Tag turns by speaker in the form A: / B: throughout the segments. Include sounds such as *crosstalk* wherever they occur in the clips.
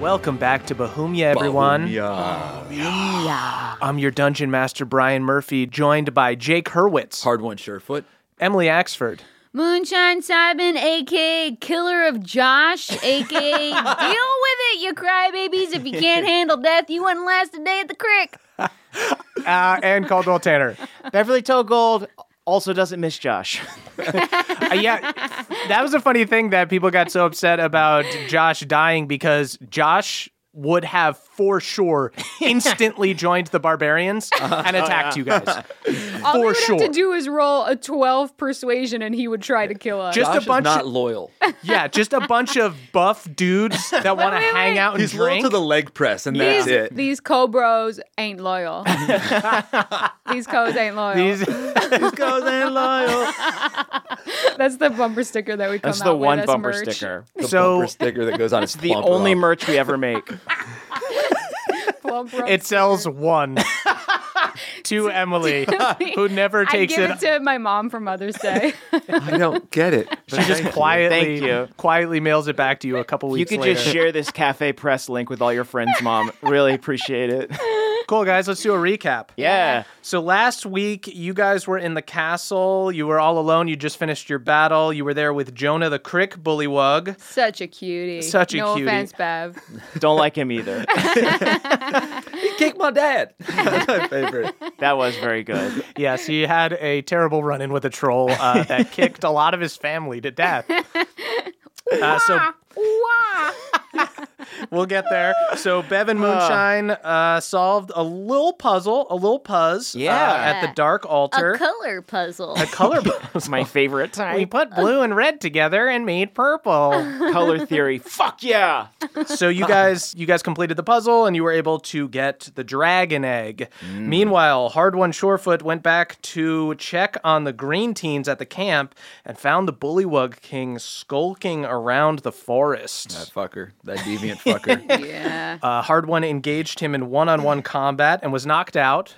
A: Welcome back to Bahumia, everyone.
B: Yeah.
A: I'm your dungeon master, Brian Murphy, joined by Jake Hurwitz,
B: Hard one, Surefoot.
A: Emily Axford,
C: Moonshine Simon, aka Killer of Josh,
A: *laughs*
C: aka Deal with it, you crybabies. If you can't handle death, you wouldn't last a day at the crick.
A: uh, and Caldwell *laughs* Tanner.
D: Beverly Togold also doesn't miss Josh.
A: Uh,
B: *laughs*
A: yeah, that was a funny thing that people got so upset about Josh dying because Josh would have for
B: *laughs*
A: sure instantly joined the barbarians
B: Uh-huh.
A: and
B: Oh,
A: attacked you
B: *laughs*
A: guys.
E: All
A: for
E: we would
A: sure.
E: have to do is roll a 12 persuasion and he would try to kill us.
A: Just
B: Josh
A: a bunch
B: is not
A: of-
B: loyal.
A: yeah, just a bunch
B: *laughs*
A: of buff dudes that want to
E: wait,
A: hang
E: wait.
A: out and
B: He's loyal
A: drink.
B: to the leg press, and
E: these,
B: that's it.
E: these cobros ain't loyal. these codes ain't
A: *laughs*
E: loyal.
A: These- *laughs*
E: That's the bumper sticker that we come
D: That's
E: out
D: the
E: with
D: one
E: as
D: bumper
E: merch. *laughs*
D: sticker.
B: The
A: so-
B: bumper sticker that goes
A: *laughs*
B: on his
D: The
B: plumper
D: only
B: up.
D: merch we ever make.
E: Plump rump
A: It sells
B: *laughs*
A: one to Emily, who never
E: I
A: takes
E: give it to my mom for Mother's Day. *laughs*
B: I don't get it.
A: she *laughs* just quietly,
D: Thank you.
A: quietly mails it back to you a couple
D: You
A: weeks
D: could
A: later.
D: just share this cafe press link with all your friends, mom. Really appreciate it. *laughs*
A: cool, guys. Let's do a recap.
D: Yeah.
A: So last week, you guys were in the castle. You were all alone. You just finished your battle. You were there with Jonah the Crick Bullywug.
E: Such a cutie.
A: Such a
E: no
A: cutie.
E: offense, Bev.
D: Don't like him either.
B: Kick my dad. That's *laughs* my favorite.
D: That was very good.
A: Yes, he had a terrible run in with a troll
D: *laughs*
A: uh, that kicked a lot of his family to death. Uh, so
E: Wah.
A: *laughs* We'll get there. So Bev and Moonshine uh, solved a little puzzle, a little puzz. uh,
D: Yeah.
A: at the dark altar.
C: A color puzzle.
D: *laughs*
A: color
D: It's my favorite
A: we put blue and red together and made
D: *laughs*
A: purple.
D: color theory. Fuck yeah.
A: so you guys, you guys completed the puzzle and you were able to get the dragon egg. Meanwhile, Hard One Shorefoot went back to check on the green teens at the camp and found the Bullywug King skulking around the forest.
B: That fucker. That deviant fucker.
A: *laughs*
E: yeah.
A: Uh, Hard One engaged him in one-on-one combat and was knocked out.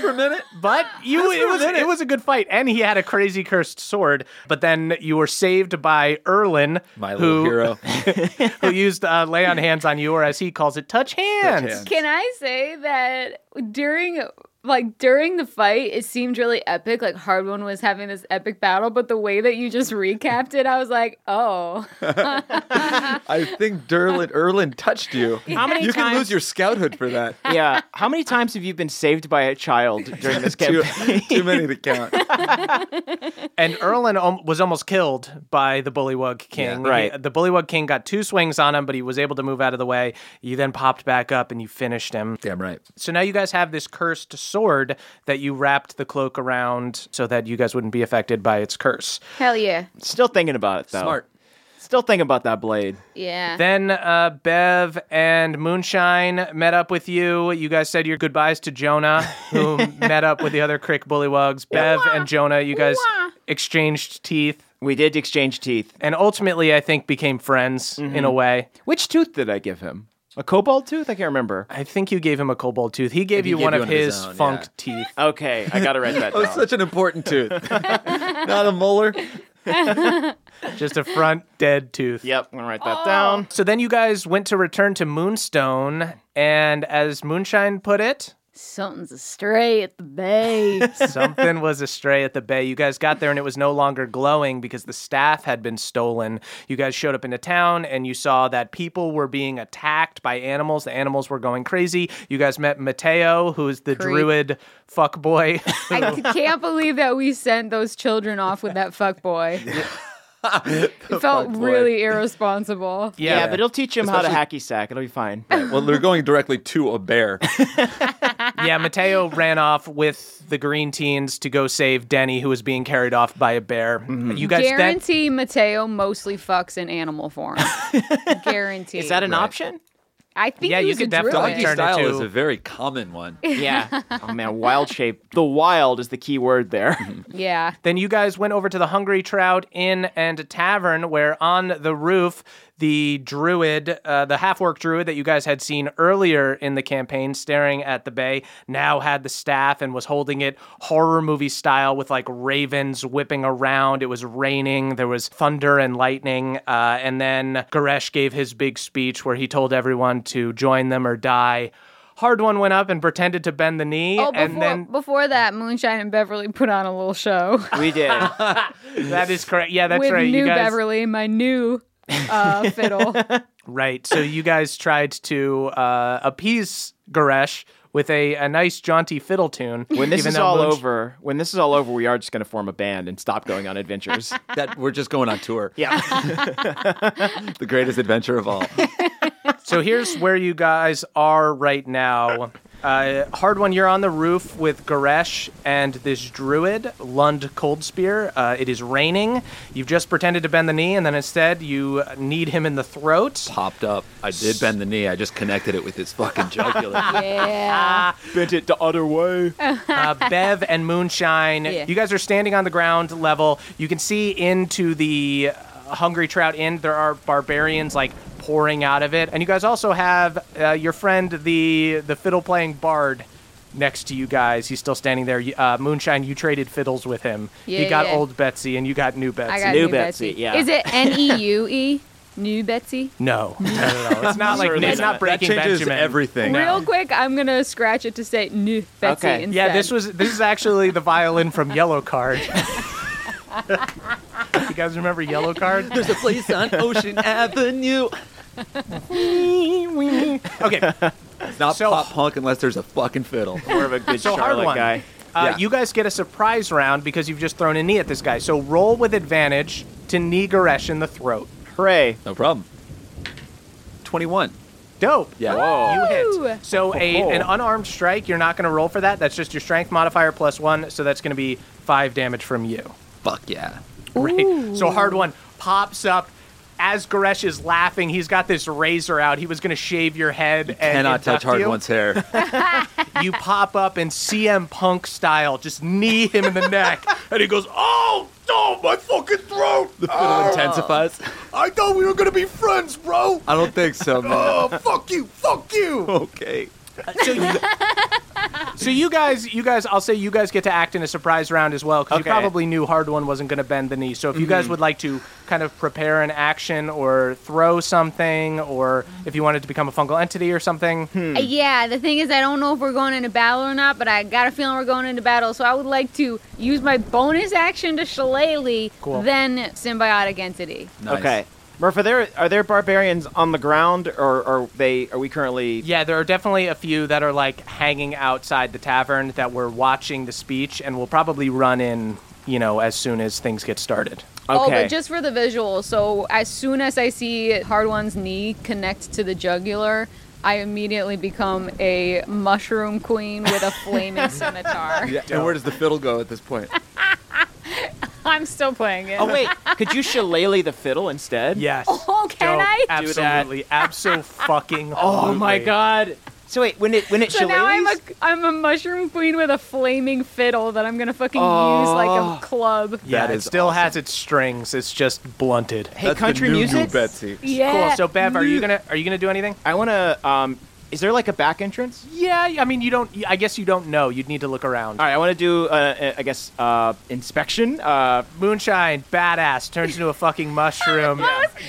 A: for a minute, *laughs* but you it was it was a good fight, and he had a crazy cursed sword. But then you were saved by Erlin,
B: My
A: who
B: little hero.
A: who used uh, lay on hands on you, or as he calls it, touch hands.
B: hands.
E: Can I say that during like during the fight, it seemed really epic. Like Hard One was having this epic battle, but the way that you just recapped it, I was like, oh,
B: I think Derlin Erlin touched you.
A: *laughs* How many
B: you can
A: times-
B: lose your scouthood
A: *laughs*
B: for that.
D: Yeah. How many times have you been saved by a child
B: *laughs*
D: during this
B: too,
D: campaign?
B: too many to count.
A: And Erlin om- was almost killed by the Bullywug King.
D: Yeah. Right.
A: He- the Bullywug King got two swings on him, but he was able to move out of the way. You then popped back up and you finished him.
B: *laughs* Damn right.
A: So now you guys have this cursed sword that you wrapped the cloak around so that you guys wouldn't be affected by its curse.
E: hell yeah.
D: Still thinking about it though.
B: Smart.
D: Still thinking about that blade.
C: Yeah.
A: Then uh, Bev and Moonshine met up with you. You guys said your goodbyes to Jonah, who met up with the other Crick Bullywugs. Bev and Jonah, you guys exchanged teeth
D: We did exchange teeth.
A: and ultimately, I think, became friends in a
B: Mm-hmm.
A: way.
D: Which tooth did I give him? A cobalt tooth? I can't remember.
A: I think you gave him a cobalt tooth. He gave
B: He
A: you
B: gave
A: one
B: you
A: of
B: one of
A: his,
B: his own,
A: funk
B: yeah.
A: teeth.
D: Okay, I gotta write that
B: Oh,
D: down.
B: such an
A: *laughs*
B: important tooth. Not a molar.
A: just a
B: *laughs*
A: front dead tooth.
D: Yep, I'm gonna write that down.
A: So then you guys went to return to Moonstone, and as Moonshine put it,
C: Something's astray at
A: *laughs*
C: the bay.
A: something was astray at the bay. You guys got there and it was no longer glowing because the staff had been stolen. You guys showed up into town and you saw that people were being attacked by animals. The animals were going crazy. You guys met Mateo, who is the druid fuck boy. *laughs*
E: I can't believe that we sent those children off with that
A: *laughs*
E: fuck boy. it felt
B: fuckboy.
E: really irresponsible.
D: Yeah, but it'll teach him how to hacky sack. It'll be fine.
B: well, they're going directly to
A: *laughs*
B: a bear.
A: yeah, Mateo ran off with the green teens to go save Denny, who was being carried off by a bear. You guys, that,
E: Guarantee Mateo mostly fucks in
A: *laughs*
E: animal form. Guarantee.
D: Is that an option?
E: I think
A: Yeah,
E: he
A: you
E: was a
A: could definitely
E: druid.
B: Doggy
A: Turn it
B: style
A: to-
B: is a very common one.
D: Yeah. *laughs* oh man, wild shape. The wild is the key word there.
E: Yeah.
A: then you guys went over to the Hungry Trout Inn and Tavern, where on the roof, the druid, uh, the half orc druid that you guys had seen earlier in the campaign, staring at the bay, now had the staff and was holding it horror movie style with like ravens whipping around. It was raining, there was thunder and lightning. Uh, and then Goresh gave his big speech where he told everyone to join them or die. Hard one went up and pretended to bend the knee,
E: Oh, before,
A: and
E: *laughs*
A: then
E: before that, Moonshine and Beverly put on a little show
D: we did.
A: that is correct. Yeah, that's
E: *laughs* with
A: right.
E: new
A: you guys,
E: Beverly, my new
A: *laughs*
E: uh, fiddle.
A: Right. So you guys tried to uh, appease Goresh with a, a nice jaunty fiddle tune.
D: When this
A: even
D: is
A: though
D: all
A: Moonsh-
D: over, when this is all over, we are just gonna form a band and stop going on adventures.
B: That we're just going on tour.
D: yeah.
B: *laughs* The greatest adventure of all.
A: So here's where you guys are right now. Uh, hard one. You're on the roof with Goresh and this druid Lund Coldspear. Uh, it is raining. You've just pretended to bend the knee, and then instead you need him in the throat.
B: Popped up. I did bend the knee. I just connected it with his fucking jugular.
A: *laughs*
E: yeah.
D: Bent it the other way.
A: uh, Bev and Moonshine.
E: Yeah.
A: You guys are standing on the ground level. You can see into the uh, Hungry Trout Inn. There are barbarians like pouring out of it, and you guys also have uh, your friend the the fiddle playing bard next to you guys. He's still standing there. You- Uh, Moonshine, you traded fiddles with him. he
E: Yeah,
A: got
E: yeah.
A: old Betsy, and you got new Betsy.
E: I got
D: New
E: new,
D: Betsy,
E: Betsy.
D: yeah.
E: Is it N E U E? New Betsy?
A: no, no, no, no. It's not like
D: Surely
A: it's not
D: not.
B: that
A: breaking
B: changes
A: Benjamin.
B: everything.
E: Real quick, I'm gonna scratch it to say new Betsy
D: Okay.
E: instead.
A: Yeah, this was this is actually the violin from Yellow
E: *laughs*
A: Card. you guys remember Yellow Card?
B: There's a place on Ocean Avenue. *laughs*
A: Okay,
B: It's not
A: So-
B: pop punk unless there's a fucking fiddle.
D: More of a good
A: So hard
D: Charlotte
A: one.
D: guy.
A: Uh,
B: Yeah.
A: You guys get a surprise round because you've just thrown a knee at this guy. So roll with advantage to knee Goresh in the throat.
D: Hooray.
B: No problem. 21.
A: Dope.
B: Yeah.
A: You
E: Woo!
A: hit. So a
D: Oh.
A: an unarmed strike, you're not going to roll for that. That's just your strength modifier plus one. So that's going to be five damage from you. *laughs*
B: Fuck yeah.
A: Right. So hard one pops up. As Goresh is laughing, he's got this razor out. He was going to shave your head. and
B: Cannot
A: abduct
B: touch hard
A: you.
B: one's hair.
A: you pop up and CM Punk style, just knee him in
B: *laughs*
A: the neck, *laughs* and he goes, "Oh, oh, my fucking throat!" Ah.
B: The fiddle intensifies.
A: I thought we were gonna be friends, bro.
B: I don't think so, man.
A: Oh, fuck you, fuck you.
B: Okay.
A: So you, so you guys, you guys, I'll say you guys get to act in a surprise round as well because
D: Okay. Mm-hmm.
A: you probably knew Hard One wasn't gonna bend the knee. So if you guys would like to kind of prepare an action or throw something, or if you wanted to become a fungal entity or something,
D: Hmm.
C: Uh, yeah, the thing is, I don't know if we're going into battle or not, but I got a feeling we're going into battle, so I would like to use my bonus action to Shillelagh,
A: Cool.
C: then Symbiotic Entity.
B: Nice.
D: Okay. Murph, are there are there barbarians on the ground or are they are we currently
A: Yeah, there are definitely a few that are like hanging outside the tavern that were watching the speech and will probably run in, you know, as soon as things get started.
D: Okay.
E: Oh, but just for the visual. So as soon as I see Hard One's knee connect to the jugular, I immediately become a mushroom
D: *laughs*
E: queen with a flaming scimitar.
C: *laughs*
B: Yeah, and where does the fiddle go at this point?
E: I'm still playing it.
D: Oh wait, could you shillelagh the fiddle instead?
A: Yes.
E: *laughs* Oh, can I?
D: Do that.
A: Absolutely. Abso
D: *laughs*
A: fucking.
D: Oh my god. So wait, when it when it
E: So now I'm a
D: shillelaghs-
E: I'm a mushroom queen with a flaming fiddle that I'm gonna fucking use
A: Ah.
E: like a club.
A: Yeah,
D: That
A: it
D: is
A: still has its strings. It's just blunted.
D: hey country music.
B: Betsy.
E: Yeah.
A: Cool. So Bev, are you gonna are you gonna do anything?
D: I want to. Um, is there like a back entrance?
A: Yeah. I mean, you don't. I guess you don't know. You'd need to look around.
D: All right, I want to do. Uh, uh, I guess uh, inspection. Uh,
A: Moonshine, badass, turns into a fucking *laughs* mushroom,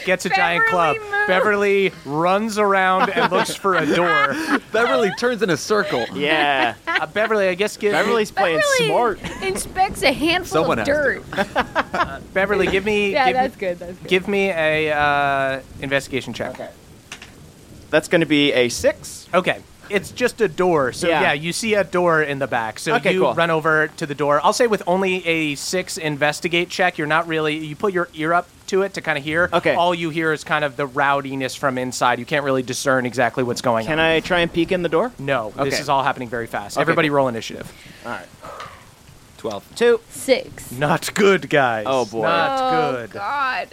A: gets a giant club.
E: Beverly Moon.
A: Beverly runs around *laughs* and looks for a door.
B: Beverly turns in a circle.
D: yeah,
A: Uh, Beverly, I guess give
D: Beverly's playing
E: Really
D: smart.
E: inspects a handful
B: Someone has
E: of
B: to.
E: dirt.
A: Beverly, give me
E: Yeah,
A: give,
E: that's good. That's good.
A: give me a uh, investigation check. Okay.
D: That's going to be a six.
A: Okay. It's just a door. So yeah,
D: Yeah.
A: you see a door in the back. So
D: Okay,
A: you
D: cool.
A: run over to the door. I'll say with only a 6 investigate check, you're not really you put your ear up to it to kind of hear.
D: Okay.
A: All you hear is kind of the rowdiness from inside. You can't really discern exactly what's going on.
D: Can I try and peek in the door?
A: No, this
D: Okay.
A: is all happening very fast.
D: Okay,
A: Everybody
D: cool.
A: roll initiative.
B: Twelve.
D: Two.
C: Six.
A: Not good, guys.
D: Oh, boy.
A: Not
E: oh
A: good.
E: God.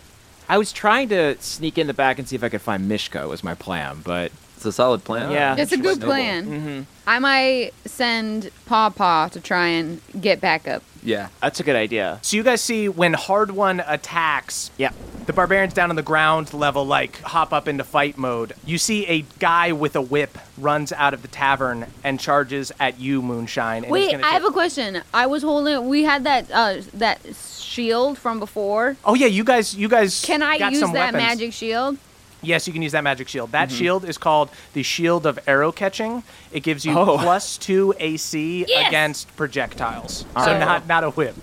D: I was trying to sneak in the back and see if I could find Mishka. Was my plan, but
B: It's a solid plan.
D: Yeah.
C: That's a good plan.
A: Mm-hmm.
C: I might send Paw Paw to try and get back up.
B: Yeah.
D: that's a good idea.
A: So you guys see when Hard One attacks,
D: Yeah.
A: the barbarians down on the ground level like hop up into fight mode. You see a guy with a whip runs out of the tavern and charges at you, Moonshine. And he's
C: Wait,
A: gonna
C: I have
A: take-
C: a question. I was holding. We had that uh, that shield from before.
A: Oh yeah, you guys, you guys.
C: Can I
A: got
C: use
A: some
C: that
A: weapons.
C: magic shield?
A: Yes, you can use that magic shield. That
D: Mm-hmm.
A: shield is called the Shield of Arrow Catching. It gives you
D: Oh.
A: plus two AC
C: Yes!
A: against projectiles.
D: All
A: so
D: right.
A: not not a whip.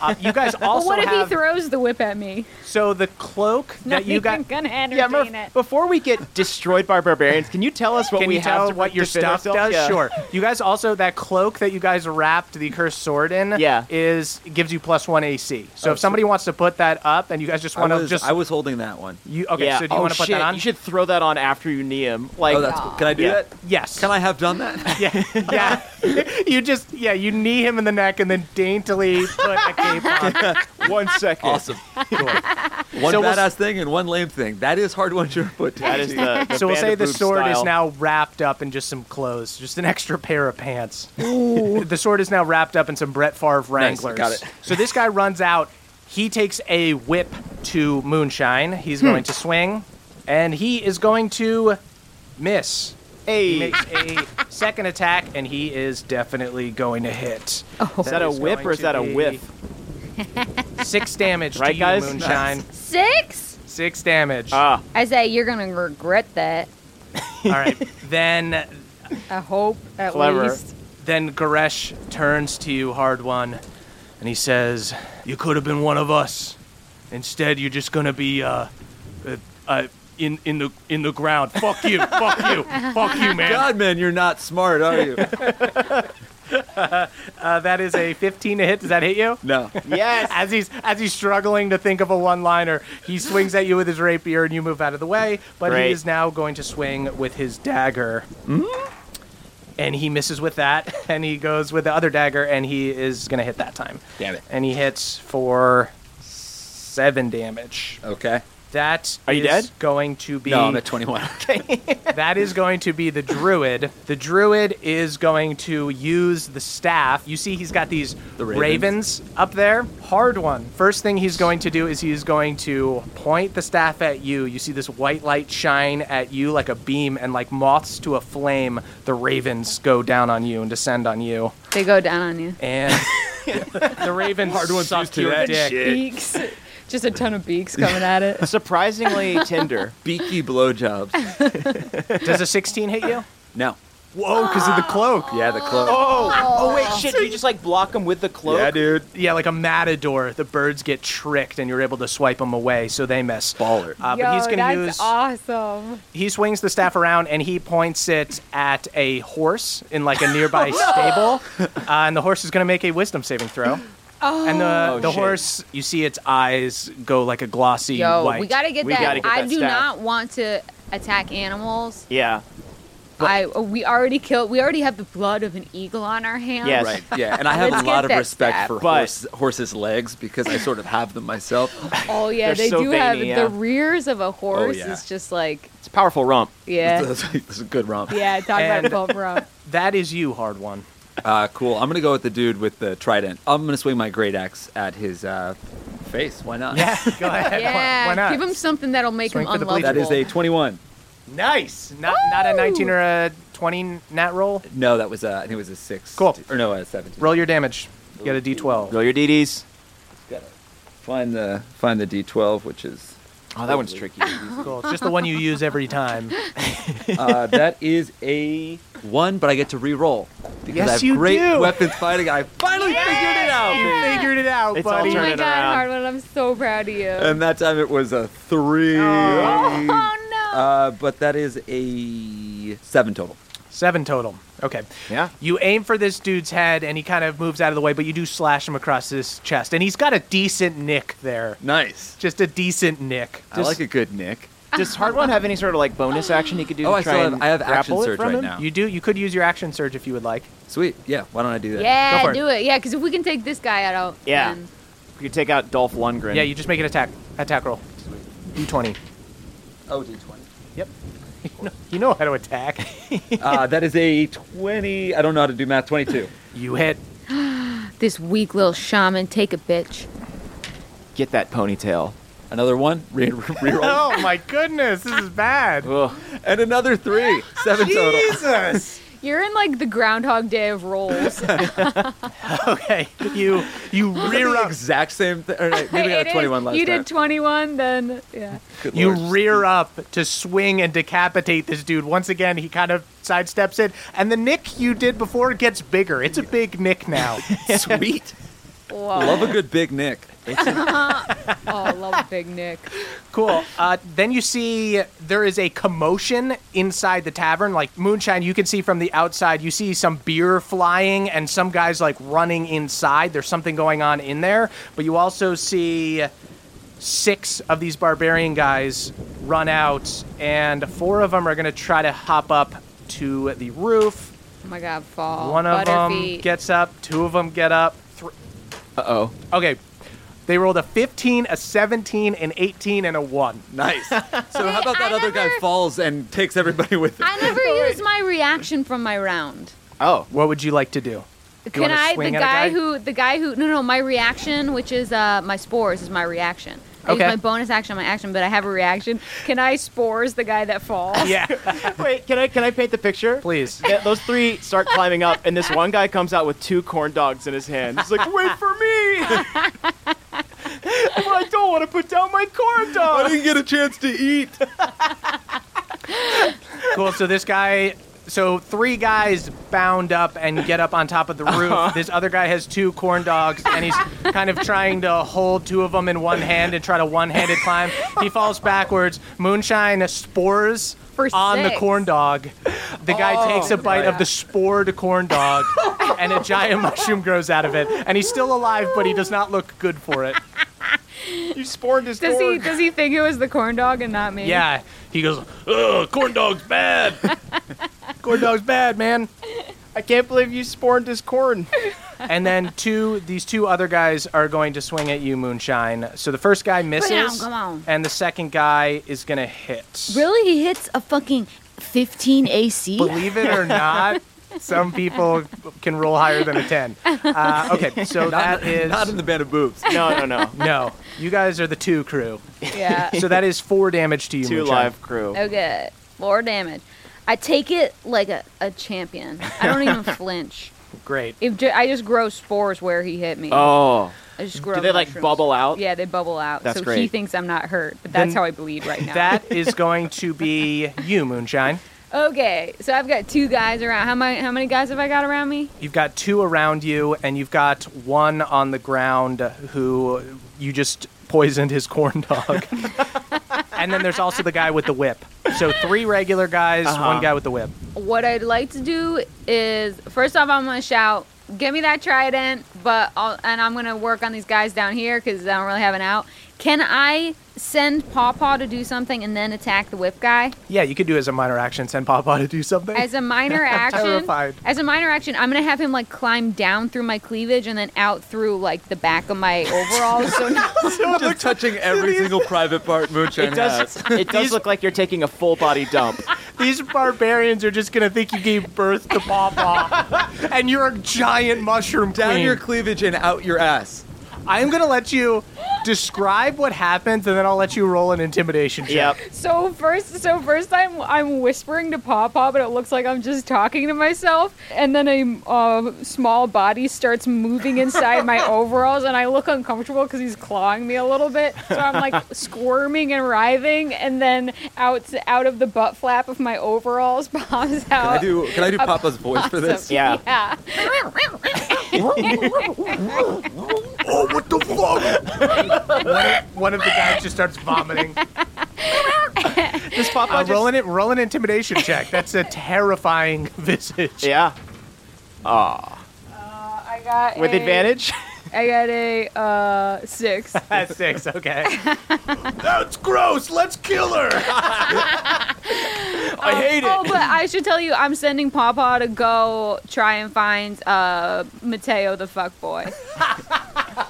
A: uh, you
C: *laughs*
A: guys also
E: But what if
A: have
E: he throws the whip at me?
A: so the cloak
E: *laughs*
A: that you got.
E: I'm gonna entertain
D: Yeah, Murph,
E: it.
D: before we get destroyed by barbarians, can you tell us what
A: Can
D: we
A: you
D: have
A: tell
D: to
A: what your
D: defend
A: stuff
D: ourselves?
A: does?
D: Yeah.
A: Sure. You guys also that cloak that you guys wrapped the cursed sword in.
D: Yeah.
A: is gives you plus one AC. So
D: Oh,
A: if somebody wants to put that up, and you guys just
B: I
A: want to
B: was,
A: just
B: I was holding that one.
A: you okay?
D: yeah.
A: So do you
D: oh,
A: want to put
D: shit.
A: that on?
D: You should throw that on after you knee him. Like,
B: Oh, that's cool. Can I do
D: Yeah.
B: that?
A: Yes.
B: Can I have done that?
D: *laughs*
A: Yeah. yeah. you just yeah you knee him in the neck and then daintily put a cape on.
D: *laughs* one second.
B: awesome.
A: Cool.
B: One
A: So we'll
B: badass
A: s-
B: thing and one lame thing. That is hard one surefoot.
D: That is the, the
A: So we'll say the
D: Vanderpump
A: sword is
D: style.
A: now wrapped up in just some clothes, just an *laughs* extra pair of pants. *laughs* the sword is now wrapped up in some Brett Favre Wranglers.
B: got it.
A: So this guy runs out. He takes a whip to Moonshine. He's going to swing, and he is going to miss. He
D: Hey,
A: makes a *laughs* second attack, and he is definitely going to hit.
D: is that a whip or is that a whiff?
A: Six
D: *laughs*
A: damage to
D: Right,
A: you,
D: guys?
A: Moonshine.
C: Six?
A: Six damage.
D: Ah,
C: I say you're gonna regret that.
A: All right. Then
C: I hope at
D: Clever.
C: least.
A: Then Goresh turns to you, Hard One, and he says, You could have been one of us. Instead, you're just going to be uh, uh, uh, in, in, the, in the ground. Fuck you. fuck you. Fuck you, man.
B: *laughs* God, man, you're not smart, are you?
A: Uh, that is a 15 to hit. Does that hit you?
B: No.
D: yes.
A: As he's as he's struggling to think of a one-liner, he swings at you with his rapier, and you move out of the way. But
D: Great.
A: he is now going to swing with his dagger, and he misses with that, *laughs* and he goes with the other dagger, and he is going to hit that time.
B: Damn it.
A: And he hits for seven damage.
B: Okay.
A: That
D: Are you
A: is
D: dead?
A: Going to be
B: No, I'm at 21.
A: that is going to be the druid. The druid is going to use the staff. You see, he's got these
B: The
A: ravens.
B: ravens.
A: up there. Hard one. First thing he's going to do is he's going to point the staff at you. You see this white light shine at you like a beam, and like moths to a flame, the ravens go down on you and descend on you.
C: They go down on you.
B: *laughs*
A: And the ravens Hard
B: one's
A: suck
B: used to
A: your
B: that
A: dick.
B: shit.
E: beaks. *laughs* Just a ton of beaks coming at it.
D: *laughs* Surprisingly tender.
B: *laughs* Beaky blowjobs.
A: Does a 16 hit you?
B: No.
A: Whoa, because of the cloak.
B: Yeah, the cloak.
D: Oh, oh wait, shit! Do you just like block him with the cloak?
B: dude.
A: Yeah, like a matador, the birds get tricked and you're able to swipe them away, so they miss.
B: Baller.
A: Uh,
E: Yo,
A: but he's going
E: that's
A: to use.
E: awesome.
A: He swings the staff around and he points it at a horse in like a nearby
E: *laughs* Oh,
A: stable, uh, and the horse is going to make a wisdom saving throw. Oh. And the,
D: Oh,
A: the
D: shit.
A: horse, you see its eyes go like a glossy
C: Yo,
A: white.
C: we gotta get
D: We
C: that.
D: gotta get
C: I
D: that
C: do
D: staff.
C: not want to attack animals.
D: Yeah.
E: I we already killed. We already have the blood of an eagle on our hands.
D: Yes.
B: Right. Yeah. And I have
E: Let's
B: a
E: get
B: lot of
E: that
B: respect
E: stat.
B: for
D: But-
B: horse, horses' legs because I sort of have them myself.
E: Oh yeah,
D: They're
E: they
D: so
E: do have
D: veiny, yeah.
E: the rears of a horse.
B: yeah.
E: is just like
D: It's a powerful rump.
E: yeah,
B: That's like- *laughs* that's a good romp.
E: yeah. Talk
A: And-
E: about bump rump.
A: That is you, hard
E: *laughs*
A: one.
B: Uh, cool. I'm gonna go with the dude with the trident. I'm gonna swing my great axe at his uh, face. Why not?
A: Yeah, go ahead. *laughs* Why-
E: Yeah,
A: Why not?
E: give him something that'll make
A: Swing
E: him
A: for the bleachers.
B: *laughs* That
E: unlovable.
B: is a 21.
A: nice. Not not a 19 or a 20 nat roll.
B: No, that was uh, I think it was a six.
A: Cool.
B: Or no, a 17.
A: Roll your damage. Get a d12.
D: Roll your DDs.
B: Find the find the d12, which is
D: Oh, that one's tricky.
A: Cool. It's just the one you use every time.
B: *laughs* uh, that is a one, but I get to re-roll because
A: Yes,
B: I have
A: you
B: great
A: do.
B: weapons fighting. I finally figured it out. baby.
A: Figured it out,
D: It's
A: buddy.
E: oh my
D: Turn it
E: god,
D: around.
E: Hardwood, I'm so proud of you.
B: And that time it was a three.
E: oh no.
B: Uh, but that is a seven total.
A: Seven total. Okay.
D: Yeah.
A: You aim for this dude's head, and he kind of moves out of the way, but you do slash him across his chest, and he's got a decent nick there.
B: Nice.
A: Just a decent nick.
B: I like a good nick.
D: Does Hard One have any sort of like bonus action he could do
B: Oh,
D: to
B: I
D: try
B: still have-
D: and
B: I have action
D: grapple it
B: surge
D: from
B: right
D: him?
B: now.
A: You do. You could use your action surge if you would like.
B: Sweet. Yeah. Why don't I do that?
A: Go for
E: yeah,
A: it.
E: do it. Yeah, because if we can take this guy out, um,
D: Yeah.
E: then-
D: You could take out Dolph Lundgren.
A: Yeah, you just make an attack attack roll. D20.
B: Oh, d20.
A: You know how to
B: *laughs*
A: attack.
B: uh, that is a 20. I don't know how to do math. 22.
A: you hit.
E: this weak little shaman take a bitch.
D: Get that ponytail.
B: *laughs* Another one. Re- re- re-roll.
A: Oh my goodness, this is bad.
B: *laughs*
A: *laughs*
D: Ugh.
B: And another three. Seven total. *laughs*
A: Jesus.
E: You're in like the Groundhog Day of *laughs*
D: *laughs*
E: rolls.
A: okay, you you
B: Is that
A: rear
B: the
A: up
B: exact same thing.
E: *laughs*
B: Maybe I
E: It
B: got
E: is.
B: 21 last
E: You
B: time.
E: did 21, then yeah.
B: Good
A: you
B: lord.
A: rear up to swing and decapitate this dude. Once again, he kind of sidesteps it, and the nick you did before gets bigger. It's a big nick now.
B: *laughs* Sweet.
E: Wow.
B: Love a good big *laughs* nick.
E: oh, love Big Nick. Oh
A: Cool. Uh, then you see there is a commotion inside the tavern. Like moonshine, you can see from the outside. You see some beer flying and some guys like running inside. There's something going on in there. But you also see six of these barbarian guys run out, and four of them are going to try to hop up to the roof.
E: Oh my God, fall.
A: One of them
E: Butterfeet.
A: gets up. Two of them get up. Thr-
B: Uh oh.
A: okay. They rolled a 15, a 17, an 18, and a 1.
B: Nice. So how about that
E: I
B: other guy
E: never-
B: falls and takes everybody with him?
A: *laughs*
E: I never use my reaction from my round.
D: Oh.
A: What would you like to do?
E: Can
A: wanna
E: I? The
A: swing
E: guy,
A: at a guy?
E: who, the guy who, no, no, my reaction, which is uh, my spores, is my reaction. I
A: Okay.
E: use my bonus action, my action, but I have a reaction. Can I spores the guy that falls?
A: *laughs* Yeah,
D: *laughs* Wait, can I can I paint the picture?
A: please.
D: Yeah, those three start climbing up, and this one guy comes out with two corn dogs in his hand. He's like, "Wait for me!" *laughs* but I don't want to put down my
B: *laughs*
D: corn
B: I
D: dog.
B: didn't get a chance to eat.
A: Cool. So this guy, so three guys bound up and get up on top of the
D: Uh-huh.
A: roof. This other guy has two corn dogs, and he's kind of trying to hold two of them in one hand and try to one-handed climb. He falls backwards. Moonshine spores
E: For
A: on the
E: six.
A: corn dog. The guy
D: Oh.
A: takes a bite of the spored corn dog, and a
D: *laughs*
A: giant mushroom grows out of it. And he's still alive, but he does not look good for it.
D: You sporned his
E: Does he?
D: corn.
E: Does he think it was the corn dog and not me?
A: Yeah. He goes, Ugh, corn dog's bad. *laughs* corn dog's bad, man.
D: I can't believe you sporned
A: *laughs*
D: his corn.
A: And then two, these two other guys are going to swing at you, Moonshine. So the first guy misses,
E: down, come on.
A: and the second guy is gonna hit.
C: Really? He hits a fucking 15 AC?
A: Believe it or not, some people can roll higher than a ten. Uh, okay, so that is
B: Not in the band of *laughs* boobs.
D: No, no, no.
A: no. You guys are the two crew. *laughs*
E: Yeah.
A: So that is four damage to you,
D: Two
A: Moonshine.
D: live crew.
E: Okay, more damage. I take it like a, a champion. I don't
D: *laughs*
E: even flinch.
A: Great.
E: If ju- I just grow spores where he hit me.
D: Oh,
E: I just grow
D: do they like
E: mushrooms.
D: bubble out?
E: Yeah, they bubble out.
D: That's
E: so he
D: great.
E: thinks I'm not hurt, but that's
A: Then-
E: how I bleed right now.
A: That is going to be you, Moonshine.
E: *laughs* okay, so I've got two guys around. How many, how many guys have I got around me?
A: You've got two around you, and you've got one on the ground who you just poisoned his corn dog. *laughs* and then there's also the guy with the whip. So three regular guys, one guy with the whip.
E: What I'd like to do is, first off, I'm going to shout, give me that trident, but I'll, and I'm going to work on these guys down here because I don't really have an out.
F: Can I send Paw Paw to do something and then attack the whip guy?
A: Yeah, you could do it as a minor action, send Papa to do something.
F: As a minor action,
A: terrified.
F: as a minor action, I'm gonna have him like climb down through my cleavage and then out through like the back of my overalls.
A: *laughs*
F: so now
B: Just touching every single private *laughs* part Moonshine
D: It does, it does look like you're taking a full body dump.
A: These barbarians are just gonna think you gave birth to *laughs* Papa, and you're a giant mushroom
B: Down
A: queen.
B: your cleavage and out your ass.
A: I'm gonna let you describe what happens, and then I'll let you roll an intimidation check.
D: yep.
C: *laughs* So first, so first I'm I'm whispering to Papa, but it looks like I'm just talking to myself. And then a um, small body starts moving
B: *laughs*
C: inside my overalls, and I look uncomfortable because he's clawing me a little bit. So I'm
B: *laughs*
C: like squirming and writhing, and then out out of the butt flap of my overalls *laughs*
B: Can
C: pops
B: I
E: Uh,
C: out.
B: do can I do Papa's voice for this?
D: Yeah.
C: Yeah.
A: Oh, what the fuck? One of the guys just starts vomiting.
D: This Popeye
A: Uh,
D: just-
A: roll, an, roll an intimidation check. That's a terrifying visage. *laughs*
D: Yeah.
C: I got
D: With
C: a-
D: advantage?
C: I got a uh, six.
A: That's six, okay. That's gross. Let's kill her.
B: I hate
C: Oh, but I should tell you, I'm sending Papa to go try and find uh, Mateo the fuck boy.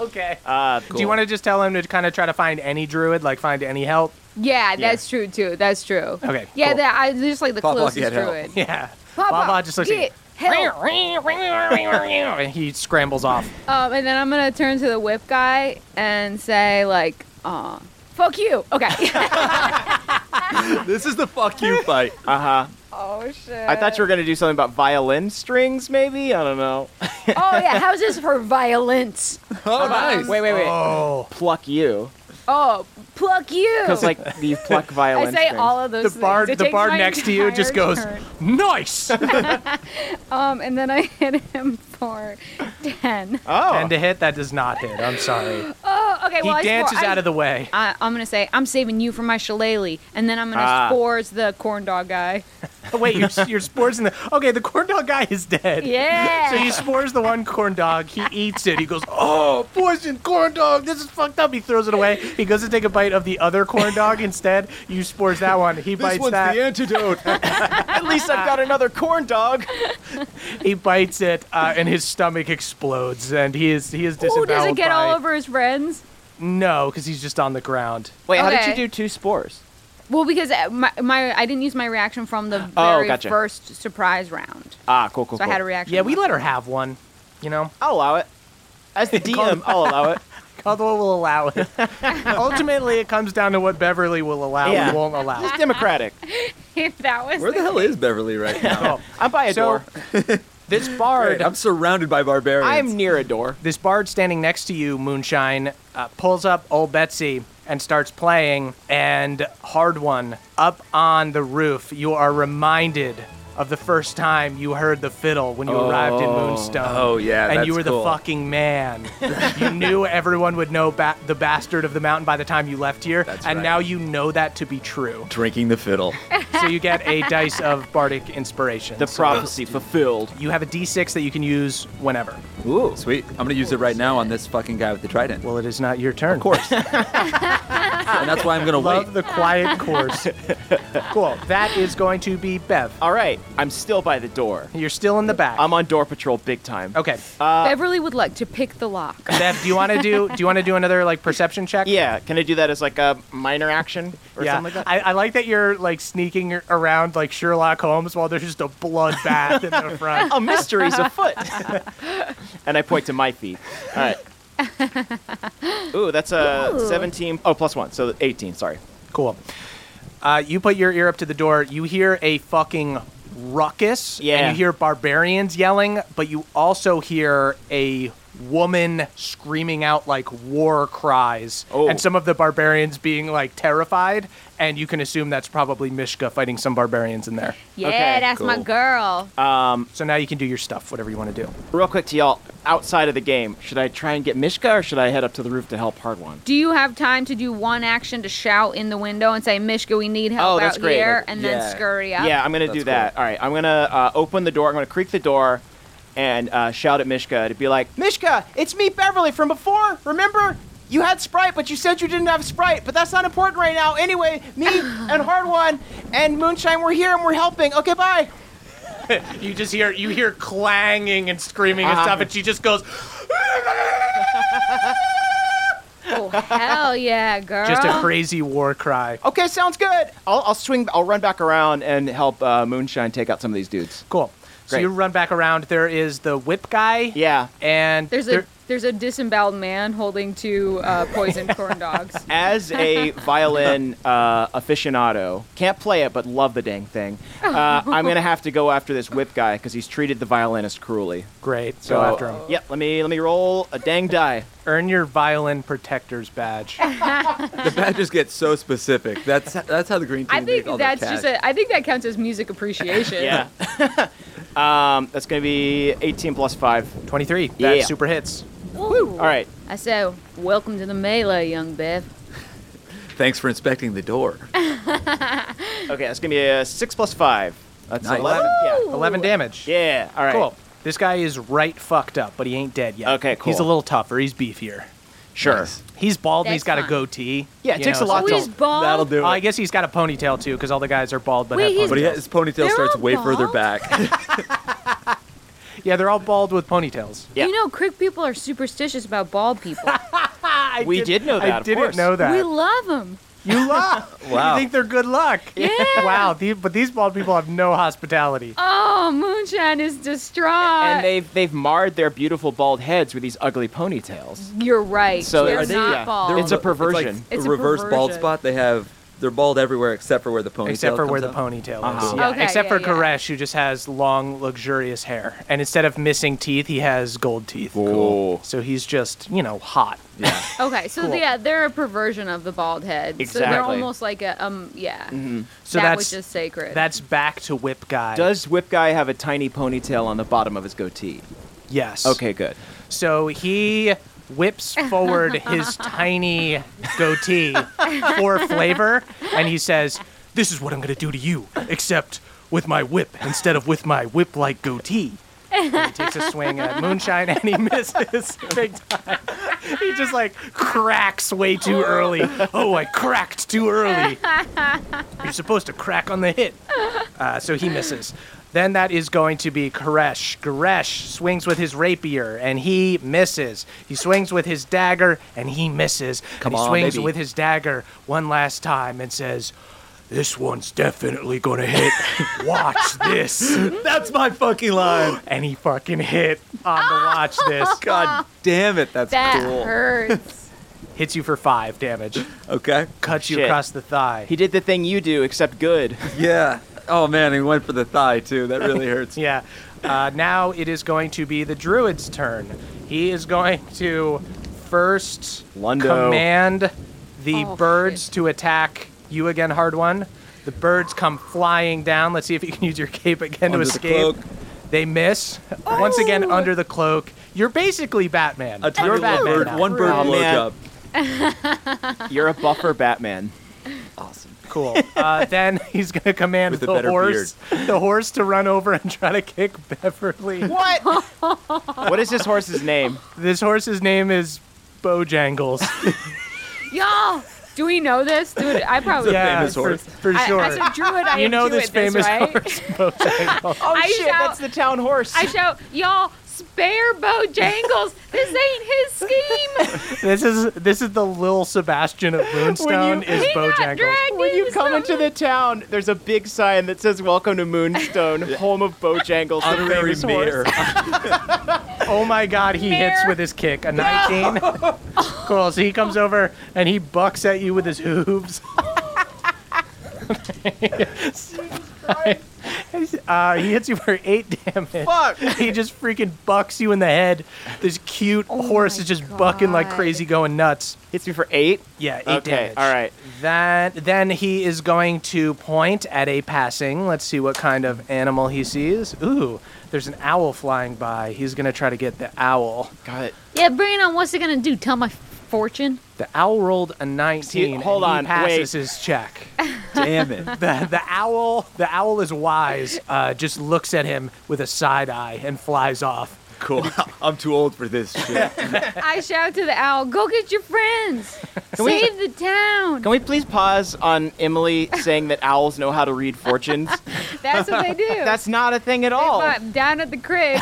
A: Okay.
D: Uh,
A: Do you want to just tell him to kind of try to find any druid, like find any help? *laughs*
C: Yeah, that's true too. That's true.
A: Okay,
C: Yeah,
A: cool.
C: that I just like the
B: Papa,
C: closest
B: get help.
C: druid.
A: Yeah.
C: Papa,
A: Baba just looks at
C: get help.
A: *laughs* and he scrambles off.
C: Um, and then I'm gonna turn to the whip guy and say like, uh, fuck you.
A: *laughs*
C: Okay. *laughs*
B: This is the fuck you fight.
D: uh huh.
C: oh shit.
D: I thought you were going to do something about violin strings, maybe? I don't know.
C: Oh yeah. How's this for violence?
B: Oh nice.
D: Wait, wait, wait.
A: Oh.
D: Pluck you.
C: Oh, pluck you.
D: Because,
C: *laughs*
D: like, you pluck
C: I
D: violin
C: say
D: strings.
C: all of those.
A: The
C: things.
A: bard,
C: It
A: the
C: takes
A: bard
C: my
A: next to you just
C: entire
A: goes,
C: turn.
A: nice.
B: *laughs*
C: Um, and then I *laughs* hit him for ten.
D: oh.
A: and to hit, that does not hit. I'm sorry.
C: Oh, okay.
A: He
C: well, I
A: dances
C: swore- I-
A: out of the way.
C: I, I'm gonna say I'm saving you for my shillelagh, and then I'm gonna
D: Ah.
C: spores the corn dog guy.
A: Oh, wait, you're, you're spores in the. Okay, the corn dog guy is dead.
C: Yeah.
A: So he spores the one corn dog. He eats it. He goes, "Oh, poison corn dog! This is fucked up." He throws it away. He goes to take a bite of the other corn dog instead. You spores that one. He
B: This
A: bites
B: one's the
A: that.
B: *laughs* antidote.
D: At least
C: *laughs*
D: I've got another corn dog.
A: He bites it, uh, and his stomach explodes, and he is he is
C: Ooh,
A: disemboweled.
C: does it get
A: by-
C: all over his friends?
A: No, because he's just on the ground.
D: Wait, how did
C: Okay.
D: you do two spores?
C: Well, because uh, my, my I didn't use my reaction from the
D: Oh,
C: very
D: gotcha.
C: first surprise round,
D: Ah, cool, cool,
C: so I
D: cool.
C: had a reaction.
A: Yeah, we
C: left. *laughs*
A: let her have one. You know,
D: I'll allow it. As the DM, I'll allow it.
A: Caldwell will allow
B: *laughs*
A: it. Ultimately, it comes down to what Beverly will allow
D: Yeah.
A: and won't allow.
D: It's democratic.
C: if that was
B: Where the hell is Beverly right now?
D: I'm by a
A: So-
D: door.
A: This bard
B: I'm surrounded by barbarians.
D: Oh, I'm near a door.
A: this bard standing next to you, Moonshine, uh, pulls up old Betsy and starts playing. And Hard One, up on the roof, you are reminded of the first time you heard the fiddle when you arrived in Moonstone.
B: Oh, yeah,
A: and
B: that's
A: you were
B: cool.
A: the fucking
B: *laughs*
A: man. you knew everyone would know ba- the bastard of the mountain by the time you left here,
B: That's
A: and
B: right.
A: now you know that to be true.
B: drinking the fiddle.
A: so you get
B: *laughs*
A: a dice of bardic inspiration.
D: The
A: So
D: prophecy fulfilled.
A: you have a D6 that you can use whenever.
B: Ooh, sweet. I'm gonna use it right now on this fucking guy with the trident.
A: Well, it is not your turn.
B: Of course. and that's why I'm gonna
A: Love
B: wait.
A: the quiet course. cool. That is going to be Bev.
D: All right, I'm still by the door.
A: You're still in the back.
D: I'm on door patrol big time.
A: okay.
C: Beverly would like to pick
A: *laughs*
C: the lock.
A: Bev, do you want to do? Do you want to do another like perception check?
D: Yeah, can I do that as like a minor action or
A: Yeah.
D: something like that?
A: I, I like that you're like sneaking around like Sherlock Holmes while there's just a bloodbath in the
D: *laughs*
A: front.
D: a mystery's Oh,
A: *laughs*
D: afoot. and I point to my feet. All right. Ooh, that's a 17. Oh, plus one, so 18. Sorry.
A: Cool. Uh, you put your ear up to the door. You hear a fucking ruckus.
D: Yeah.
A: And you hear barbarians yelling, but you also hear a woman screaming out like war cries.
D: Oh.
A: And some of the barbarians being like terrified. And you can assume that's probably Mishka fighting some barbarians in there.
F: yeah,
D: Okay,
F: that's my
B: cool.
F: girl.
A: So now you can do your stuff, whatever you want to do.
D: Real quick to y'all, outside of the game, should I try and get Mishka or should I head up to the roof to help Hard One?
F: do you have time to do one action to shout in the window and say, Mishka, we need
D: Oh,
F: help
D: that's
F: out
D: great.
F: here,
D: Like,
F: and
B: yeah.
F: then scurry up?
D: Yeah, I'm gonna
B: That's
D: do that. All right, I'm gonna uh, open the door. I'm gonna creak the door, and uh, shout at Mishka to be like, "Mishka, it's me, Beverly from before. Remember? You had Sprite, but you said you didn't have Sprite, but that's not important right now. Anyway,
F: *sighs*
D: me and Hard One and Moonshine, we're here and we're helping. Okay, bye.
A: You just hear you hear clanging and screaming
D: Uh-huh.
A: and stuff, and she just goes
C: Oh, hell yeah, girl.
A: just a crazy war cry.
D: Okay, sounds good. I'll, I'll swing. I'll run back around and help uh, Moonshine take out some of these dudes.
A: Cool. So
D: Great.
A: you run back around. There is the whip guy.
D: Yeah.
A: And
E: There's
A: there-
E: a there's a disemboweled man holding two uh, poisoned corn dogs.
D: As a violin uh, aficionado, can't play it but love the dang thing. Uh, I'm gonna have to go after this whip guy because he's treated the violinist cruelly.
A: great.
D: So
A: Go after him.
D: Yep. Let me let me roll a dang die.
A: Earn your violin protectors badge.
C: Ah.
B: The badgers get so specific. That's that's how the green team.
E: I think
B: make all
E: that's
B: their
E: just
B: cash.
E: a, I think that counts as music appreciation.
D: *laughs* Yeah. um, that's gonna be 18 plus five.
A: Twenty-three. That
D: Yeah.
A: super hits.
C: Ooh.
D: All right.
C: I said, welcome to the melee, young Beth.
B: Thanks for inspecting the door.
D: Okay, that's gonna be a six plus five. That's
B: Nice.
D: 11. Yeah.
A: Eleven damage.
D: Yeah. All right.
A: Cool. This guy is right fucked up, but he ain't dead yet.
D: Okay,
A: He's a
D: cool.
A: little tougher. He's beefier.
D: Sure.
B: Nice.
A: He's bald and
C: That's
A: he's got a
C: fine.
A: goatee.
D: Yeah, it
A: you
D: takes a
A: know, so-
D: lot
C: Oh,
D: to-
C: he's bald.
B: That'll do
A: Oh, I
B: it.
A: guess he's got a ponytail too, because all the guys are bald but
C: Wait,
A: have
C: he's-
B: But he,
A: ponytails.
B: his ponytail
C: They're
B: starts
C: all
B: way further
C: bald?
B: back.
A: yeah, they're all bald with ponytails.
D: Yeah.
C: You know, Crick people are superstitious about bald people.
A: I
D: We Ah, did know that,
A: I
D: of
A: didn't
D: course.
A: know that.
C: we love them.
A: you love.
B: Wow.
A: You think they're good luck.
C: Yeah.
A: Wow. The, but these bald people have no hospitality.
E: Oh, Moonshine is distraught.
D: and they've they've marred their beautiful bald heads with these ugly ponytails.
C: You're right.
D: So
C: They're
D: are they-
C: not
D: yeah,
C: bald.
D: It's a perversion.
B: It's, like
E: It's
B: a
E: a
B: reverse bald
E: perversion.
B: spot. They have they're bald everywhere except for where the ponytail.
A: Except for
B: comes
A: where the
B: out.
A: ponytail is.
D: Uh-huh.
A: Yeah.
C: Okay,
A: Except
C: yeah,
A: for
C: yeah.
A: Koresh, who just has long, luxurious hair. And instead of missing teeth, he has gold teeth.
D: Cool.
A: So he's just, you know, hot.
B: Yeah.
C: Okay, so
A: Cool.
C: yeah, they're a perversion of the bald head. So
D: Exactly.
C: they're almost like a um yeah.
A: So
C: that
A: that's
C: which is sacred.
A: that's back to Whip Guy.
D: Does Whip Guy have a tiny ponytail on the bottom of his goatee?
A: yes.
D: Okay, good.
A: So he
C: *laughs*
A: whips forward his tiny goatee for flavor, and he says, "This is what I'm gonna do to you, except with my whip instead of with my whip-like goatee." And he takes a swing at moonshine, and he misses *laughs* big time. He just like cracks way too early. Oh, I cracked too early. You're supposed to crack on the hit. Uh, so he misses. Then that is going to be Koresh. Koresh swings with his rapier and he misses. He swings with his dagger and he misses.
B: Come
A: and he
B: on,
A: swings
B: baby.
A: with his dagger one last time and says, This one's definitely going to
B: *laughs*
A: hit. Watch this.
B: That's my fucking line.
A: And he fucking hit on the watch
B: *laughs*
A: this.
B: God damn it. That's
C: that
B: cool.
C: hurts.
A: Hits you for five damage,
B: Okay.
A: cuts you
D: Shit.
A: across the thigh.
D: He did the thing you do, except good.
B: Yeah. Oh man, he went for the thigh too. That really hurts.
A: Yeah. Uh, now it is going to be the druid's turn. He is going to first
D: Lundo.
A: command the
C: Oh,
A: birds
C: shit.
A: to attack you again, hard one. The birds come flying down. Let's see if you can use your cape again
B: Under
A: to
B: the
A: escape.
B: cloak.
A: They miss. Once again, under the cloak. You're basically Batman.
B: A tiny
A: You're
B: little
A: Batman
B: bird,
A: now.
B: one bird
D: Oh, man.
B: blowjob.
D: You're a buffer Batman.
B: Awesome.
A: Cool. Uh, then *laughs* he's going to command
B: With
A: the
B: a better
A: horse, the horse to run over and try to kick Beverly.
D: What? what is this horse's name?
A: This horse's name is Bojangles.
E: Y'all, do we know this, dude? I probably
A: yeah,
B: famous
A: for,
B: horse.
A: for
E: I,
A: sure.
E: As a druid, I
A: you know
E: do
A: this
E: it
A: famous
E: right?
A: horse,
C: *laughs*
A: Bojangles.
D: Oh
E: I
D: shit,
E: shout-
D: that's the town horse.
E: I shout, y'all, spare Bojangles. this ain't his scheme.
D: *laughs*
A: this is this is the Lil Sebastian of Moonstone is
E: he got
A: Bojangles.
E: dragged
D: when you
E: into
D: come
E: some-
D: into the town, there's a big sign that says "Welcome to Moonstone,
B: *laughs*
D: home of Bojangles, the
B: Honorary
D: famous
B: mayor.
D: horse."
A: Oh my God, he hits
E: Mayor.
A: with his kick a 19. cool. So he comes over and he bucks at you with his hooves. uh, he hits you for eight damage.
D: Fuck.
A: he just freaking bucks you in the head. This cute horse is just bucking like
C: God.
A: crazy, going nuts.
D: *laughs* Hits me for eight.
A: Yeah, eight
D: okay,
A: damage.
D: all right.
A: That then he is going to point at a passing. Let's see what kind of animal he sees. Ooh, there's an owl flying by. He's gonna try to get the owl.
D: Got it.
C: yeah, bring it on. What's it gonna do? Tell my fortune?
A: The owl rolled a 19. and
D: hold
A: he
D: on,
A: passes
D: wait.
A: his check.
B: Damn it.
A: The, the owl, the owl is wise. Uh, just looks at him with a side eye and flies off.
B: *laughs* cool. I'm too old for this shit.
C: I shout to the owl, "Go get your friends!
D: *laughs* we-
C: Save the town!"
D: Can we please pause on Emily saying that owls know how to read fortunes?
C: That's what they do.
D: *laughs* That's not a thing at all.
C: But down at the crib,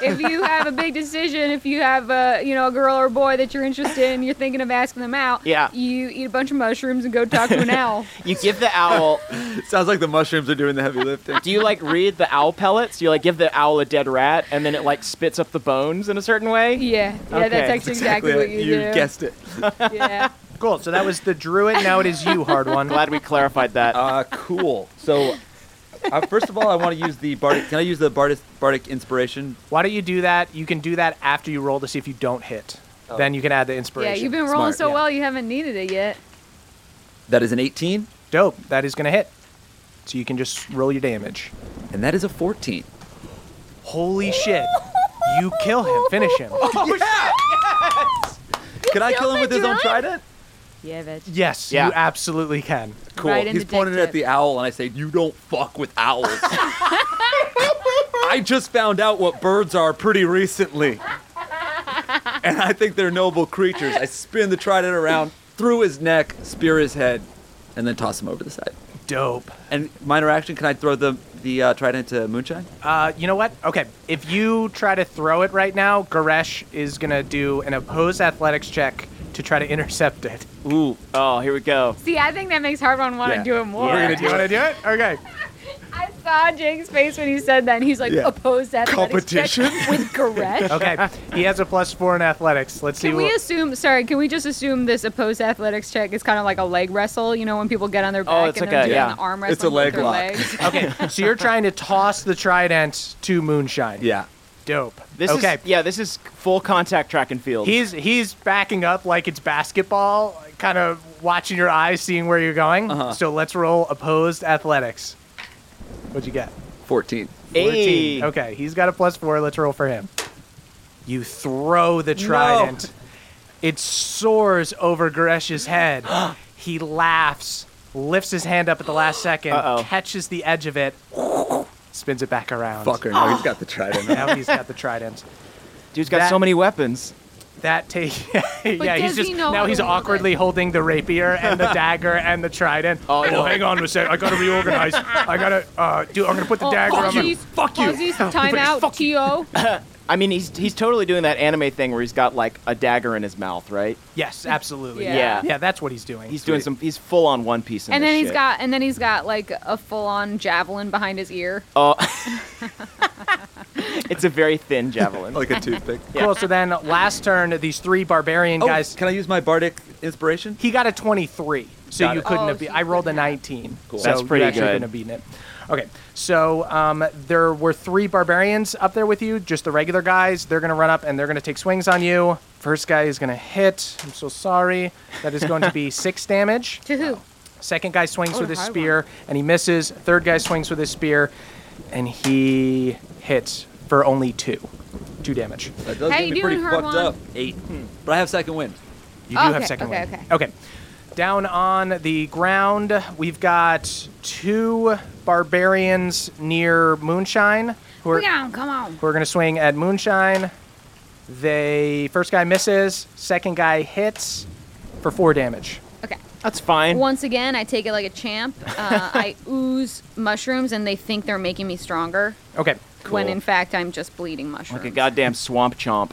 C: if you have a big decision, if you have a you know a girl or a boy that you're interested in, you're thinking of asking them out.
D: Yeah.
C: You eat a bunch of mushrooms and go talk to an
D: *laughs*
C: owl.
D: You give the owl.
B: *laughs* Sounds like the mushrooms are doing the heavy lifting. *laughs*
D: Do you like read the owl pellets? Do you like give the owl a dead rat and then it like spits up the bones in a certain way?
C: Yeah. Yeah.
D: Okay.
C: That's actually exactly, what you, do.
B: guessed it.
C: Yeah.
A: Cool. So that was the druid. Now it is
D: *laughs*
A: you, hard one.
D: Glad we clarified that.
B: Uh, cool. So, uh, first of all, I want to use the bardic. Can I use the bardic, bardic inspiration?
A: Why don't you do that? You can do that after you roll to see if you don't hit.
D: Oh.
A: Then you can add the
C: Yeah.
A: inspiration.
C: You've been rolling
B: Smart,
C: so
B: yeah.
C: well, you haven't needed it yet.
B: That is an 18,
A: dope. That is gonna hit. So you can just roll your damage.
B: and that is a 14.
A: Holy shit! You kill him. Finish him.
C: *laughs*
B: Can I kill him
G: my
B: with his own
G: druid?
B: trident?
G: Yeah, bitch.
A: Yes,
D: Yeah.
A: you absolutely can.
B: Cool.
G: Right in
B: He's
G: the dick
B: pointing at
G: tip.
B: the owl, and I say, "You don't fuck with owls." I just found out what birds are pretty recently, and I think they're noble creatures. I spin the trident around, through his neck, spear his head, and then toss him over the side.
A: Dope.
B: And minor action, can I throw the the uh, trident to Moonshine?
A: Uh, you know what? Okay, if you try to throw it right now, Goresh is gonna do an opposed athletics check to try to *laughs* intercept it.
D: Ooh. Oh, here we go.
C: See, I think that makes Hardon want to
B: Yeah.
C: Oh, do it more.
A: Do you wanna do it? Okay.
C: I saw Jake's face when he said that, and he's like,
B: Yeah.
C: opposed athletics check
B: Competition?
C: *laughs* with
B: *laughs*
C: Goresh.
A: Okay. He has a plus four in athletics. Let's see
C: Can we
A: what.
C: assume? Sorry, can we just assume this opposed athletics check is kind of like a leg wrestle? You know, when people get on their back
D: Oh, it's
C: and
D: like
C: they're
D: a-
C: doing
D: yeah.
C: the arm wrestling
B: It's a leg
C: with their
B: lock. *laughs*
C: legs.
A: *laughs* Okay, so you're trying to toss the trident to Moonshine.
B: Yeah.
A: Dope.
D: This
A: okay.
D: is yeah, this is full contact track and field.
A: He's he's backing up like it's basketball, kind of watching your eyes, seeing where you're going. So let's roll opposed athletics. What'd you get?
B: 14.
D: Ayy.
A: 14. Okay, he's got a plus four. Let's roll for him. You throw the trident. It soars over Goresh's head. he laughs, lifts his hand up at the last 2nd
D: Uh-oh.
A: catches the edge of it, spins it back around.
B: Fucker, no, he's got the trident.
A: *laughs* Now he's got the trident.
D: Dude's got
A: That-
D: so many weapons.
A: That take, *laughs* yeah. He's
C: does
A: just
C: he know
A: now
C: how
A: he's
C: to wield
A: awkwardly holding the rapier and
C: *laughs*
A: the dagger and the trident.
D: Oh, no.
A: hang on a sec. I gotta reorganize. I gotta uh, do. I'm gonna put the dagger on. my-
C: Aussies,
A: *laughs*
B: *laughs*
C: Aussies, Oh, time out, T.O.
D: I mean, he's he's totally doing that anime thing where he's got like a dagger in his mouth, right?
A: Yes, absolutely.
C: Yeah.
D: Yeah.
A: yeah. That's what he's doing.
D: He's *laughs* doing some. He's full on One Piece. In
C: And
D: this
C: then he's
D: shit.
C: got, and then he's got like a full-on javelin behind his ear.
B: Oh.
D: It's a very thin javelin.
B: like a toothpick.
A: cool. So then, last turn, these three barbarian
B: Oh,
A: guys.
B: can I use my bardic inspiration?
A: He got a 23, so
B: Got
A: you
B: it.
A: couldn't
C: Oh,
A: have. Be-
C: so
A: I
C: you
A: rolled a
C: couldn't have.
A: 19.
B: Cool.
A: So
D: That's pretty
A: you actually
D: good.
A: couldn't have beaten it. Okay, so um, there were three barbarians up there with you, just the regular guys. They're gonna run up and they're gonna take swings on you. First guy is gonna hit. I'm so sorry. That is going to be six damage.
C: To who?
A: Second guy swings
C: Oh,
A: with his
C: high one.
A: spear and he misses. Third guy swings with his spear, and he hits for only two, two damage.
B: That does
C: How
B: get
C: you
B: me pretty
C: doing,
B: fucked
C: Harwan?
B: up. Eight. But I have second wind.
A: You do have
C: Oh, Okay,
A: second
C: okay,
A: wind. Okay. Down on the ground, we've got two barbarians near Moonshine who are,
C: Come on, come on.
A: who are going to swing at Moonshine. They first guy misses, second guy hits for four damage.
C: Okay.
D: That's fine.
C: Once again, I take it like a champ. Uh,
A: *laughs*
C: I ooze mushrooms, and they think they're making me stronger,
A: Okay.
C: when in fact I'm just bleeding mushrooms.
D: Like a goddamn swamp chomp.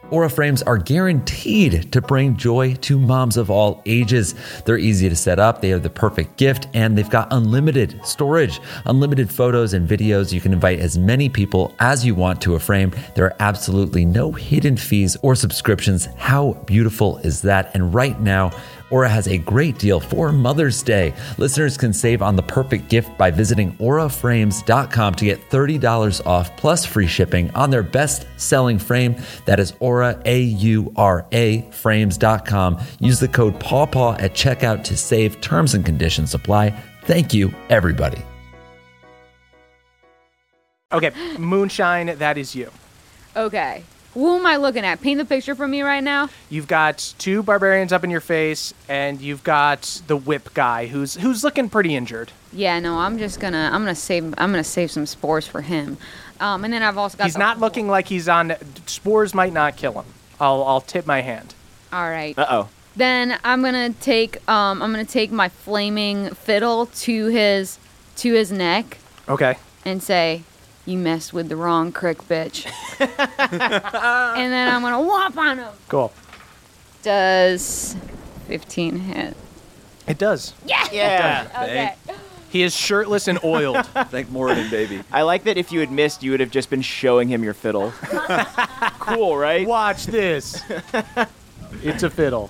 B: Aura frames are guaranteed to bring joy to moms of all ages. They're easy to set up, they are the perfect gift, and they've got unlimited storage, unlimited photos and videos. You can invite as many people as you want to a frame. There are absolutely no hidden fees or subscriptions. How beautiful is that? And right now, Aura has a great deal for Mother's Day. Listeners can save on the perfect gift by visiting auraframes.com to get $30 off plus free shipping on their best selling frame. That is aura, A U R A, frames.com. Use the code PAWPAW at checkout to save. Terms and conditions apply. Thank you, everybody.
A: Okay, Moonshine, that is you.
C: Okay. Who am I looking at? Paint the picture for me right now.
A: You've got two barbarians up in your face, and you've got the whip guy who's who's looking pretty injured.
C: Yeah, no, I'm just gonna I'm gonna save I'm gonna save some spores for him. Um, and then I've also got
A: He's
C: the-
A: not looking like he's on. Spores might not kill him. I'll I'll tip my hand.
C: All right.
D: Uh oh.
C: Then I'm gonna take um I'm gonna take my flaming fiddle to his to his neck
A: Okay.
C: and say, "You messed with the wrong crick,
A: *laughs*
C: bitch." and then I'm gonna whop on him.
A: Cool.
C: Does 15 hit?
A: It does.
D: Yeah.
C: Okay.
A: He is shirtless and
H: *laughs*
A: oiled.
H: Thank Morgan, baby.
D: I like that if you had missed, you would have just been showing him your fiddle. cool, right?
A: Watch this. *laughs* It's a fiddle.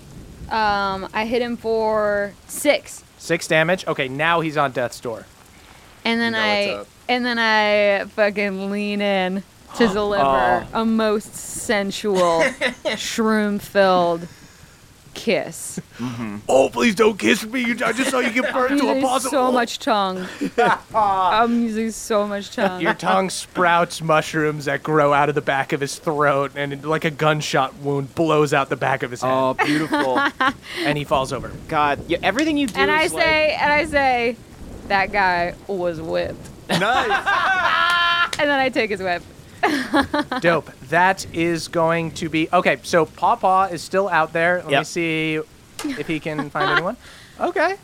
C: Um, I hit him for six,
A: Six damage. Okay, now he's on death's door.
C: and then
H: You know it's
C: I
H: up.
C: and then I fucking lean in to deliver a most sensual, shroom-filled kiss.
H: Oh, please don't kiss me. I just saw you get
A: *laughs*
C: I'm
H: burned
C: using so much tongue. I'm using so much tongue.
A: Your tongue sprouts mushrooms that grow out of the back of his throat, and like a gunshot wound blows out the back of his head,
C: *laughs*
D: Oh, beautiful.
A: and he
H: *laughs*
A: falls over.
D: God, you, everything you do
C: and I
D: is like-
C: say, and I say, that guy was whipped.
H: Nice.
C: *laughs* And then I take his whip.
A: Dope. That is going to be okay. So Pawpaw is still out there. Let me
D: Yep.
A: see if he can
H: *laughs*
A: find anyone. Okay.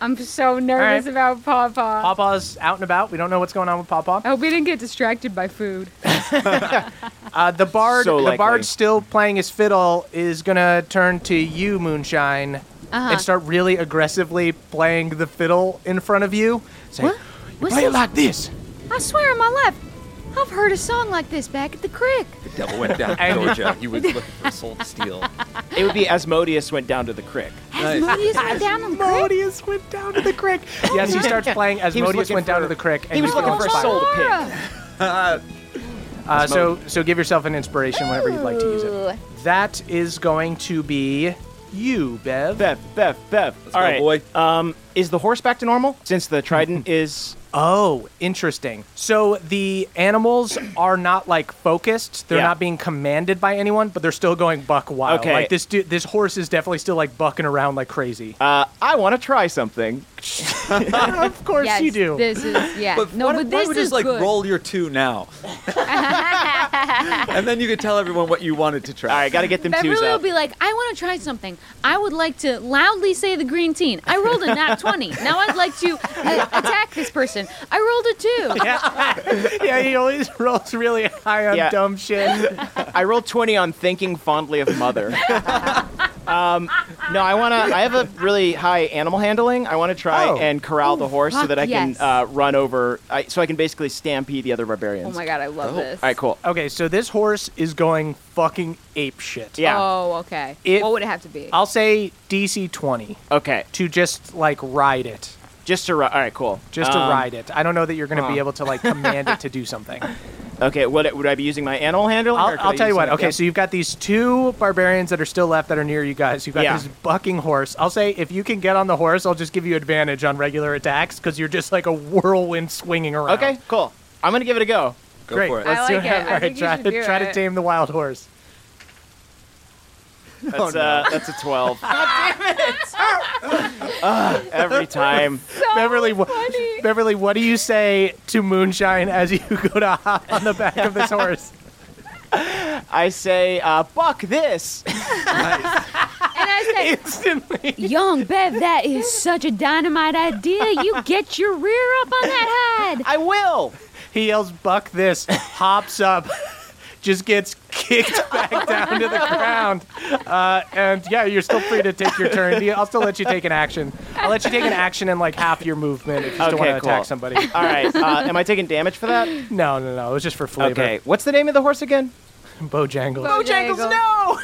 C: I'm so nervous
A: All
C: about Pawpaw.
A: Pawpaw's out and about. We don't know what's going on with
C: I
D: Oh.
A: Pawpaw.
C: hope Oh, we didn't get distracted by food.
A: Uh, the bard,
D: So
A: the
D: likely.
A: bard, still playing his fiddle, is gonna turn to you, Moonshine,
D: Uh-huh.
A: and start really aggressively playing the fiddle in front of you. Say,
I: What?
A: "You
I: What's
A: play it
I: this?
A: like this.
I: I swear on my life, I've heard a song like this back at the crick.
H: the devil went down to
A: And-
H: Georgia. He was looking for soul steel.
D: it would be Asmodeus went down to the crick.
H: Nice.
I: Has Mobius went down on the crick?
A: Asmodeus went down to the crick. *laughs* Yes, he starts playing
D: He was
A: Asmodeus
D: looking
A: went down
D: for-
A: to the crick. And
D: He was
A: you
D: looking
A: feel
D: for a
A: inspired.
D: soul to pick.
A: Uh, so, so give yourself an inspiration whenever you'd like to use it.
I: Ooh.
A: That is going to be you, Bev.
D: Bev, Bev, Bev. All right,
H: go, boy.
D: Um, is the horse back to normal since
B: *laughs*
D: the trident is?
A: Oh, interesting. So the animals are not like focused; they're
D: Yeah.
A: not being commanded by anyone, but they're still going buck wild.
D: Okay.
A: Like this, du- this horse is definitely still like bucking around like crazy.
D: Uh, I want to try something.
A: *laughs* of course
C: yes,
A: you do.
D: *laughs*
C: This is yeah.
H: But
C: no,
H: why,
C: but
H: why
C: this
H: don't we
C: is *laughs*
H: just like
C: good.
H: roll your two now?
B: *laughs* and then you could tell everyone what you wanted to try.
D: All right, got to get them twos
C: Beverly will
D: out.
C: be like, I want to try something. I would like to loudly say the green teen. I rolled a
D: *laughs*
C: nat 20. Now I'd like to uh, attack this person. I rolled a 2.
A: *laughs* yeah, he always *laughs* rolls really high on
D: Yeah.
A: dumb shit.
D: I rolled 20 on thinking fondly of
A: *laughs*
D: mother. um, no, I want to. I have a really high animal handling. I want to try
A: Oh.
D: and corral the horse so
C: fuck
D: that I
C: yes.
D: can uh, run over. I, so I can basically stampede the other barbarians.
C: Oh my god, I love this.
D: All right, cool.
A: *laughs* Okay, so this horse is going fucking ape shit.
D: Yeah.
C: Oh, okay.
A: It-
C: what would it have to be?
A: I'll say DC 20
D: Okay.
A: to just like ride it.
D: Just to ri- All right, cool.
A: Just to
D: Um,
A: ride it. I don't know that you're going to
D: huh.
A: be able to like command it to do *laughs* something.
D: Okay. What would I be using my animal handling? or
A: I'll,
D: could
A: I'll
D: I
A: tell you
D: use
A: what.
D: something-
A: Okay,
D: yeah.
A: so you've got these two barbarians that are still left that are near you guys. You've got
D: Yeah.
A: this bucking horse. I'll say if you can get on the horse, I'll just give you advantage on regular attacks because you're just like a whirlwind swinging around.
D: Okay, cool. I'm gonna give it a go.
B: Go
A: great.
B: for it.
A: Let's
E: I
A: do
E: like
A: it.
E: it. I
A: All right,
E: think you
A: try
E: should
A: to
E: do
A: try to
E: it.
A: tame the wild horse. Oh,
D: That's, uh, that's a
A: *laughs*
D: 12. God *laughs* damn it!
A: *laughs*
D: every time.
E: Oh,
A: Beverly, wha- Beverly, what do you say to Moonshine as you *laughs* go to hop on the back of
D: *laughs*
A: this horse?
D: I say, uh, buck this!
C: And
D: *laughs*
C: I said,
A: Instantly.
C: Young Bev, that is such a dynamite idea. You get your rear up on that
D: *laughs*
C: hide.
D: I will!
A: He yells, Buck this, hops up, just gets kicked *laughs* back down to the ground. Uh, and yeah, you're still free to take your turn. Yeah, I'll still let you take an action. I'll let you take an action in like half your movement if you still
D: Okay,
A: want to
D: cool.
A: attack somebody.
D: All right, uh, am I taking damage for that?
A: No, no, no. It was just for flavor.
D: Okay, what's the name of the horse again?
A: Bojangles.
E: Bojangles,
D: no!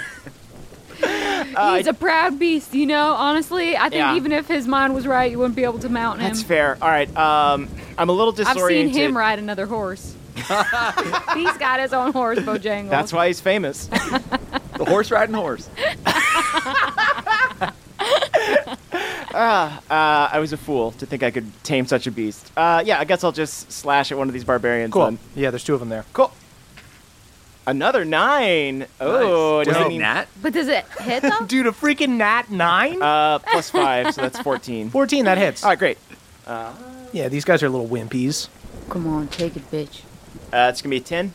E: He's a proud beast, you know. Honestly, I think
D: Uh, Yeah.
E: even if his mind was right, you wouldn't be able to mount him.
D: That's fair. All right, um, I'm a little
E: I've
D: disoriented.
E: seen him ride another
D: *laughs*
E: horse. He's got his own horse, Bojangles.
D: That's why
E: *laughs*
D: he's famous.
B: The horse riding
D: *laughs*
B: horse.
D: Uh, I was a fool to think I could tame such a beast. Uh, yeah, I guess I'll just slash at one of these barbarians.
A: Cool.
D: then.
A: Yeah, there's two of them there.
D: Cool. Another nine. Oh,
B: nice.
D: does
B: Was
D: that
B: it
D: mean-
B: Nat?
C: But does it hit
D: *laughs*
C: though?
A: Dude, a freaking nat nine?
D: Uh, plus five, so
B: *laughs*
D: that's 14.
A: 14, that hits.
D: All right, great.
A: Yeah, these guys are little wimpies.
C: Come on, take it, bitch.
D: Uh, it's gonna be a 10.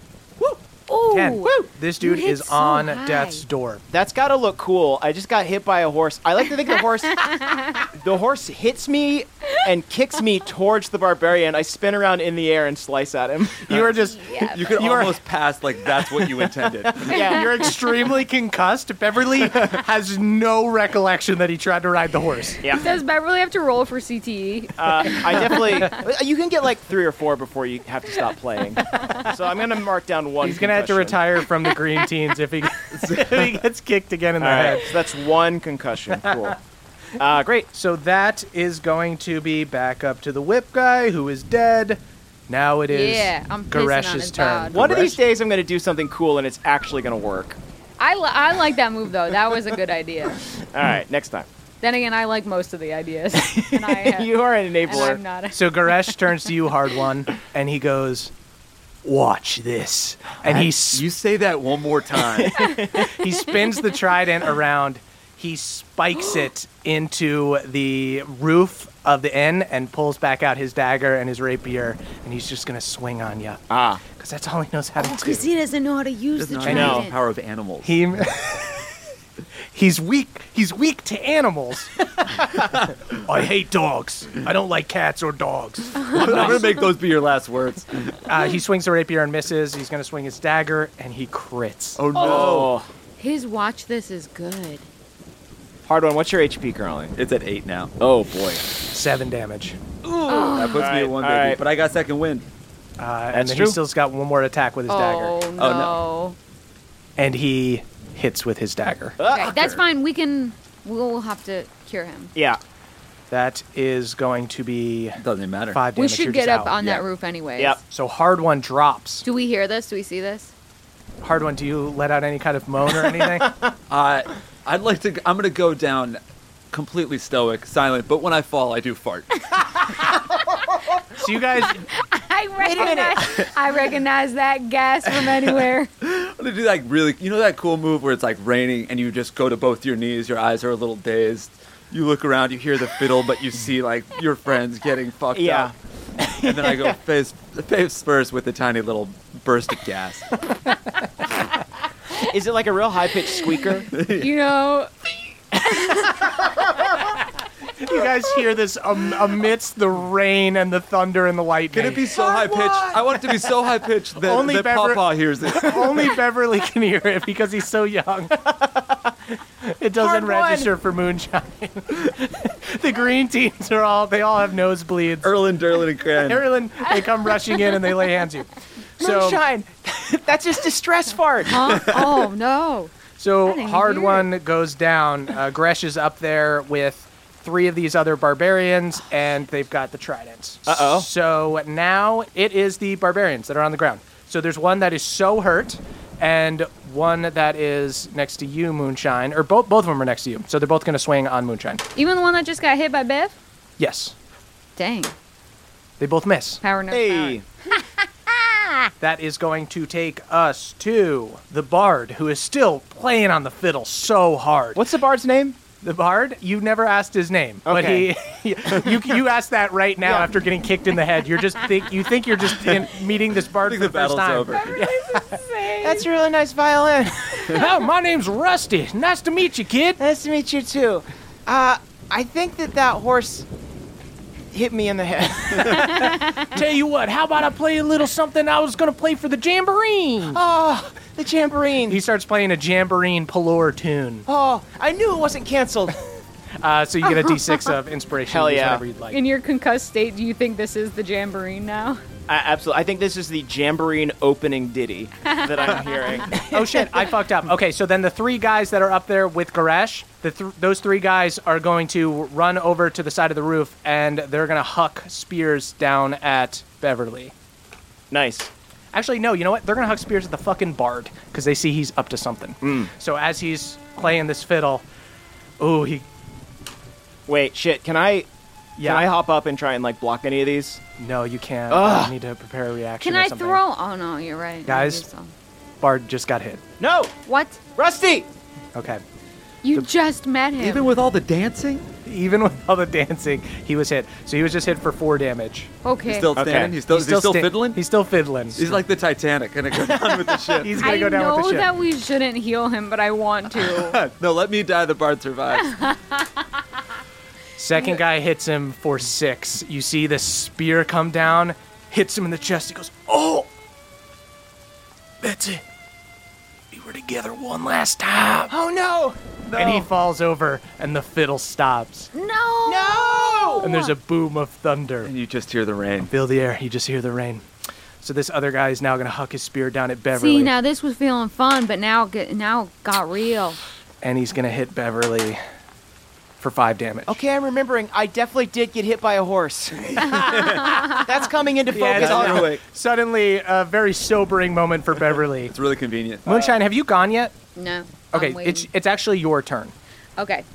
C: Ooh.
A: Ten. Woo! This dude
C: hit
A: is
C: so
A: on
C: high.
A: death's door.
D: That's gotta look cool. I just got hit by a horse. I like to think the horse, the horse hits me and kicks me towards the barbarian. I spin around in the air and slice at him. Uh,
A: You are just
C: Yeah.
B: You could
A: You are-
B: almost pass like that's what you intended.
D: *laughs*
B: *laughs*
D: Yeah.
A: you're extremely concussed. Beverly has no recollection that he tried to ride the horse.
E: Does Beverly have to roll for E? CTE?
D: Uh, I definitely. You can get like three or four before you have to stop playing. So I'm gonna mark down one.
A: He's gonna have to
D: concussion.
A: retire from the green teens
D: *laughs*
A: if he gets, *laughs* if he gets kicked again in the
D: All right,
A: head.
D: so that's
B: *laughs*
D: one concussion. Cool. Uh, great.
A: So that is going to be back up to the whip guy who is dead. Now it is
C: Yeah, I'm pissing on
A: Goresh's
C: his
A: turn.
C: bod.
D: One of
A: Goresh-
D: these days, I'm gonna do something cool, and it's actually gonna work.
E: I, li- I like that move though. That was a good idea.
D: All right, next time.
E: Then again, I like most of the
D: *laughs*
E: ideas. And I have,
D: you are an
E: and I'm
D: enabler.
E: not. A-
A: So Goresh turns to you, hard one, and he goes, "Watch this!" And he s-
B: You say that one more time.
A: *laughs* he spins the trident around. He spikes it into the roof of the inn and pulls back out his dagger and his rapier, and he's just gonna swing on you.
D: Ah.
A: Because that's all he knows how to do.
C: Because he doesn't know how to use the
B: Doesn't
D: know.
B: understand
C: trident.
B: the power of animals.
A: He, *laughs* he's weak. He's weak to animals. *laughs* I hate dogs. I don't like cats or dogs.
B: *laughs* I'm gonna make those be your last words.
A: Uh, he swings the rapier and misses. He's gonna swing his dagger and he crits.
B: Oh no.
D: Oh.
C: His watch this is good.
D: Hard one. What's your HP currently?
B: It's at eight now.
D: Oh boy.
A: Seven damage.
B: That puts me
D: Alright,
B: at one, baby.
D: alright.
B: But I got second wind.
A: Uh, and
D: That's
A: then
D: true.
A: he still's got one more attack with his
E: oh,
A: dagger.
E: no.
B: no.
A: and he hits with his dagger.
B: Oh.
C: Okay, that's fine. We can. We'll have to cure him.
D: Yeah.
A: That is going to be
B: Doesn't even matter.
A: five damage.
C: we should
A: You're
C: get
A: just
C: up
A: out.
C: on that
B: Yeah.
C: roof anyways.
D: Yep.
A: So hard one drops.
C: Do we hear this? Do we see this?
A: Hard one. Do you let out any kind of moan or
B: *laughs*
A: anything?
B: Uh, I'd like to. I'm gonna go down completely stoic, silent. But when I fall, I do fart.
A: so you guys,
E: *laughs* I recognize. I recognize that gas from
A: *laughs*
E: anywhere.
B: I'm gonna do like really. You know that cool move where it's like raining and you just go to both your knees. Your eyes are a little dazed. You look around. You hear the fiddle, but you see like your friends getting fucked
D: Yeah.
B: up. and then I go face, face first with a tiny little burst of gas.
D: Is it like a real high pitched *laughs* squeaker?
E: You know,
A: You guys hear this um, amidst the rain and the thunder and the lightning.
B: Can it be so high pitched? I want it to be so high pitched that,
A: Only
B: that
A: Bever-
B: Papa hears it.
A: Only Beverly can hear it because he's so young. it doesn't register for moonshine. the green teams are all they all have nosebleeds.
B: Erlin, Derlin, and Cran.
A: Erlin, they come rushing in and they lay hands you. So,
D: *laughs* That's just distress fart.
J: Huh? oh no.
A: so
J: didn't
A: hard
J: hear
A: one goes down. Uh, Gresh is up there with three of these other barbarians, and they've got the tridents. Uh
D: Uh-oh.
A: So now it is the barbarians that are on the ground. So there's one that is so hurt, and one that is next to you, Moonshine, or both both of them are next to you. So they're both going to swing on Moonshine.
C: Even the one that just got hit by Bev?
A: Yes,
J: Dang.
A: they both miss.
J: Power no
D: Hey.
A: That is going to take us to the bard, who is still playing on the fiddle so hard.
D: What's the bard's name?
A: The bard, you never asked his name,
D: Okay.
A: but he, you you asked that right now after getting kicked in the head. You're just think you think you're just in, meeting this bard
B: I
A: for
B: think the
A: the, first
B: battle's
A: time.
B: over.
D: That's a really nice violin.
A: *laughs* oh, my name's Rusty. Nice to meet you, kid.
D: nice to meet you too. Uh, I think that *laughs* that horse hit me in the head. *laughs*
A: Tell you what, how about I play a little something I was gonna play for the jamboree?
D: oh, the jamboree.
A: He starts playing a jamboree Pallor tune.
D: oh, I knew it wasn't canceled.
A: Uh, so you get a d6 of inspiration.
D: Hell
A: You use
D: yeah.
A: Whatever you'd like.
E: in your concussed state, do you think this is the jamboree now?
D: *laughs* I, absolutely. I think this is the jamboree opening ditty that I'm *laughs* hearing.
A: oh shit, I fucked up. Okay, so then the three guys that are up there with Goresh, the th- those three guys are going to run over to the side of the roof and they're going to huck spears down at Beverly.
D: nice.
A: Actually, no, you know what? They're going to huck spears at the fucking bard because they see he's up to something.
B: Hmm.
A: So as he's playing this fiddle, ooh, he.
D: Wait, shit. Can I?
A: Yeah.
D: Can I hop up and try and like block any of these?
A: No, you can't.
D: Ugh.
A: You need to prepare a reaction.
C: Can
A: or
C: I
A: something.
C: throw? Oh no, you're right. I
A: Guys.
C: do so.
A: Bard just got hit.
D: No,
C: What?
D: Rusty.
A: Okay.
J: You just met him.
B: Even with all the dancing,
A: Even *laughs* with all the dancing, he was hit. So he was just hit for four damage.
J: okay.
B: he's still
D: Okay.
B: standing. He's still, he's still,
A: sta-
B: fiddling.
A: He's still fiddling.
B: He's like the Titanic, gonna go down with the *laughs* ship.
A: He's gonna
E: I
A: go down
E: know
A: with the ship.
E: that we shouldn't heal him, but I want *laughs* to.
B: no, let me die. The bard survives.
A: Second guy hits him for six. You see the spear come down, hits him in the chest. He goes, Oh! That's it. We were together one last time.
D: Oh no.
A: And he falls over, and the fiddle stops.
C: No.
D: No.
A: And there's a boom of thunder.
B: and you just hear the rain.
A: Fill the air. You just hear the rain. So this other guy is now going to huck his spear down at Beverly.
C: See, now this was feeling fun, but now get, now it got real.
A: and he's going to hit Beverly for five damage.
D: Okay, I'm remembering. I definitely did get hit by a *laughs* horse. That's coming into
A: Yeah,
D: focus.
A: it's
D: on
B: Either way,
A: Suddenly, a very sobering moment for Beverly.
B: it's really convenient.
A: Moonshine, have you gone yet?
C: No.
A: Okay,
C: I'm
A: it's
C: waiting.
A: it's actually your turn.
C: okay.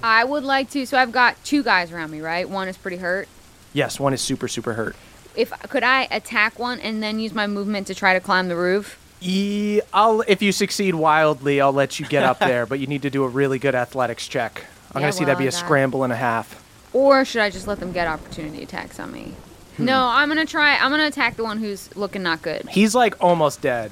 C: I would like to. So I've got two guys around me, right? One is pretty hurt.
A: Yes, one is super super hurt.
C: If could I attack one and then use my movement to try to climb the roof?
A: E- I'll if you succeed wildly, I'll let you get
C: *laughs*
A: up there, but you need to do a really good athletics check. I'm
C: Yeah,
A: gonna see that
C: well,
A: be a
C: that-
A: scramble and a half.
C: Or should I just let them get opportunity attacks on me? No, I'm gonna try. I'm gonna attack the one who's looking not good.
A: He's like almost dead.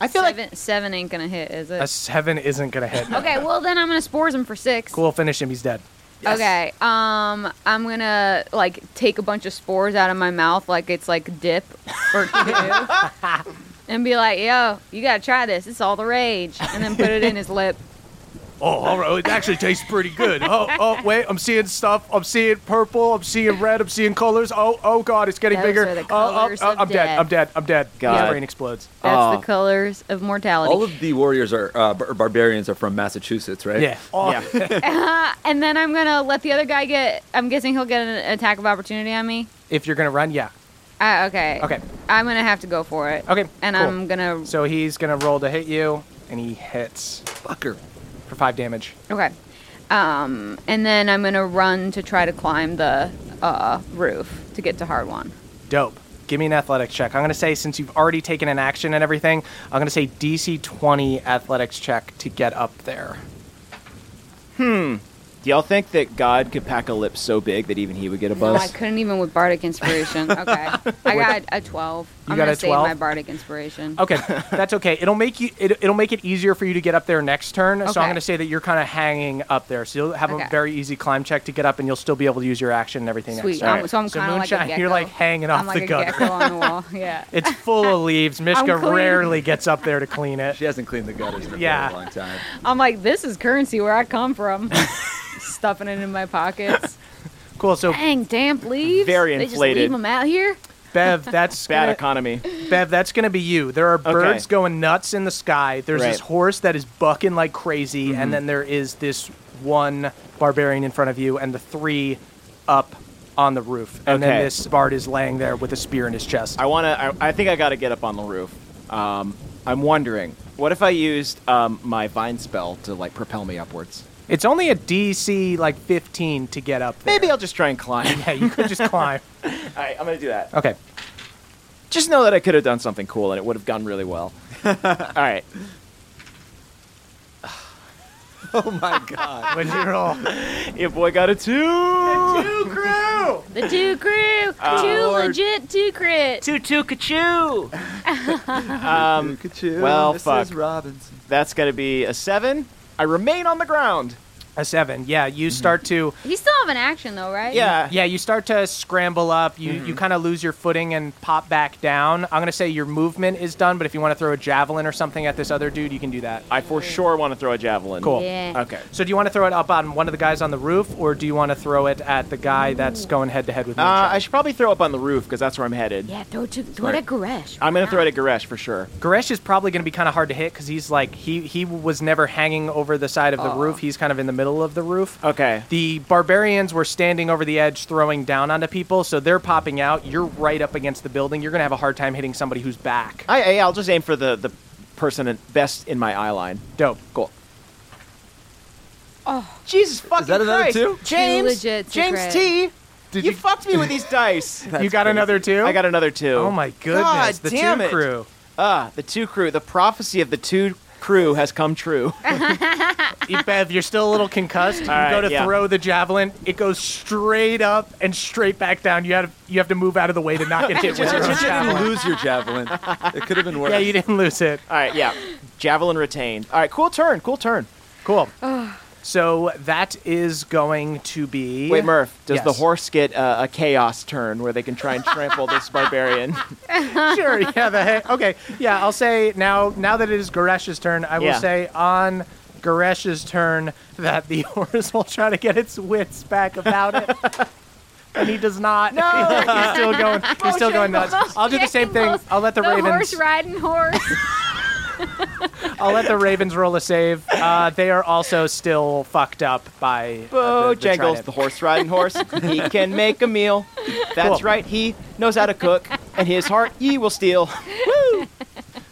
D: I feel like
C: seven, seven ain't gonna hit, is it?
A: A seven isn't gonna
C: *laughs*
A: hit.
C: okay, well then I'm gonna spores him for six.
A: Cool, finish him. He's dead.
C: Okay. Um, I'm gonna like take a bunch of spores out of my mouth, like it's like dip or two,
A: *laughs*
C: and be like, "Yo, you gotta try this. It's all the rage." And then put it in his lip.
A: Oh, all right. It actually tastes pretty good. Oh, oh, wait. I'm seeing stuff. I'm seeing purple. I'm seeing red. I'm seeing colors. Oh, oh, god, it's getting
C: Those
A: bigger.
C: are the
A: Oh, oh,
C: colors
A: oh,
C: of
A: I'm dead.
C: death.
A: I'm dead. I'm dead.
D: God.
A: His brain explodes.
C: That's
D: Oh.
C: the colors of mortality.
B: All of the warriors are uh, bar- barbarians are from Massachusetts, right?
A: Yeah. Oh,
D: yeah.
C: Uh, and then I'm gonna let the other guy get. I'm guessing he'll get an attack of opportunity on me.
A: If you're gonna run, yeah.
C: Uh, okay.
A: Okay.
C: I'm gonna have to go for it.
A: Okay.
C: And
A: cool.
C: I'm gonna.
A: So he's gonna roll to hit you, and he hits
B: Fucker.
A: for five damage.
C: Okay. Um, and then I'm gonna run to try to climb the uh, roof to get to hard one.
A: Dope. Give me an athletics check. I'm gonna say since you've already taken an action and everything, I'm gonna say DC 20 athletics check to get up there.
D: *laughs* Do y'all think that God could pack a lip so big that even he would get a
C: No, I
D: buzz?
C: couldn't even with bardic
A: *laughs*
C: inspiration. Okay, I got a twelve.
A: You
C: I'm
A: got
C: gonna
A: a
C: save
A: 12?
C: my bardic inspiration.
A: Okay,
C: *laughs*
A: that's okay. It'll make you. It, it'll make it easier for you to get up there next turn. So
C: Okay.
A: I'm going to say that you're kind of hanging up there. So you'll have
C: Okay.
A: a very easy climb check to get up, and you'll still be able to use your action and everything next
C: Sweet.
A: turn.
C: I'm, so I'm
A: So
C: kind of like a
A: moonshine, *laughs*
C: gecko.
A: you're like hanging
C: I'm
A: off
C: like
A: the
C: a
A: gutter.
C: gecko on the wall. Yeah.
A: *laughs* It's full of
C: *laughs*
A: leaves. Mishka
C: clean.
A: rarely gets up there to clean it.
C: *laughs*
B: She hasn't cleaned the gutters in a
A: Yeah.
B: very long time.
E: I'm like, this is currency where I
A: *laughs*
E: come from. Stuffing it in my
A: Cool.
E: pockets.
C: *laughs*
A: So
C: Dang, damp leaves.
D: Very
C: They just
D: inflated.
C: leave them out here.
A: Bev, that's
D: Bad
A: gonna-
D: economy.
A: Bev, that's going to be you. There are birds going nuts in the sky. There's this
D: Right. Mm-hmm.
A: horse that is bucking like crazy, and then there is this one barbarian in front of you, and the three up on the roof. And then
D: Okay.
A: this bard is laying there with a spear in his chest.
D: I want to. I, I think I got to get up on the roof. Um, I'm wondering, what if I used um, my vine spell to like propel me upwards?
A: It's only a DC like 15 to get up there.
D: Maybe I'll just try and climb.
A: *laughs* Yeah, you could just climb.
D: All right, I'm gonna do that.
A: Okay.
D: Just know that I could have done something cool and it would have gone
B: *laughs*
D: really well. All right,
B: Oh my god.
A: What'd you roll?
D: your boy got a two.
C: The
A: *laughs*
C: two crew.
A: Oh,
C: two
B: Lord.
C: legit, two crit.
K: Two two kachoo.
D: Um,
B: Look at you,
D: well,
B: Mrs.
D: fuck.
B: Robinson.
D: that's gonna be a seven. I remain on the ground.
A: A seven. Yeah, you start to
C: You still have an action though, right?
D: Yeah. Mm-hmm.
A: yeah, you start to scramble up. You you kind of lose your footing and pop back down. I'm gonna say your movement is done, but if you want to throw a javelin or something at this other dude, you can do that.
D: I for sure want to throw a javelin.
A: Cool.
C: Yeah.
D: Okay. Uh,
A: So do you want to throw it up on one of the guys on the roof, or do you want to throw it at the guy that's going head to head with me?
D: Uh, I should probably throw up on the roof because that's where I'm headed.
C: Yeah. Throw it to throw it at Goresh.
D: I'm gonna throw it at Goresh for sure.
A: Goresh is probably going to be kind of hard to hit because he's like he he was never hanging over the side
D: Uh.
A: of the roof. He's kind of in the middle of the roof.
D: Okay.
A: The barbarians were standing over the edge, throwing down onto people, so they're popping out. You're right up against the building. You're going to have a hard time hitting somebody who's back.
D: I, I- I'll just aim for the, the person in, best in my eye line.
A: Dope.
D: Cool. Oh, Jesus fucking
B: that another
D: Christ.
B: two?
D: James,
C: legit to
D: James
C: crit.
D: T,
A: Did
D: you,
A: you-
D: fucked
B: *laughs*
D: me with these dice.
A: you got another two?
D: I got another two.
A: Oh my goodness!
D: God
A: the
D: damn
A: two
D: it.
A: crew.
D: Ah, the two crew. The prophecy of the two crew has come true.
A: Hey, Bev, you're still a little concussed. you
D: right,
A: go to
D: yeah.
A: throw the javelin, it goes straight up and straight back down. You have you have to move out of the way to not get hit with your
B: *laughs* you
A: own
B: didn't
A: javelin.
B: lose your javelin. It could have been worse.
A: Yeah, you didn't lose it.
D: All right, yeah. Javelin retained. All right, cool turn. Cool turn.
A: Cool. So that is going to be.
D: Wait, Murph, does the
A: Yes.
D: horse get uh, a chaos turn where they can try and trample this barbarian?
A: *laughs*
D: *laughs*
A: Sure. Yeah. The heck. Okay. Yeah. I'll say now. Now that it is Goresh's turn, I will
D: Yeah.
A: say on Goresh's turn that the *laughs* horse will try to get its wits back about it. And he does not. No, *laughs* he's still going. He's still going nuts. I'll do the same thing. I'll let the,
E: The
A: ravens.
E: horse
A: *laughs*
E: riding
C: *laughs*
E: horse.
A: I'll let the Ravens roll a save. Uh, they are also still fucked up by uh, the, the
D: Bojangles, the,
A: trident.
D: horse riding horse.
A: *laughs*
D: he can make a meal.
A: Cool.
D: That's right. He knows how to cook, and his heart ye will steal.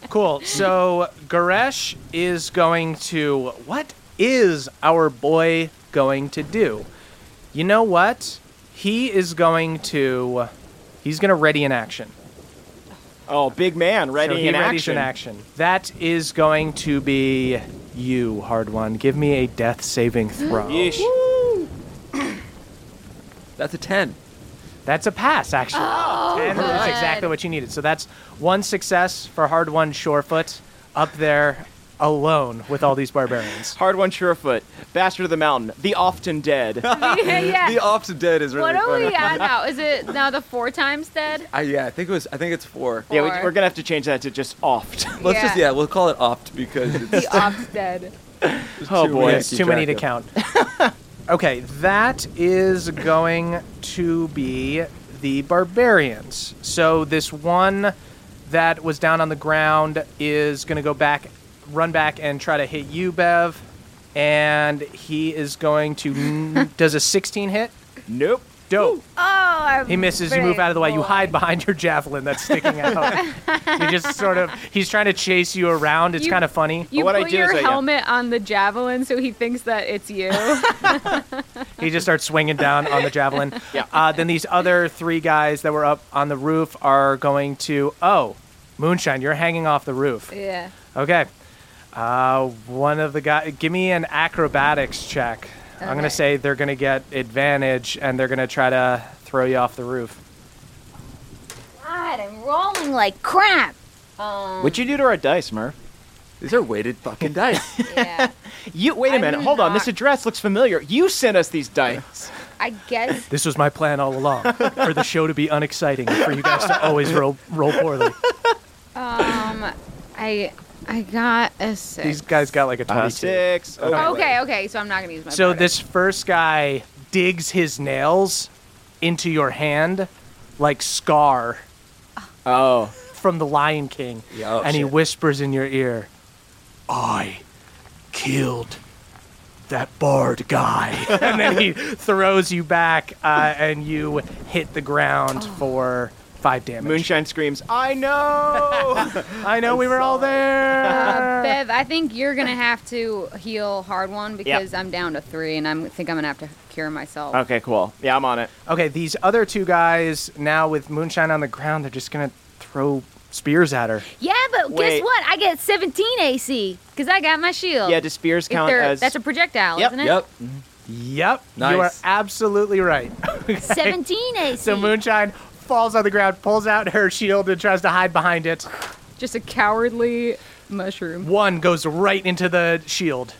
A: Cool. So Goresh is going to. What is our boy going to do? You know what? He is going to. He's going to ready an action.
D: Oh, big man, ready
A: so he
D: in
A: readies
D: action.
A: an action. That is going to be you, hard one. Give me a death saving throw.
D: Yeesh.
B: That's a 10.
A: That's a pass, actually. and that's
C: good.
A: exactly what you needed. So that's one success for hard one Shorefoot up there alone with all these barbarians.
D: Hard one, surefoot. Bastard of the mountain. The
B: *laughs*
D: often dead.
E: yeah, yeah.
B: The ops of dead is really
C: What are
B: funny.
A: *laughs*
C: we at now? Is it now the four times dead?
B: I, yeah, I think it was. I think it's four.
D: yeah, we,
C: Or-
D: we're gonna have to change that to just oft. *laughs*
B: Let's just
C: Yeah.
B: yeah, we'll call it opt because it's
E: The ox
B: *laughs*
E: dead.
D: *laughs* oh boy.
B: many.
A: It's too many to count. *laughs* okay, that is going to be the barbarians. So this one that was down on the ground is going to go back, run back, and try to hit you, Bev. And he is going to. does a 16 hit?
D: Nope.
A: Dope.
C: Oh, i
A: He misses. You move out of the way. You hide behind your javelin that's sticking out. you just sort of. He's trying to chase you around. It's
E: You-
A: kind of funny.
E: You
D: what I
E: put
D: do is
E: your
D: I- yeah.
E: helmet on the javelin so he thinks that it's *laughs* you.
A: He just starts swinging down on the javelin.
D: Yeah.
A: Uh, then these other three guys that were up on the roof are going to. Oh, moonshine! You're hanging off the roof.
E: yeah.
A: Okay. Uh, one of the guys. Give me an acrobatics check. I'm going to say they're going to get advantage and they're going to try to throw you off the roof.
C: God, I'm rolling like crap. Um,
D: What'd you do to our dice, Murph?
B: These are weighted
D: *laughs*
B: fucking dice.
C: yeah.
D: You wait a
C: I'm
D: minute. Hold on. This
C: not-
D: address looks familiar. You sent us
A: *laughs*
D: these dice.
C: I guess.
A: This was my plan all along for the show to be unexciting, and for you guys to always roll, roll poorly.
C: Um, I I got a six.
A: These guys got
B: Ah,
A: like a 22.
D: Uh, six.
C: Okay, okay. So I'm not gonna use my.
A: So
C: bardic.
A: this first guy digs his nails into your hand like Scar
D: Oh.
A: from The Lion King.
B: Yeah, oh,
A: and he
B: shit.
A: whispers in your ear, I killed that bard guy.
B: *laughs*
A: and then he throws you back uh, and you hit the ground for five damage.
D: Moonshine screams. I know.
A: *laughs* I know we were all
D: *laughs*
C: Uh,
A: there.
C: Bev, I think you're gonna have to heal hard one because I'm down to three, and I am think I'm gonna have to cure myself.
D: okay. Cool. Yeah, I'm on it.
A: Okay, these other two guys now with Moonshine on the ground, they're just going to throw spears at her.
C: Yeah, but
D: Wait.
C: guess what? I get 17 AC because I got my shield.
D: Yeah. Do spears
C: Oh. If
D: count
C: they're-
D: as?
C: that's a projectile,
D: Yep,
C: isn't it?
B: yep.
A: Yep, you are
B: Nice.
A: absolutely right.
C: 17
D: *laughs*
C: AC.
A: So Moonshine falls on the ground, pulls out her shield, and tries to hide behind it.
E: Just a cowardly mushroom.
A: One goes right into the shield.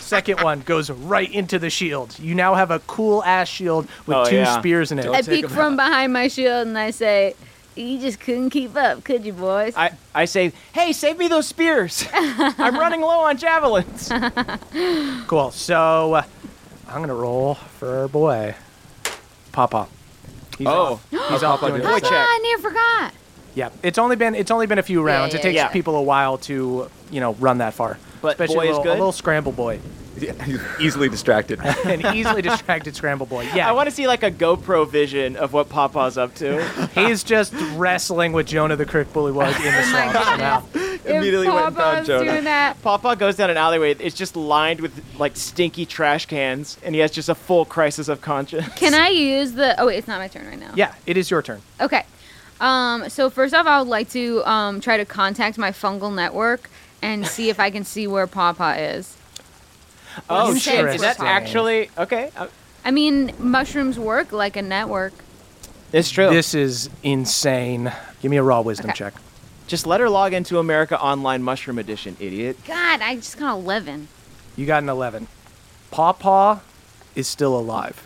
A: Second one goes right into the shield. You now have a cool ass shield with
D: Oh,
A: two
D: yeah.
A: spears in it.
C: I peek from behind my shield and I say, "You just couldn't keep up, could you, boys?"
D: I, I say, hey, save me those
C: *laughs*
D: spears. I'm running low on javelins.
A: Cool. So uh, I'm gonna roll for boy. Papa. He's
D: Oh,
A: off. he's off doing
D: boy
C: Oh,
A: his
D: check.
A: thing.
C: I near forgot.
A: Yeah, it's only been it's only been a few rounds.
C: yeah,
A: it takes
D: yeah.
A: people a while to you know run that far.
D: But
A: Especially
D: boy
A: a
D: is
A: little,
D: good?
A: A little scramble boy,
B: Yeah, *laughs* easily distracted.
A: *laughs* an easily distracted scramble boy. Yeah.
D: I want to see like a GoPro vision of what Papa's up
C: *laughs*
D: to.
A: He's just wrestling with Jonah the Crick Bully was in the
C: Oh my
A: swamp somehow.
B: Immediately went and found
E: Papa's
B: Jonah.
E: doing that.
D: Papa goes down an alleyway. It's just lined with like stinky trash cans, and he has just a full crisis of conscience.
C: Can I use the? Oh wait, it's not my turn right now.
A: Yeah, it is your turn.
C: Okay. Um, so first off, I would like to um, try to contact my fungal network and see if I can see where Pawpaw is.
D: *laughs* Oh
A: Is
D: shit! Is that
A: Interesting.
D: actually okay? uh,
C: I mean, mushrooms work like a network.
D: It's true.
A: This is insane. Give me a raw wisdom
C: Okay.
A: check.
D: Just let her log into America Online Mushroom Edition, idiot.
C: God, I just got 11.
A: You got an 11. Pawpaw is still alive.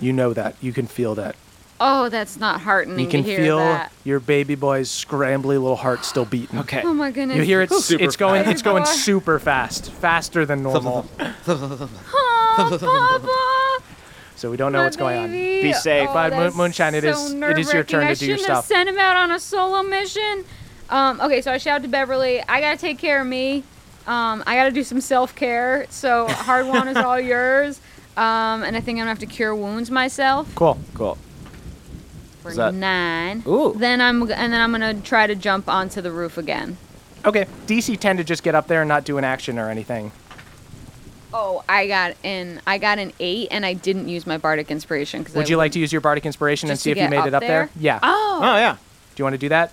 A: You know that. You can feel that.
C: Oh, that's not heartening
A: You can
C: to hear
A: feel
C: that.
A: your baby boy's scrambly little heart still beating.
D: Okay.
C: Oh my goodness.
A: You hear it's
B: Super
A: it's going
E: fast.
A: it's going
E: Baby boy.
A: super fast, faster than normal.
C: Oh, Pawpaw!
A: So we don't know
E: My
A: what's going on.
E: baby.
D: Be safe.
E: Oh,
A: But Moon-
E: that's
A: Moonshine, it is-
E: so
A: it is your turn
E: nerve-wracking.
A: to do your
C: Shouldn't have
A: stuff.
C: sent him out on a solo mission. Um, okay, so I shout to Beverly, I gotta take care of me. Um, I gotta do some self care. So hard one
A: *laughs*
C: is all yours. Um, and I think I'm gonna have to cure wounds myself.
A: Cool.
D: Cool.
C: for
D: Is that-
C: nine.
D: Ooh.
C: Then I'm and then I'm gonna try to jump onto the roof again.
A: Okay. DC tend to just get up there and not do an action or anything.
C: Oh, I got an I got an eight, and I didn't use my bardic inspiration because
A: Would you like to use your bardic inspiration and
C: Just
A: see if
C: to
A: you made
C: get up
A: it up there?
C: there?
A: Yeah.
C: Oh,
D: Oh yeah.
A: Do you want to do that?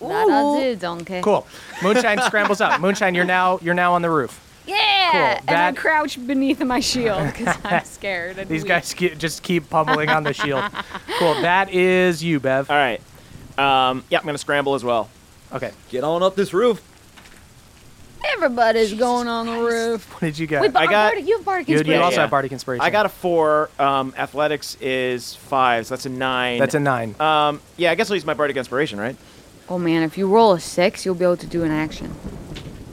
C: that I do, donkey.
A: Cool. Moonshine scrambles up. Moonshine, you're now you're now on the roof.
C: Yeah.
A: Cool.
E: And I
A: That-
E: crouch beneath my shield because
A: *laughs*
E: I'm scared. and
A: These
E: weak.
A: guys *laughs* ke- just keep pummeling on the
C: *laughs*
A: shield. Cool. That is you, Bev.
D: All right. Um, yeah, I'm gonna scramble as well.
C: *laughs*
A: Okay.
B: Get on up this roof.
C: Everybody's going on the roof.
A: What did you get?
C: Wait, but
D: I
C: I'm
D: got-
C: bardic, you have bardic
A: you, you
C: inspiration.
A: also
D: yeah.
A: have bardic inspiration.
D: I got a four. Um, athletics is five, so that's a nine.
A: That's a nine.
D: Um, yeah, I guess I'll use my bardic inspiration, right?
C: Oh man, if you roll a six, you'll be able to do an action.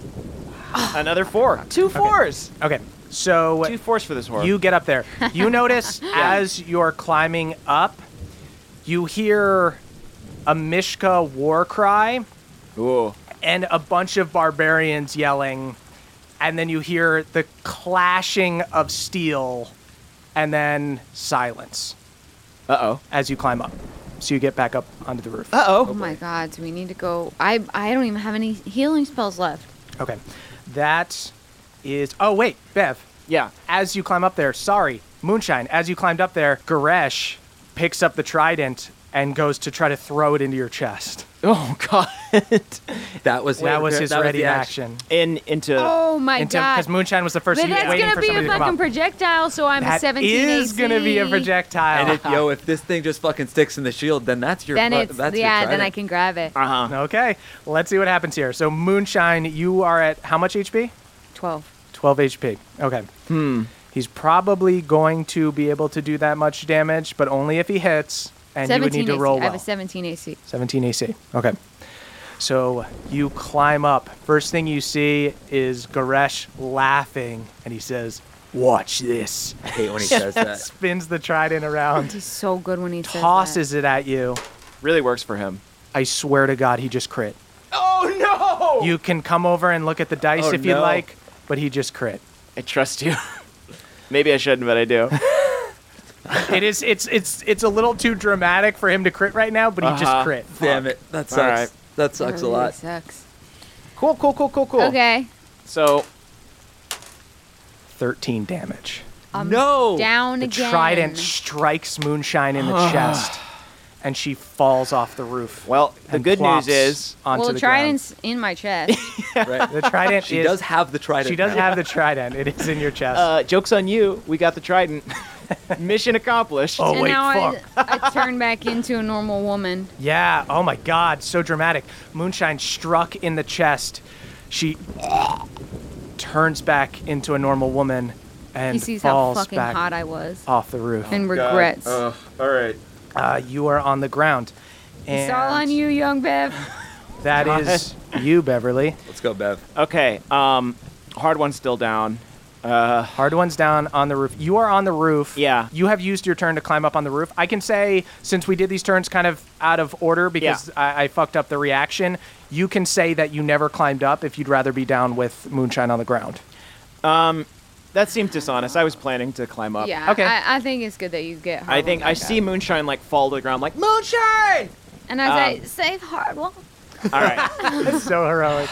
D: *gasps* Another four. Two fours.
A: okay. So
D: Two fours for this horror.
A: You get up there.
C: *laughs*
A: You notice as you're climbing up, you hear a Mishka war cry
D: Ooh.
A: and a bunch of barbarians yelling, and then you hear the clashing of steel, and then silence
D: Uh oh.
A: as you climb up. So you get back up onto the roof.
C: Oh, my God, do we need to go? I I don't even have any healing spells left.
A: Okay, that is. Oh wait, Bev.
D: Yeah.
A: as you climb up there, sorry, Moonshine, as you climbed up there, Goresh picks up the trident and goes to try to throw it into your chest.
D: Oh God!
B: That was
A: That was his
B: that
A: ready
B: the
A: action.
D: In into
C: Oh my god.
A: Because moonshine was the first.
C: But
A: he was
C: that's
A: waiting
C: gonna
A: for
C: be a
A: somebody to come
C: fucking
A: up.
C: projectile, so I'm
A: That
C: 17.
A: is gonna be a
C: AC.
A: projectile.
B: And if, yo, if this thing just fucking sticks in the shield, then that's your.
C: Then
B: fu-
C: it's
B: that's your
C: yeah. Then
B: trident.
C: I can grab it.
D: Uh huh.
A: okay, let's see what happens here. So moonshine, you are at how much HP?
C: Twelve.
A: 12 HP. Okay. Hmm. He's probably going to be able to do that much damage, but only if he hits, and you would
C: 17
A: need to
C: AC.
A: roll
C: I have a
A: well.
C: 17 AC.
A: 17 AC. Okay. So you climb up. First thing you see is Goresh laughing, and he says, Watch this.
B: I hate *laughs* when he says that.
A: *laughs* Spins the trident around,
C: He's so good when he says that.
A: tosses it at you.
D: Really works for him.
A: I swear to God, he just crit. Oh, no! You can come over and look at the dice
B: Oh,
A: if you
B: no.
A: like, but he just crit.
D: I trust you. *laughs* Maybe I shouldn't, but I do.
A: It is. It's. It's. It's a little too dramatic for him to crit right now, but he just
D: Uh-huh.
A: crit.
B: Damn it, *laughs* that sucks.
D: Alright.
B: That
C: That
B: sucks a
C: really
B: lot.
C: Sucks.
A: Cool. Cool. Cool. Cool. Cool.
C: Okay.
D: So
A: Thirteen damage.
C: I'm
B: No!
C: Down
A: The
C: again.
A: trident strikes Moonshine in the chest, and she falls off the roof.
D: Well, the
A: and
D: good
A: plops
D: news is-
A: onto
C: well,
A: the
C: trident's in my chest.
A: *laughs*
B: Right.
A: ground. The trident.
B: She
A: is-
B: does have the trident.
A: She does
B: now.
A: have the trident. It is in your chest.
D: uh, jokes on you. We got the trident. *laughs* Mission accomplished.
A: Oh,
C: and
A: wait,
C: now
A: fuck.
C: I, I turn back into a
A: *laughs*
C: normal woman.
A: Yeah. Oh my God. So dramatic. Moonshine struck in the chest. She turns back into a normal woman and
C: He sees how
A: falls
C: fucking
A: back Oh
C: hot I was
A: off the roof.
C: and regrets.
B: all right.
A: Uh, you are on the ground. And
C: it's all on you, young Bev.
A: That is you, Beverly.
B: Let's go, Bev.
D: Okay. Um, hard one's still down.
A: Hard one's down on the roof. You are on the roof.
D: Yeah.
A: You have used your turn to climb up on the roof. I can say, since we did these turns kind of out of order because
D: Yeah.
A: I, I fucked up the reaction, you can say that you never climbed up if you'd rather be down with Moonshine on the ground.
D: That seems dishonest. I was planning to climb up.
C: Yeah.
A: Okay.
C: I, I think it's good that you get. Hard
D: I think I see moonshine like fall to the ground like moonshine.
C: And I say,
D: um,
C: save Hardwell.
D: All right.
A: That's so heroic.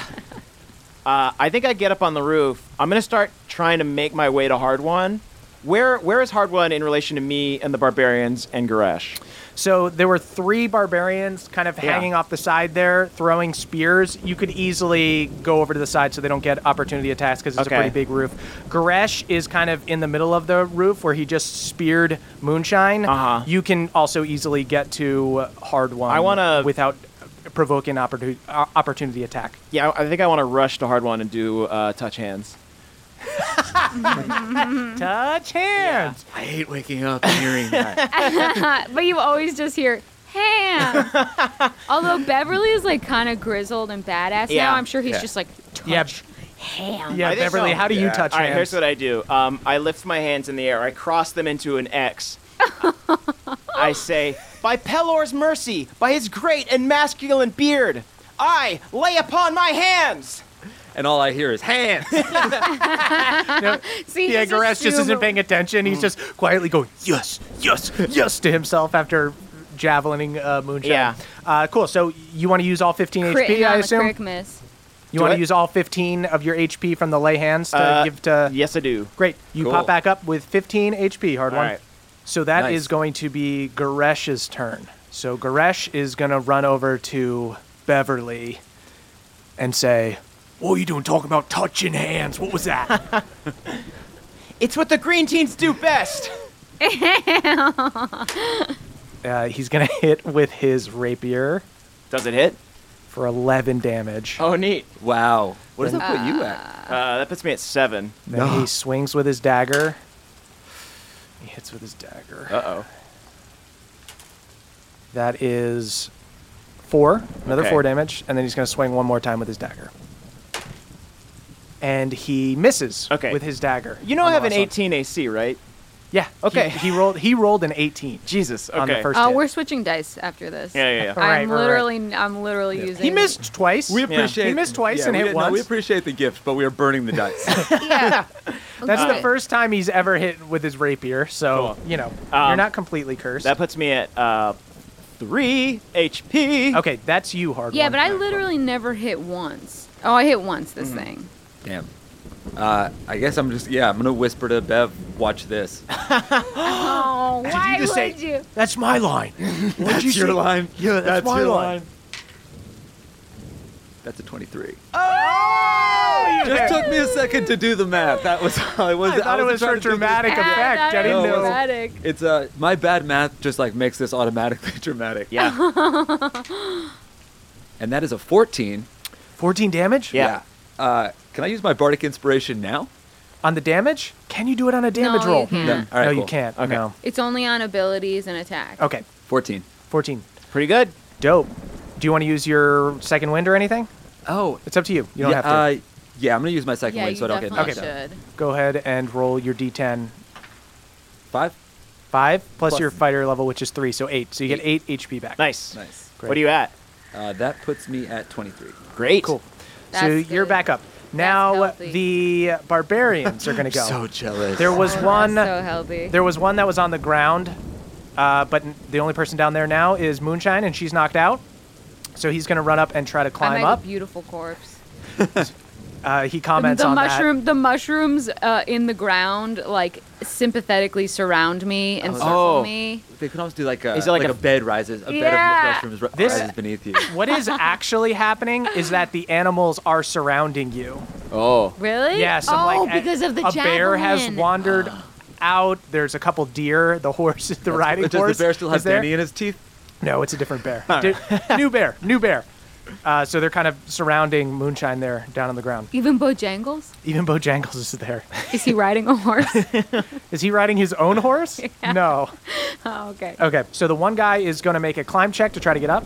D: Uh, I think I get up on the roof. I'm gonna start trying to make my way to Hard One. Where where is Hard One in relation to me and the barbarians and Goresh?
A: So there were three barbarians kind of
D: Yeah.
A: hanging off the side there, throwing spears. You could easily go over to the side so they don't get opportunity attacks because it's
D: Okay.
A: a pretty big roof. Goresh is kind of in the middle of the roof where he just speared Moonshine.
D: Uh-huh.
A: You can also easily get to uh, Hard One
D: I wanna-
A: without provoking opportu- uh, opportunity attack.
D: Yeah, I I think I want to rush to Hard One and do uh, touch hands. Mm-hmm.
A: Touch hands.
B: I hate waking up and hearing that.
C: but you always just hear
A: *laughs*
C: ham. Although Beverly is like kind of grizzled and badass
D: Yeah.
C: now, I'm sure he's
B: Yeah.
C: just like touch
A: Yeah.
C: ham.
A: Yeah,
D: I think
A: Beverly,
D: so.
A: how do you
B: Yeah.
A: touch
D: All right,
A: hands?
D: here's what I do. Um, I lift my hands in the air. I cross them into an X. I say, "By Pelor's mercy, by his great and masculine beard, I lay upon my hands."
B: and all I hear is hands.
A: *laughs*
C: See,
A: yeah,
C: he's
A: Goresh just isn't
C: assuming-
A: paying attention.
D: Mm.
A: He's just quietly going, yes, yes, yes to himself after javelining uh, Moonshine.
D: Yeah.
A: Uh, cool. So you want to use all 15
C: Critting
A: HP, I
C: on the
A: assume?
C: crick miss.
A: You want
D: Do
A: to
D: it.
A: use all 15 of your HP from the lay hands to
D: Uh,
A: give to.
D: Yes, I do.
A: Great. You
B: Cool.
A: pop back up with 15 HP, hard
D: All
A: one.
D: right.
A: So that is
B: Nice.
A: going to be Goresh's turn. So Goresh is going to run over to Beverly and say, What are you doing talking about touching hands? What was that?
D: It's what the green teens do best.
A: Uh, he's gonna *laughs* hit with his rapier
D: Does it hit?
A: for 11 damage.
D: Oh, neat.
B: wow. What does that put you at?
D: Uh, that puts me at seven.
A: Then he swings with his dagger. He hits with his dagger.
D: Uh oh.
A: That is four, another
D: Okay.
A: four damage, and then he's gonna swing one more time with his dagger. And he misses
D: Okay.
A: with his dagger.
D: You know
A: on
D: I
A: the
D: have an
A: last one.
D: 18 AC, right?
A: Yeah.
D: Okay.
A: He, he rolled. He rolled an 18.
D: Jesus. Okay.
A: On the first-
C: Oh,
A: hit.
C: we're switching dice after this.
D: Yeah, yeah, yeah.
A: Right,
C: I'm
A: right, right.
C: literally, I'm literally using.
A: He missed twice.
B: We appreciate.
A: He missed twice
B: yeah,
A: and
B: we
A: hit
B: did- no, we
A: once.
B: appreciate the gift, but we are burning the dice.
A: *laughs*
C: Yeah.
A: That's
C: *laughs* Okay.
A: the first time he's ever hit with his rapier. So
D: Cool.
A: you know you're
D: Um,
A: not completely cursed.
D: That puts me at uh, three HP.
A: okay, that's you, hard.
C: Yeah,
A: one.
C: but I literally never hit once. Oh, I hit once this
A: Mm-hmm.
C: thing.
B: Damn. Uh, I guess I'm just yeah. I'm gonna whisper to Bev,
A: *laughs*
B: watch this.
C: Oh, why
A: just say-
C: would you?
A: That's my line.
B: That's your line.
A: Yeah, that's, my line.
B: That's a 23. Oh! Just took me a second to do the math. That was *laughs* I was.
A: Oh! I thought it
B: wasn't
A: was for
B: trying to do the-
A: dramatic
E: Yeah,
A: effect.
E: that
A: I didn't
E: is
A: know.
E: dramatic.
B: It's uh, my bad math just like makes this automatically *laughs* dramatic.
D: Yeah.
B: And that is a 14.
A: 14 damage?
D: Yeah.
B: Uh, can I use my bardic inspiration now?
A: On the damage? Can you do it on a damage
C: No, you
A: roll?
C: can't.
B: No. All right,
A: no, you
B: cool.
A: can't.
D: Okay.
A: No.
C: It's only on abilities and attack.
A: Okay.
B: 14.
A: 14.
D: Pretty good.
A: Dope. Do you want to use your second wind or anything?
B: Oh,
A: It's up to you. You don't
B: yeah,
A: have to.
B: Uh, yeah, I'm gonna use my second
C: yeah,
B: one
C: you
B: so I don't get
C: definitely
B: knocked out.
C: should.
A: Go ahead and roll your d10.
B: Five.
A: Five plus,
B: Plus-
A: your fighter level, which is three, so eight. So you get eight HP back.
D: Nice.
B: Nice.
A: Great.
D: What are you at?
B: Uh, that puts me at 23.
D: Great.
A: Cool. so
C: That's
A: you're
C: good.
A: back up. Now
C: healthy.
A: the barbarians are going to go.
B: jealous.
A: there was
C: Oh,
A: one.
C: That's so healthy.
A: There was one that was on the ground, uh, but n- the only person down there now is Moonshine, and she's knocked out. So he's going to run up and try to
C: I
A: climb
C: make
A: up.
C: a beautiful corpse.
A: Uh, he comments
E: the
A: on
E: mushroom, the mushrooms uh, in the ground, like sympathetically surround me and circle
B: Oh.
C: me.
B: They could almost do like a
D: Is it like
B: like,
D: a-
B: a, bed rises, a
E: Yeah.
B: bed of mushrooms ri-
A: This-
C: *laughs*
B: rises beneath you.
A: that. What is actually happening is that the animals are surrounding you.
B: Oh,
C: Really?
A: Yeah, some,
J: Oh,
A: like, a-
J: because of the
A: a bear has
J: javelin. *gasps*
A: wandered out. There's a couple deer. The horse, the riding
B: does
A: horse.
B: the bear still
A: is
B: have
A: there.
B: Danny in his teeth?
A: No, it's a different
B: *laughs*
A: bear. Di- new bear, new bear. Uh, so they're kind of surrounding Moonshine there, down on the ground.
C: Even Bojangles?
A: Even Bojangles is there.
C: Is he riding
A: *laughs*
C: a horse?
A: Is he riding his own
J: *laughs*
A: horse? No.
C: oh, okay.
A: Okay, so the one guy is going to make a climb check to try to get up.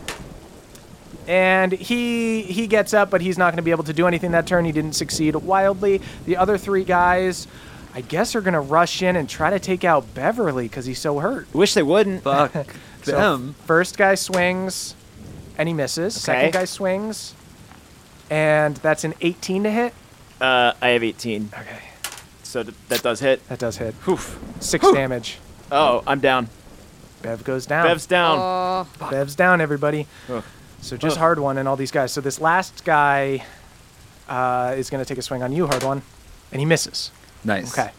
A: And he he gets up, but he's not going to be able to do anything that turn. He didn't succeed wildly. The other three guys, I guess, are going to rush in and try to take out Beverly because he's so hurt.
D: Wish they wouldn't.
B: Fuck
A: So
B: them.
A: first guy swings, and he misses.
D: Okay.
A: Second guy swings, and that's an 18 to hit.
D: Uh, I have 18,
A: Okay,
D: so th- that does hit.
A: that does hit.
D: Oof.
A: Six damage.
D: Oh, I'm down.
A: Bev goes down.
D: Bev's down.
C: Oh,
A: Bev's down, everybody. So just hard one and all these guys. So this last guy uh, is going to take a swing on you, hard one, and he misses.
B: Nice.
A: Okay.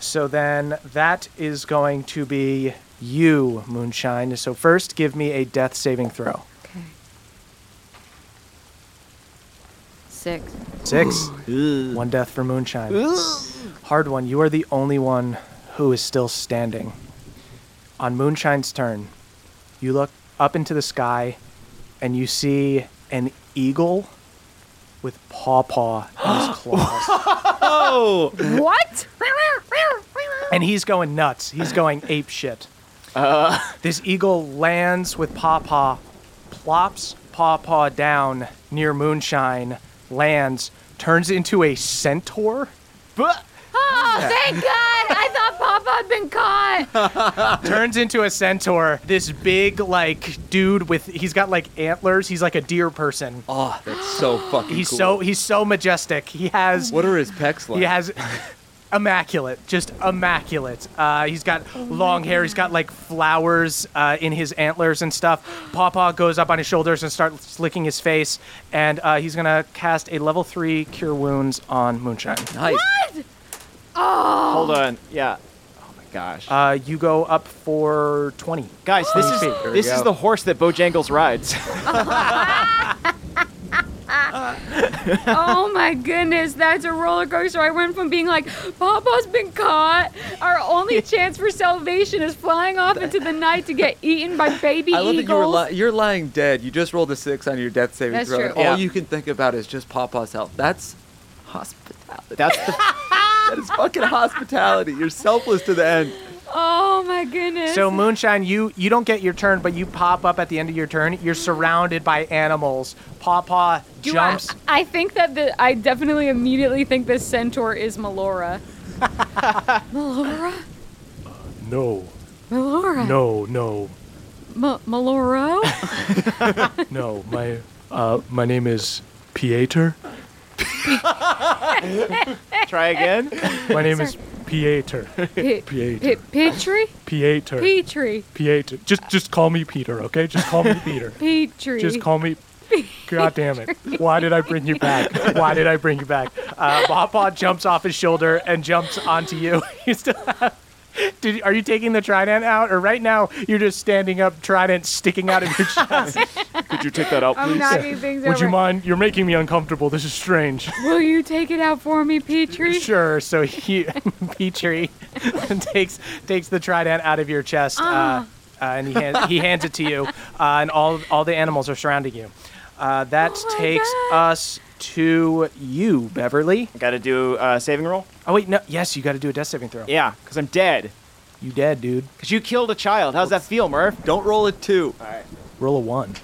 A: So then that is going to be you, Moonshine. So first, give me a death saving throw.
C: okay. Six.
A: Six. one death for Moonshine. Hard one, you are the only one who is still standing. On Moonshine's turn, you look up into the sky and you see an eagle with paw paw in his claws.
C: What?
A: and he's going nuts. He's going ape shit. This eagle lands with paw paw, plops paw paw down near Moonshine, lands, turns into a centaur.
C: Oh, thank God! I thought Papa had been caught.
A: turns into a centaur. This big like dude with he's got like antlers. He's like a deer person.
B: Oh, that's so fucking
A: He's
B: cool.
A: so he's so majestic. He has
B: What are his pecs like?
A: he has immaculate, just immaculate. Uh, he's got long hair. He's got like flowers uh, in his antlers and stuff. Pawpaw goes up on his shoulders and starts licking his face, and uh, he's gonna cast a level three cure wounds on Moonshine.
B: nice.
D: Hold on. Yeah. Oh my gosh.
A: Uh, you go up for twenty.
D: Guys, this is
A: There we
D: this
B: go.
D: is the horse that Bojangles rides. *laughs*
C: Oh my goodness, that's a roller coaster. I went from being like, Papa's been caught. Our only chance for salvation is flying off into the night to get eaten by baby
B: I love that you were
C: eagles.
B: li- you're lying dead. You just rolled a six on your death saving
C: That's
B: throw. and
C: true.
B: All
D: Yeah.
B: you can think about is just Papa's health. That's hospitality.
D: That's the
B: that is fucking hospitality. You're selfless to the end.
C: oh my goodness.
A: So Moonshine, you you don't get your turn, but you pop up at the end of your turn. You're surrounded by animals. Pawpaw
E: Do
A: jumps.
E: I, I think that the, I definitely immediately think this centaur is Melora.
C: Melora?
A: No,
C: Melora?
A: no, no, *laughs*
C: M- Meloro?
A: no. My uh, my name is Pieter.
D: try again.
A: My name is Pieter.
C: P-
A: Pieter.
C: P- Petri?
A: Pieter.
C: Petri.
A: Pieter. Just just call me Peter, okay? Just call me Peter.
C: Petri.
A: Just call me. God damn it. Why did I bring you back? Why did I bring you back? Uh, Pawpaw jumps off his shoulder and jumps onto you. *laughs* You still have. Did, are you
E: *laughs*
A: taking the trident out? Or right now, you're just standing up, trident sticking out of your chest?
D: Could you take that out,
E: I'm
D: please?
E: knocking things
A: Would
E: over.
A: you mind? You're making me uncomfortable. This is strange.
E: Will you take it out for me, Petrie?
A: Sure. So he, *laughs* Petrie, *laughs* takes takes the trident out of your chest, uh,
E: Ah.
A: uh, and he hands, he hands it to
E: *laughs*
A: you, uh, and all all the animals are surrounding you. Uh, that
E: Oh my
A: takes us to you, Beverly.
D: Got to do uh, saving roll.
A: Oh wait, no. Yes, you got to do a death saving throw.
D: Yeah, because I'm dead.
A: You dead, dude.
D: Because you killed a child. How's that feel, Murph?
B: Don't roll a two.
A: Roll a one.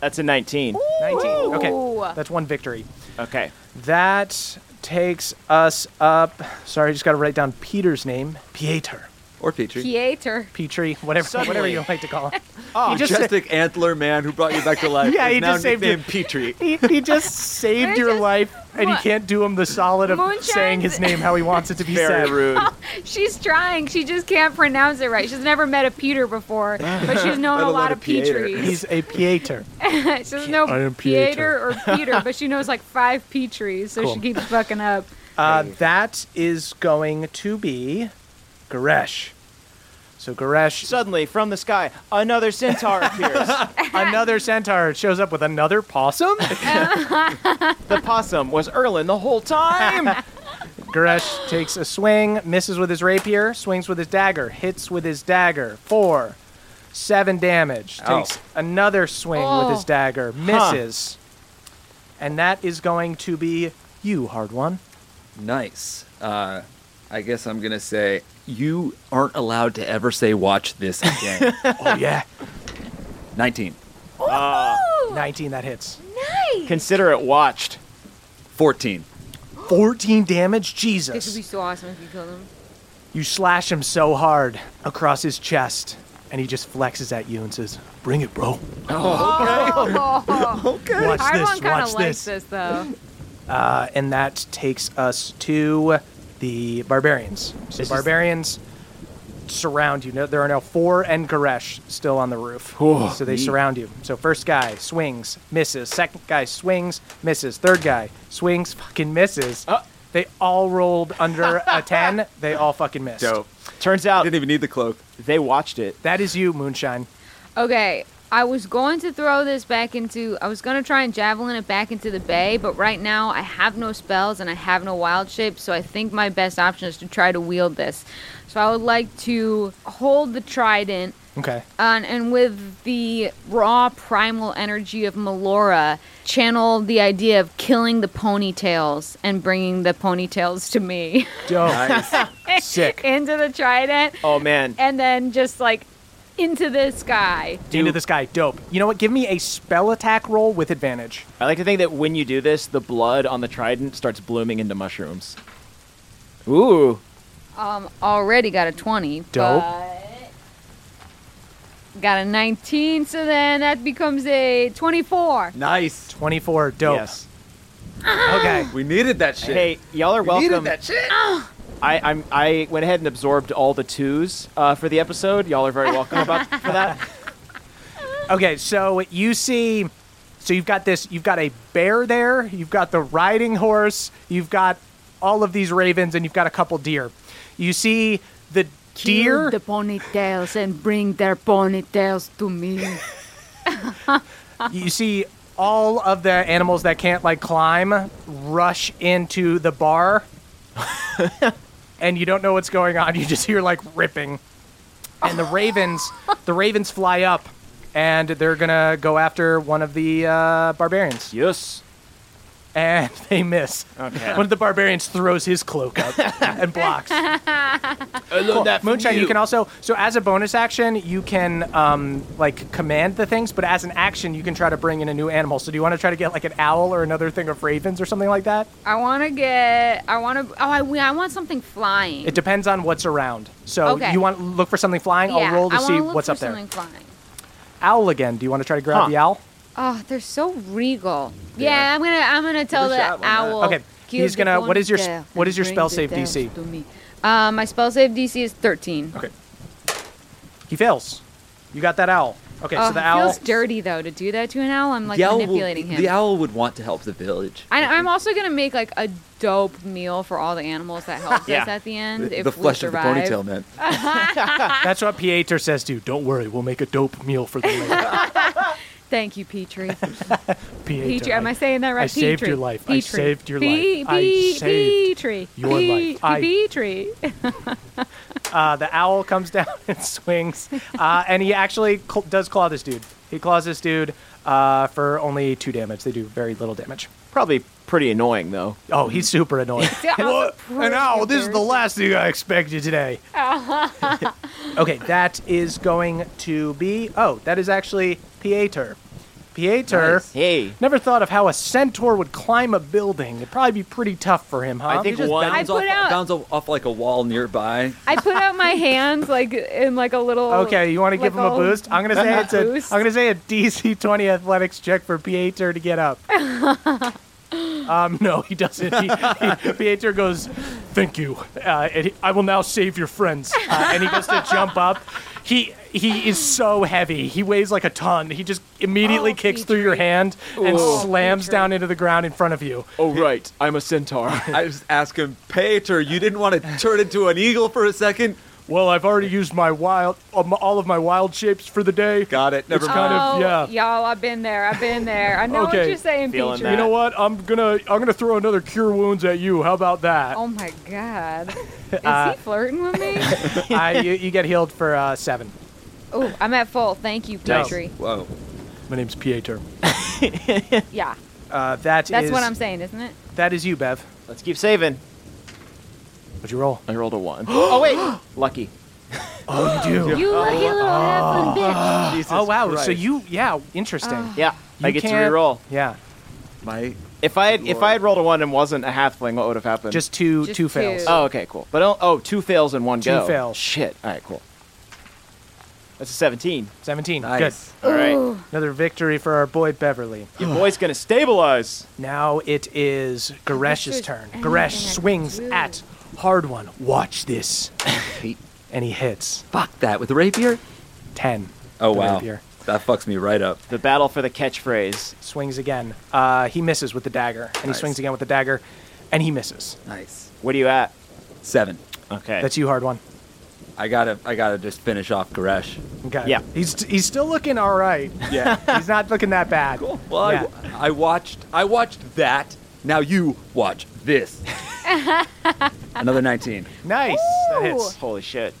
D: That's a 19.
A: 19.
E: Ooh.
A: Okay. That's one victory.
D: Okay.
A: That takes us up. Sorry, I just got to write down Peter's name. Pieter.
B: Or Petrie.
E: Theater.
A: Petrie, whatever,
D: Suddenly.
A: whatever you like to call him.
D: Oh, *laughs*
A: just said-
B: Majestic antler man who brought you back to
A: *laughs*
B: life.
A: Yeah,
B: is
A: he
B: now
A: just saved you.
B: nicknamed Petrie.
A: He, he
B: *laughs*
A: just saved
E: We're
A: your
E: just-
A: life, and you
E: what?
A: can't do him the solid of
E: Moonshine's-
A: saying his name how he wants
B: *laughs*
A: it to be
D: very
A: said.
D: rude.
E: She's trying. She just can't pronounce it right. She's never met a Peter before, but she's *laughs* known
B: Let
E: a
B: alone
E: lot
B: a
E: of
B: Pieter.
E: Petries.
A: He's a Pieter.
E: *laughs* she doesn't know
A: I am
E: Pieter or Peter, but she knows like five Petries, so
A: Cool.
E: she keeps fucking up.
A: Uh, that is going to be Goresh. So Goresh,
E: *laughs*
D: Suddenly, from the sky, another centaur appears.
A: another centaur shows up with another possum.
D: the possum was Erlin the whole time.
A: Goresh takes a swing, misses with his rapier, swings with his dagger, hits with his dagger. Four, seven damage.
D: Oh.
A: Takes another swing with his
E: Oh.
A: dagger, misses. And that is going to be you, hard one.
B: Nice. Uh, I guess I'm gonna say you aren't allowed to ever say "watch this again." *laughs*
A: Oh, *laughs* yeah.
B: 19,
E: Ooh,
A: 19, that hits.
E: nice.
D: Consider it watched.
B: 14.
A: 14 damage?
C: This would be
A: Jesus.
C: so awesome if you killed him.
A: You slash him so hard across his chest, and he just flexes at you and says, Bring it, bro.
E: Oh.
A: Watch
E: Harlan
A: this,
E: kind
A: watch
E: of likes
A: this.
E: this though.
A: Uh, and that takes us to the barbarians. So
D: This is-
A: barbarians surround you. No, there are now four and Goresh still on the roof. so they surround you. So first guy swings, misses. Second guy swings, misses. Third guy swings, fucking misses.
D: Uh.
A: They all rolled under
D: *laughs*
A: a 10. They all fucking missed.
D: Turns
B: I
D: out
B: didn't even need the cloak.
D: they watched it.
A: That is you, Moonshine.
C: Okay, I was going to throw this back into. I was going to try and javelin it back into the bay, but right now I have no spells and I have no wild shapes, so I think my best option is to try to wield this. So I would like to hold the trident, uh,
A: Okay.
C: and, and with the raw primal energy of Melora, channel the idea of killing the ponytails and bringing the ponytails to me *laughs*
A: Dope. Sick.
C: into the trident,
D: Oh man.
C: and then just like into the sky.
A: *laughs* Into this guy. Dope. You know what? Give me a spell attack roll with advantage.
D: I like to think that when you do this, the blood on the trident starts blooming into mushrooms. Ooh.
C: Um, already got a 20.
A: Dope.
C: but Got a 19, so then that becomes a 24.
B: Nice.
A: 24. Dope.
D: Yes.
A: Okay.
B: We needed that shit.
D: Hey, y'all are
B: we needed
D: welcome.
B: that shit.
D: I, I'm, I went ahead and absorbed all the twos uh, for the episode. Y'all are very welcome about for that.
A: Okay, so you see, so you've got this, you've got a bear there, you've got the riding horse, you've got all of these ravens, and you've got a couple deer. You see the deer,
C: *laughs* the ponytails and bring their ponytails to me.
A: you see all of the animals that can't like climb rush into the bar, and you don't know what's going on. You just hear like ripping, and the ravens, the ravens fly up, and they're gonna go after one of the uh, barbarians.
D: Yes.
A: and *laughs* they miss.
D: Okay.
A: One of the barbarians throws his cloak up
C: *laughs*
A: and blocks.
D: I learned that from
A: Moonshine, you. can also so as a bonus action, you can um, like command the things, but as an action, you can try to bring in a new animal. So do you want to try to get like an owl or another thing of ravens or something like that?
C: *laughs* I want to get. I want to. Oh, I, I want something flying.
A: It depends on what's around. So
C: Okay.
A: you want look for something flying?
C: yeah,
A: I'll roll to
C: I wanna
A: see
C: look
A: what's
C: for
A: up there.
C: Something flying.
A: Owl again. Do you want to try to grab
D: Huh.
A: the owl?
C: Oh, they're so regal. Yeah, I'm gonna. I'm gonna tell
B: Good
C: that
B: job on that.
C: owl.
A: Okay,
C: "Kill
A: he's
C: the
A: gonna- what is your s-
C: ponytail
A: what
C: and
A: is your
C: bring
A: spell
C: the
A: save DC?
C: tails to me." Uh, my spell save DC is 13.
A: Okay. He fails. You got that owl. Okay,
C: Oh,
A: so the
C: it
A: owl.
C: feels dirty though to do that to an owl. I'm like
B: the owl
C: manipulating
B: will,
C: him.
B: The owl would want to help the village.
C: I, I'm also gonna make like a dope meal for all the animals that
B: *laughs*
C: helps
D: Yeah.
C: us at the end.
B: The,
C: if
B: the
C: we
B: flesh of the
C: survive.
B: ponytail, man.
C: *laughs*
A: That's what Pieter says to you. Don't worry, we'll make a dope meal for the lady.
C: Thank
B: *laughs*
C: you, Petrie.
L: Pietro.
C: Petrie, am I saying that right?
L: I saved
C: Petrie.
L: your life. I
C: Petrie.
L: saved your
C: Pe-
L: life. I
C: Pe-
L: saved
C: Petrie.
L: your life.
C: Pe-
L: I-
A: *laughs*
C: Petrie.
A: Uh, the owl comes *laughs* down and swings, uh, and he actually cl- does claw this dude. He claws this dude uh, for only two damage. They do very little damage.
D: Probably pretty annoying though.
A: Oh,
B: Mm.
A: he's super annoying.
C: Yeah, I was
A: An owl. This is the last thing I expected today. okay, that is going to be. Oh, that is actually Pieter. Pieter.
D: Hey.
A: Never thought of how a centaur would climb a building. It'd probably be pretty tough for him, huh?
B: I think
C: just
B: one
C: I
B: bounds
C: put
B: off,
C: out-
B: bounds off, off like a wall nearby.
C: I put out my hands like in like a little.
A: Okay, you want to give him a
C: little
A: boost? I'm gonna
C: *laughs*
A: say it's a.
C: Oh, boost.
A: am gonna say a DC 20 athletics check for Pieter to get
C: *laughs*
A: up. um, no, he doesn't. He, he, Pieter goes, "Thank you, uh, and he- I will now save your friends." Uh, and he goes
C: *laughs*
A: to jump up. He he is so heavy. He weighs like a ton. He just immediately
C: Oh,
A: kicks through your
C: Petrie.
A: hand and
C: Oh,
A: slams
C: Petrie.
A: down into the ground in front of you.
D: Oh right, I'm a centaur. *laughs*
B: I was asking Pater, you didn't want to turn into an eagle for a second?
A: Well, I've already used my wild, um, all of my wild shapes for the day.
B: Got it. Never
A: It's
B: mind.
A: kind of-
C: Oh,
A: yeah.
C: Y'all, I've been there. I've been there. I know what
A: Okay.
C: you're saying,
D: Feeling
C: Petrie.
D: that.
A: You know what? I'm gonna I'm gonna throw another cure wounds at you. How about that?
C: Oh my God. Is he flirting with me?
A: *laughs* I, you, you get healed for uh, seven.
C: oh, I'm at full. Thank you,
A: No.
C: Petrie.
B: Whoa.
A: My name's Pieter.
C: Yeah,
A: Uh, that
C: that's
A: is-
C: what I'm saying, isn't it?
A: That is you, Bev.
D: Let's keep saving.
A: What'd you roll?
D: I rolled a one. *gasps* oh wait, lucky.
A: Oh, you do.
C: You lucky little half bitch.
B: Jesus
A: oh wow. So
B: Christ.
A: you, yeah, interesting.
D: Yeah, Ah. I
A: You
D: get
A: can't-
D: to reroll.
A: Yeah,
B: My
D: If I had, if
B: Lord.
D: I had rolled a one and wasn't a halfling, what would have happened?
A: just two
C: Just
A: two
C: two.
A: fails.
D: oh okay, cool. But oh, oh two fails in one
A: Two
D: go.
A: fails.
D: Shit. All right, cool. That's a 17.
A: Seventeen.
B: nice.
D: All right,
A: *gasps*
C: Ooh.
A: Good. Another victory for our boy Beverly.
D: your boy's gonna stabilize.
A: Now it is Goresh's
C: there's
A: turn.
C: anything I
A: Goresh
C: can
A: swings
C: do.
A: at hard one. Watch this. and he hits
B: Fuck that with the rapier.
A: ten.
B: Oh
A: The
B: wow.
A: rapier.
B: That fucks me right up.
D: The battle for the catchphrase.
A: swings again. Uh, he misses with the dagger, and he
B: Nice.
A: swings again with the dagger, and he misses.
B: Nice.
D: What are you at?
B: Seven.
D: Okay.
A: That's you, hard one.
B: I gotta I gotta just finish off Goresh.
A: Okay.
D: Yeah.
A: He's he's still looking all right.
B: Yeah.
A: *laughs* he's not looking that bad.
B: Cool. Well,
A: Yeah.
B: I, I watched. I watched that. Now you watch
A: *laughs*
B: this. Another 19.
A: Nice. That hits.
D: Holy shit.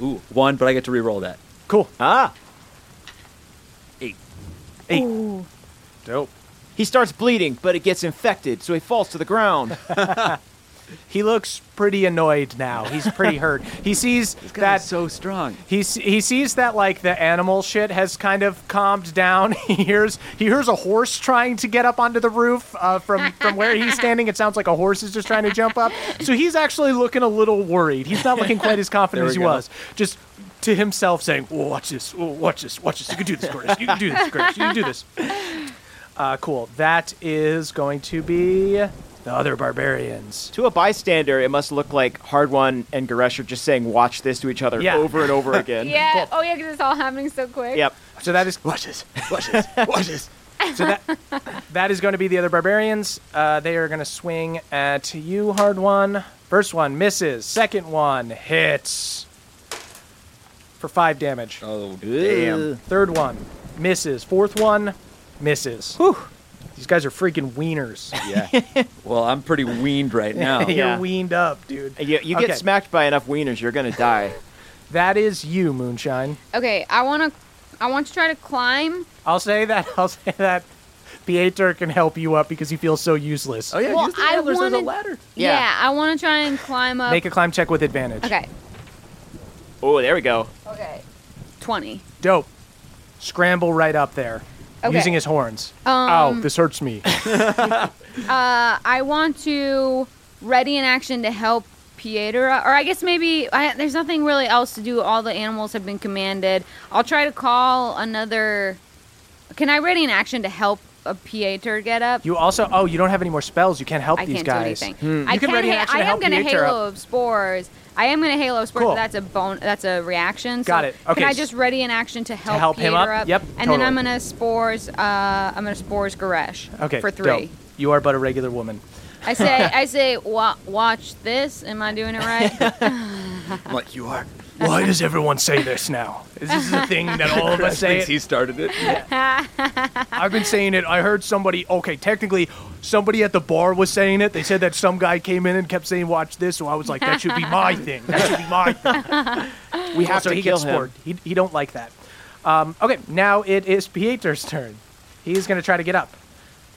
B: Ooh, one, but I get to re-roll that.
A: Cool.
D: Ah,
A: Eight.
C: Ooh.
A: Dope.
D: he starts bleeding, but it gets infected, so he falls to
A: *laughs*
D: the ground.
A: He looks pretty annoyed now. He's
B: *laughs*
A: pretty hurt. He sees that
B: That's so strong.
A: He s- he sees that like the animal shit has kind of calmed down. *laughs* He hears he hears a horse trying to get up onto the roof uh, from from where he's standing. It sounds like a horse is just trying to jump up. So he's actually looking a little worried. He's not looking quite as confident
B: *laughs* There
A: as he
B: we go.
A: was. Just to himself saying, oh, "Watch this! Oh, watch this! Watch this! You can do this, Curtis. You can do this, Curtis. You can do this." Uh, cool. That is going to be the other barbarians.
D: to a bystander, it must look like Hard One and Goresh are just saying "watch this" to each other
A: Yeah.
D: over
A: *laughs*
D: and over again.
C: Yeah. Oh yeah, because it's all happening so quick.
D: Yep.
A: So that is
B: Watch this. Watch
A: *laughs*
B: this. Watch this.
A: So that that is going to be the other barbarians. Uh, they are going to swing at you, hard one. First one misses. Second one hits for five damage.
B: Oh
D: Damn.
A: Third one misses. Fourth one misses. Whew. These guys are freaking
B: *laughs*
A: wieners. *laughs*
B: yeah. Well, I'm pretty weaned right now.
A: You're
D: Yeah.
A: weaned up, dude.
D: You, you
A: Okay.
D: get smacked by enough wieners, you're gonna die.
A: That is you, Moonshine.
C: Okay, I wanna, I want to try to climb.
A: I'll say that. *laughs* I'll say that. Pieter can help you up because he feels so useless.
B: Oh yeah.
C: Well,
B: use the
C: I
B: antlers as a
C: wanted-
B: ladder.
D: Yeah.
C: Yeah. I want to try and climb up.
A: Make a climb check with advantage.
C: okay.
D: oh, there we go.
C: Okay. Twenty.
A: Dope. Scramble right up there.
C: Okay.
A: Using his horns. Ow,
C: Um,
A: this hurts me.
C: Uh, I want to ready in action to help Pieter, or I guess maybe I, there's nothing really else to do. All the animals have been commanded. I'll try to call another. Can I ready in action to help a Pieter get up?
A: You also oh, you don't have any more spells. You can't help
C: I
A: these
C: can't
A: guys. Hmm.
C: do anything. I
A: You can
C: can.
A: ready in
C: ha-
A: action
C: I
A: to
C: am
A: help
C: gonna
A: Pieter up.
C: halo of spores. I am gonna halo of spores.
A: Cool.
C: But that's a bone. That's a reaction. So
A: Got it. Okay,
C: Can I
A: s-
C: just ready in action to help,
A: help him
C: Pieter
A: up? Yep,
C: And then
A: totally.
C: I'm gonna spores. Uh, I'm gonna spores Goresh.
A: Okay.
C: For three.
A: dope. You are but a regular woman.
C: I say, I say, Wa- watch this. Am I doing it right?
B: I'm like you are.
A: Why does everyone say this now? Is this the thing that all of us say?
B: Thinks
A: it?
B: he started it.
A: I've been saying it. I heard somebody, okay, technically, somebody at the bar was saying it. They said that some guy came in and kept saying, watch this. So I was like, that should be my thing. That should be my thing.
D: *laughs*
A: We have
D: to
A: he
D: kill
A: gets
D: him.
A: bored. He, he don't like that. Um, okay, now it is Pieter's turn. He's going to try to get up.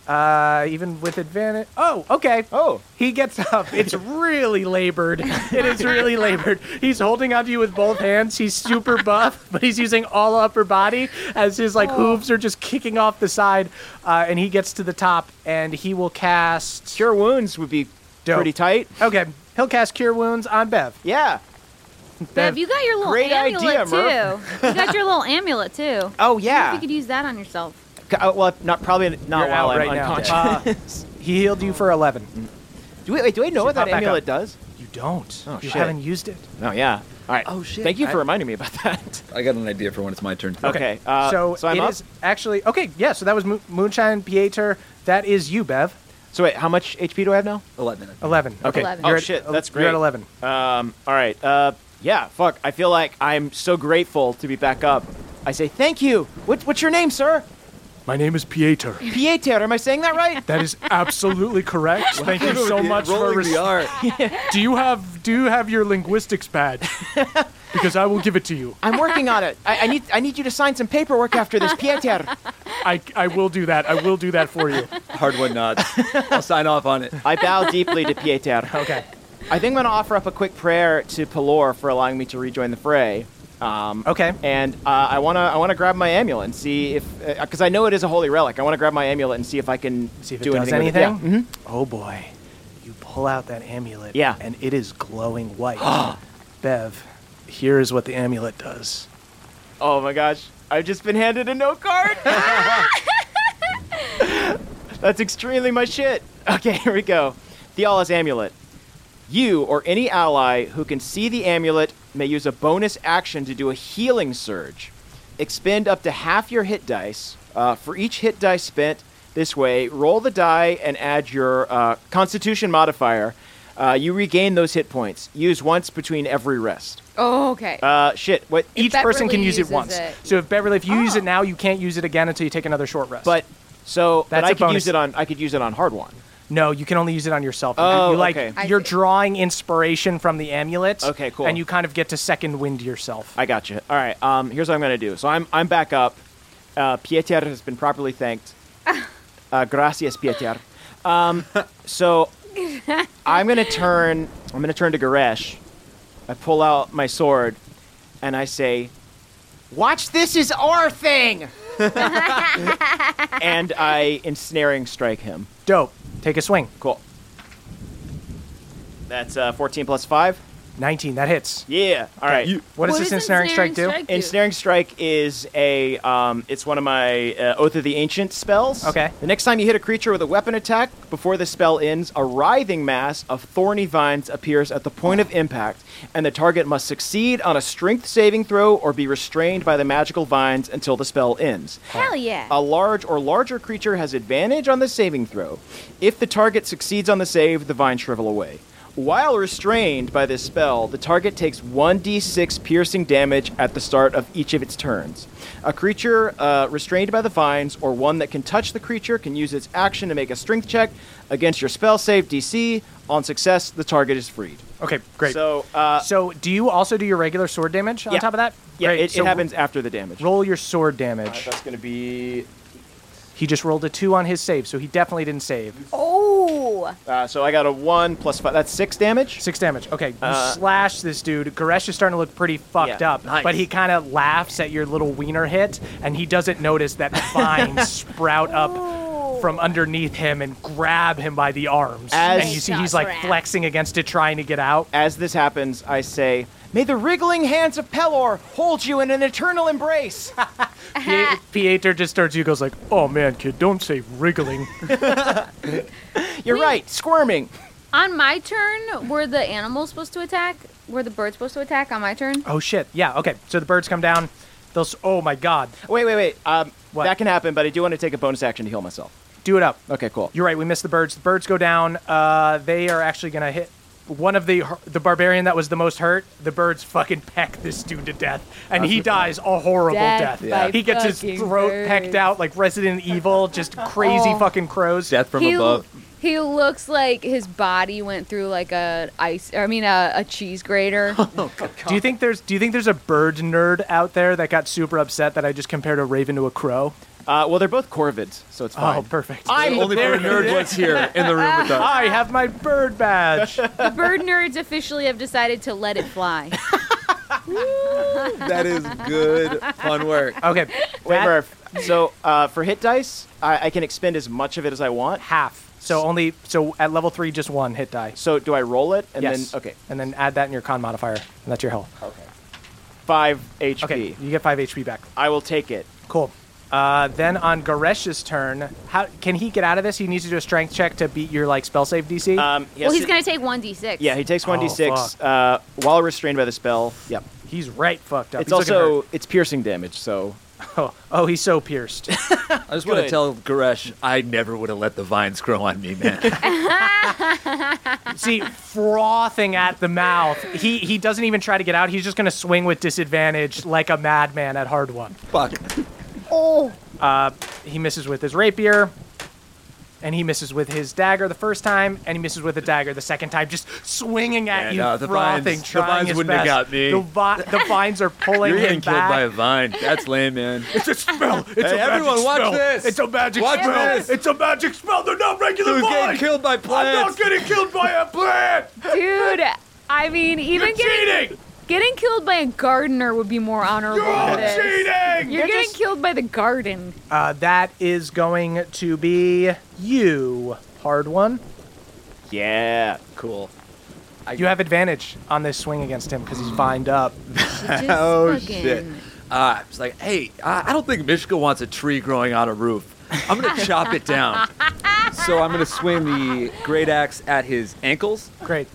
A: Uh, even with advantage. Oh, okay.
D: Oh.
A: He gets up. It's really labored. It is really labored. He's holding onto you with both hands. He's super buff, but he's using all upper body as his
C: Oh.
A: like hooves are just kicking off the side. Uh, and he gets to the top, and he will cast.
D: Cure wounds would be
A: Dope.
D: pretty tight.
A: Okay, he'll cast Cure Wounds on Bev.
D: Yeah.
C: Bev, you got your little
D: Great
C: amulet
D: idea, Murph.
C: too. you got your little amulet too.
D: Oh
C: You
D: yeah.
C: could use that on yourself.
D: C- uh, well, not probably not
A: You're
D: while
A: out
D: I'm
A: right
D: unconscious.
A: now. *laughs* Uh, he healed you for eleven.
D: Mm. do we wait, do I know what
A: pop
D: that
A: back up.
D: amulet does?
A: You don't.
D: Oh,
A: you
D: shit.
A: haven't used it.
D: Oh yeah. All right. Oh shit. Thank you for reminding me about that.
B: I got an idea for when it's my turn.
D: Okay. Uh,
A: so
D: so I'm
A: it
D: up.
A: is actually okay. Yeah. So that was Mo- Moonshine Pieter. That is you, Bev.
D: So wait, how much HP do I have now?
B: eleven minutes.
A: Eleven. Okay.
C: 11.
D: Oh
A: You're at-
D: shit, that's
A: You're
D: great.
A: at eleven.
D: Um, all right. Uh, yeah, fuck. I feel like I'm so grateful to be back up. I say, thank you. What, what's your name, sir?
A: My name is Pieter.
D: Pieter. E Am I saying that
A: *laughs*
D: right?
A: That is absolutely correct. Thank you so much for
B: Rolling the
A: res-
B: R.
A: Do you have do you have your linguistics badge? because I will give it to you.
D: I'm working on it. I, I need I need you to sign some paperwork after this, Pieter.
A: I, I will do that. I will do that for you.
B: Hard one nods.
A: *laughs*
B: I'll sign off on it.
D: I bow deeply to Pieter.
A: Okay.
D: E I think I'm going to offer up a quick prayer to Pelor for allowing me to rejoin the fray. Um,
A: Okay.
D: And uh, I want to I want to grab my amulet and see if because I know it is a holy relic. I want to grab my amulet and see if I can
A: See if it
D: do
A: does
D: anything. with
A: anything.
D: Yeah. Mhm.
A: Oh boy. You pull out that amulet
D: Yeah.
A: and it is glowing
D: *gasps*
A: white. Bev, here is what the amulet does.
D: Oh my gosh. I've just been handed a note card. *laughs* That's extremely my shit. Okay, *laughs* here we go. Theala's amulet. You or any ally who can see the amulet may use a bonus action to do a healing surge. Expend up to half your hit dice. Uh, for each hit dice spent this way, roll the die and add your uh, constitution modifier. Uh, you regain those hit points. Use once between every rest.
C: Oh, okay.
D: Uh, shit. What?
A: Each person can
C: Beverly
A: use it
C: uses
A: once.
C: it-
A: So if Beverly if you use it
C: Oh.
A: now, you can't use it again until you take another short rest.
D: But so but
A: That's a
D: I could
A: bonus.
D: use it on I could use it on hard one.
A: No, you can only use it on yourself. You-
D: Oh,
A: you like
D: okay.
C: I
A: you're
C: see.
A: drawing inspiration from the amulet.
D: Okay, cool.
A: And you kind of get to second wind yourself.
D: I got you. All right. Um, here's what I'm gonna do. So I'm I'm back up. Uh, Pieter has been properly thanked. Uh, gracias, Pieter. Um, so I'm gonna turn. I'm gonna turn to Goresh. I pull out my sword, and I say, "Watch, this is our thing." and I ensnaring strike him.
A: Dope. Take a swing.
D: Cool. That's uh, 14 plus five.
A: 19. That hits.
D: Yeah. All right.
B: You-
A: What does
C: What
A: this
C: does
A: ensnaring strike do?
C: ensnaring
D: Ensnaring Strike is a um, it's one of my uh, Oath of the Ancient spells.
A: Okay.
D: The next time you hit a creature with a weapon attack, before the spell ends, a writhing mass of thorny vines appears at the point of impact, and the target must succeed on a Strength saving throw or be restrained by the magical vines until the spell ends.
C: Hell yeah.
D: A large or larger creature has advantage on the saving throw. If the target succeeds on the save, the vine shrivel away. While restrained by this spell, the target takes 1d6 piercing damage at the start of each of its turns. A creature uh, restrained by the vines or one that can touch the creature can use its action to make a strength check against your spell save DC. On success, the target is freed.
A: Okay, great. So,
D: So, uh,
A: do you also do your regular sword damage on
D: Yeah.
A: top of that?
D: yeah,
A: Great.
D: it,
A: So
D: it happens after the damage.
A: Roll your sword
D: Uh,
A: damage.
D: that's going to be.
A: he just rolled a 2 on his save, so he definitely didn't save.
C: oh.
D: Uh, so I got a 1 plus 5. That's 6 damage.
A: 6 damage. Okay, you slash this dude. Goresh is starting to look pretty fucked
D: Uh, Yeah,
A: up,
D: nice.
A: but he kind of laughs at your little wiener hit, and he doesn't notice
D: *laughs*
A: that vines sprout up from underneath him and grab him by the arms.
D: As-
A: and you see he's
C: Chaos
A: like
C: rat.
A: flexing against it, trying to get out.
D: As this happens, I say, May the wriggling hands of Pelor hold you in an eternal embrace. *laughs*
A: Pie- Pieter just turns to you goes like, oh man, kid, don't say
D: *laughs*
A: wriggling.
D: You're right, squirming.
C: On my turn, were the animals supposed to attack? Were the birds supposed to attack on my turn?
A: Oh shit! Yeah. Okay. So the birds come down. They'll. s- Oh my god.
D: Wait, wait, wait. Um,
A: What?
D: That can happen, but I do want to take a bonus action to heal myself.
A: Do it up.
D: Okay, cool.
A: You're right. We missed the birds. The birds go down. Uh, they are actually gonna hit. one of the har- the barbarian that was the most hurt, the birds fucking peck this dude to death, and he dies a horrible
M: Death
A: death.
M: by
A: He gets his
M: fucking
A: throat pecked
M: birds.
A: out like Resident Evil, just crazy
M: Oh.
A: fucking crows.
J: Death from
C: he,
J: above.
C: he looks like his body went through like a ice. I mean, a, a cheese grater.
A: Do you think there's Do you think there's a bird nerd out there that got super upset that I just compared a raven to a crow?
D: Uh, well, they're both corvids, so it's fine.
A: Oh, perfect.
D: I'm
J: Only for
D: there.
J: nerd was here in the room
A: *laughs*
J: with us.
A: I have my bird
D: *laughs*
A: badge.
C: the bird nerds officially have decided to let it fly.
J: That is good fun work.
A: Okay,
D: Wait,
A: that-
D: Murph. So uh, for hit dice, I, I can expend as much of it as I want.
A: half. So only so at level three, just one hit die.
D: So do I roll it? And
A: yes.
D: then okay,
A: And then add that in your con modifier, and that's your health.
D: five HP.
A: Okay, you get five HP back.
D: I will take it.
A: Cool. Uh, then on Goresh's turn, how can he get out of this? He needs to do a strength check to beat your like spell save DC.
D: Um, he has
C: well, he's
D: to-
C: gonna take one d six.
D: Yeah, he takes one d six
A: Oh, fuck.
D: uh, while restrained by the spell. Yep.
A: he's right fucked up.
D: It's
A: He's looking
D: also it's piercing damage, so
A: hurt. *laughs* oh, oh, he's so pierced.
J: I just want to
D: Good.
J: tell Goresh, I never would have let the vines grow on me, man.
A: See, frothing at the mouth. He he doesn't even try to get out. He's just gonna swing with disadvantage like a madman at hard one. Uh,
J: Fuck.
A: He misses with his rapier, and he misses with his dagger the first time, and he misses with the dagger the second time, just swinging at
J: Yeah,
A: you,
J: no, the
A: frothing,
J: vines- the
A: trying
J: vines
A: his
J: wouldn't have
A: best.
J: got me.
A: The, vi- the vines are pulling
J: You're
A: him
J: getting killed
A: back.
J: by a vine. That's lame, man.
A: *laughs* It's a spell. It's
J: Hey,
A: a
J: everyone,
A: magic
J: watch
A: spell.
J: this.
A: It's a magic
J: Watch
A: spell.
J: this.
A: It's a magic spell. They're not regular
J: Who's getting
A: vines.
J: killed by
A: I'm
J: plants?
A: not getting killed by a plant.
C: dude. I mean, even
A: You're
C: getting
A: cheating.
C: getting killed by a gardener would be more honorable.
A: You're all
C: than this.
A: cheating.
C: You're getting killed by the garden.
A: Uh, that is going to be you, hard one.
D: yeah, cool.
A: You have advantage on this swing against him because he's vined up.
J: Oh,
N: oh
J: shit. Uh, it's like, hey, I I don't think Mishka wants a tree growing on a roof. I'm going to chop it down. So I'm going to swing the great axe at his ankles.
A: Great.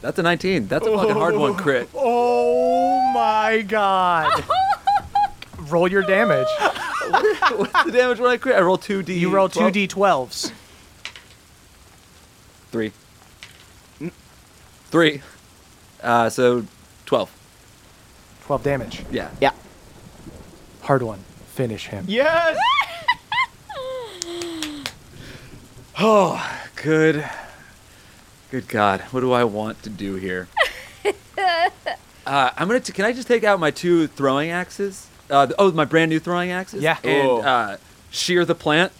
J: That's a 19. That's a fucking hard one
A: *laughs*
J: crit.
A: Oh my
D: *laughs*
A: god. roll your damage.
J: What's the damage when I crit? I roll 2d.
A: You roll two
J: 12?
A: d12s.
J: Three. Three. Uh, so 12.
A: 12 damage.
J: Yeah.
D: Yeah.
A: Hard one. Finish him.
D: Yes.
J: Oh, good. Good God. What do I want to do *laughs* here? uh, I'm gonna. T- can I just take out my two throwing axes? Uh, th- oh, my brand new throwing axes.
A: Yeah.
J: And
D: Ooh.
J: uh, shear the plant.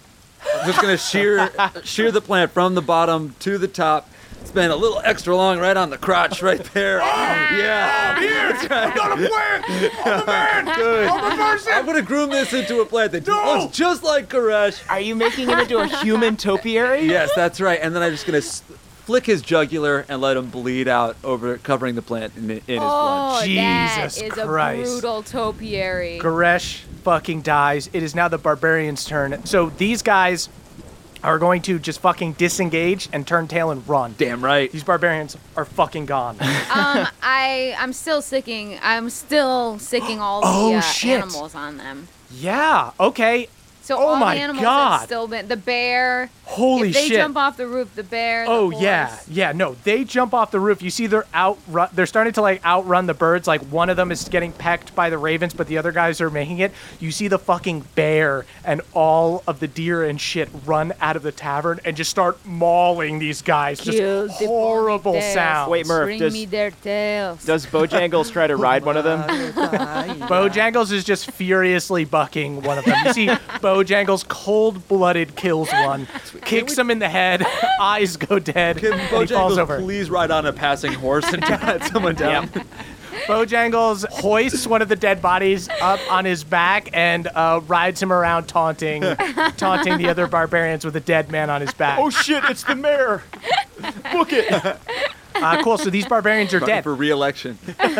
J: I'm just gonna shear shear the plant from the bottom to the top. Spend a little extra long right on the crotch, right there. *laughs* yeah. *laughs* Good. I'm gonna groom this into a plant that looks just like Koresh.
D: Are you making him into a human topiary?
J: Yes, that's right. And then I'm just gonna s- flick his jugular and let him bleed out over covering the plant in, in his blood.
C: Oh, that
A: Jesus
C: is
A: Christ.
C: a brutal topiary.
A: Goresh fucking dies. It is now the barbarian's turn. So these guys are going to just fucking disengage and turn tail and run.
J: Damn right.
A: These barbarians are fucking gone. *laughs*
C: um, I I'm still sicking. I'm still sicking all the
A: *gasps* Oh,
C: uh,
A: shit.
C: animals on them.
A: yeah. Okay.
C: So
A: Oh
C: all
A: my
C: the animals
A: God.
C: have still been the bear.
A: Holy
C: if they
A: shit.
C: jump off the roof, the bear. the
A: Oh yeah,
C: horse.
A: yeah. No, they jump off the roof. You see, they're outrun. They're starting to like outrun the birds. Like one of them is getting pecked by the ravens, but the other guys are making it. You see the fucking bear and all of the deer and shit run out of the tavern and just start mauling these guys.
C: Kill the
A: just horrible
C: bears.
A: sounds.
D: Wait, Murph,
C: Bring
D: does-
C: me their tails.
D: *laughs* Does Bojangles try to ride one of
J: *laughs*
D: them?
A: Bojangles is just furiously bucking one of them. You see,
C: *laughs*
A: Bojangles cold-blooded kills one, kicks him in the head, *laughs* eyes go dead,
J: Can
A: and he falls over.
J: Bojangles please ride on a passing horse and
C: *laughs*
J: pat
A: *laughs*
J: someone down?
A: Bojangles hoists one of the dead bodies up on his back and uh, rides him around,
C: *laughs*
A: taunting, taunting the other barbarians with a dead man on his back.
D: oh shit! It's the mayor. Book it.
A: Uh, cool. So these barbarians are
J: Running
A: dead.
J: for re-election. All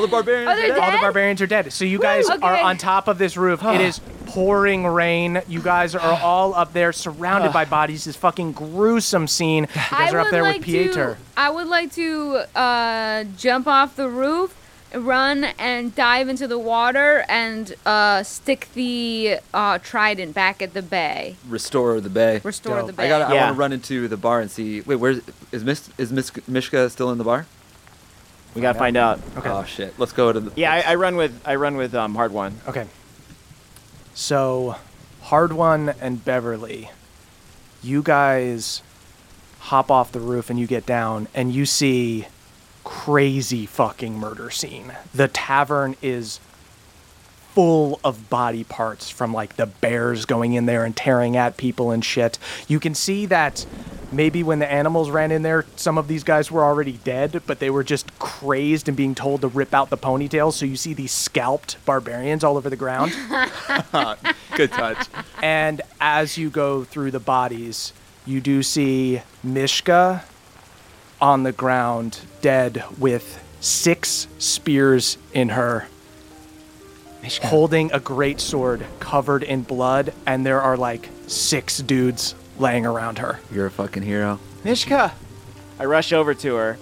J: the barbarians.
C: Are they
J: are dead?
A: All the
C: Dead?
A: barbarians are dead. So you guys
C: Woo, okay.
A: are on top of this roof. it is pouring rain. You guys are
C: *sighs*
A: all up there, surrounded by bodies. This fucking gruesome scene. You guys
C: I
A: are up
C: would
A: there
C: like
A: with Pieter.
C: To, I would like to uh, jump off the roof, run and dive into the water and uh, stick the uh, trident back at the bay.
J: Restore the bay.
C: Restore
A: Dope.
C: the bay.
J: I got. to I
D: Yeah.
J: want to run into the bar and see. Wait, where's is Miss is Miss Mishka still in the bar?
D: We gotta find out.
A: Okay.
J: Oh shit. Let's go to the.
D: Yeah, I, I run with I run with um, hard one.
A: Okay. So, Hard One and Beverly, you guys hop off the roof and you get down and you see crazy fucking murder scene. The tavern is full of body parts from like the bears going in there and tearing at people and shit. You can see that maybe when the animals ran in there, some of these guys were already dead, but they were just crazed and being told to rip out the ponytails. So you see these scalped barbarians all over the ground.
J: *laughs* Good touch.
A: and as you go through the bodies, you do see Mishka on the ground, dead with six spears in her holding a great sword covered in blood, and there are like six dudes laying around her.
J: You're a fucking hero.
D: Mishka. I rush over to her.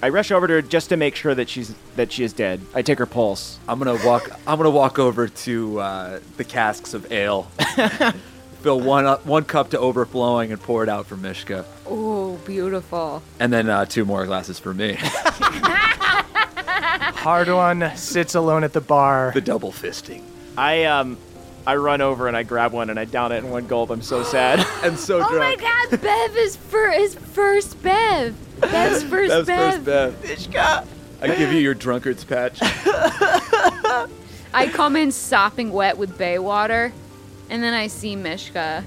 D: I rush over to her just to make sure that she's that she is dead. I take her pulse.
J: I'm gonna walk. I'm gonna walk over to uh, the casks of ale. Fill one up, one cup to overflowing and pour it out for Mishka,
C: Oh, beautiful.
J: and then uh, two more glasses for me.
A: Hard one sits alone at the bar.
J: the double fisting.
D: I um I run over and I grab one and I down it in one gulp. I'm so sad.
J: And so
C: Oh my
J: drunk.
C: God, Bev is for his first Bev.
A: *laughs*
C: Bev's first
J: That was
C: Bev.
J: first Bev. I give you your drunkard's patch.
C: I come in sopping wet with bay water, and then I see Mishka,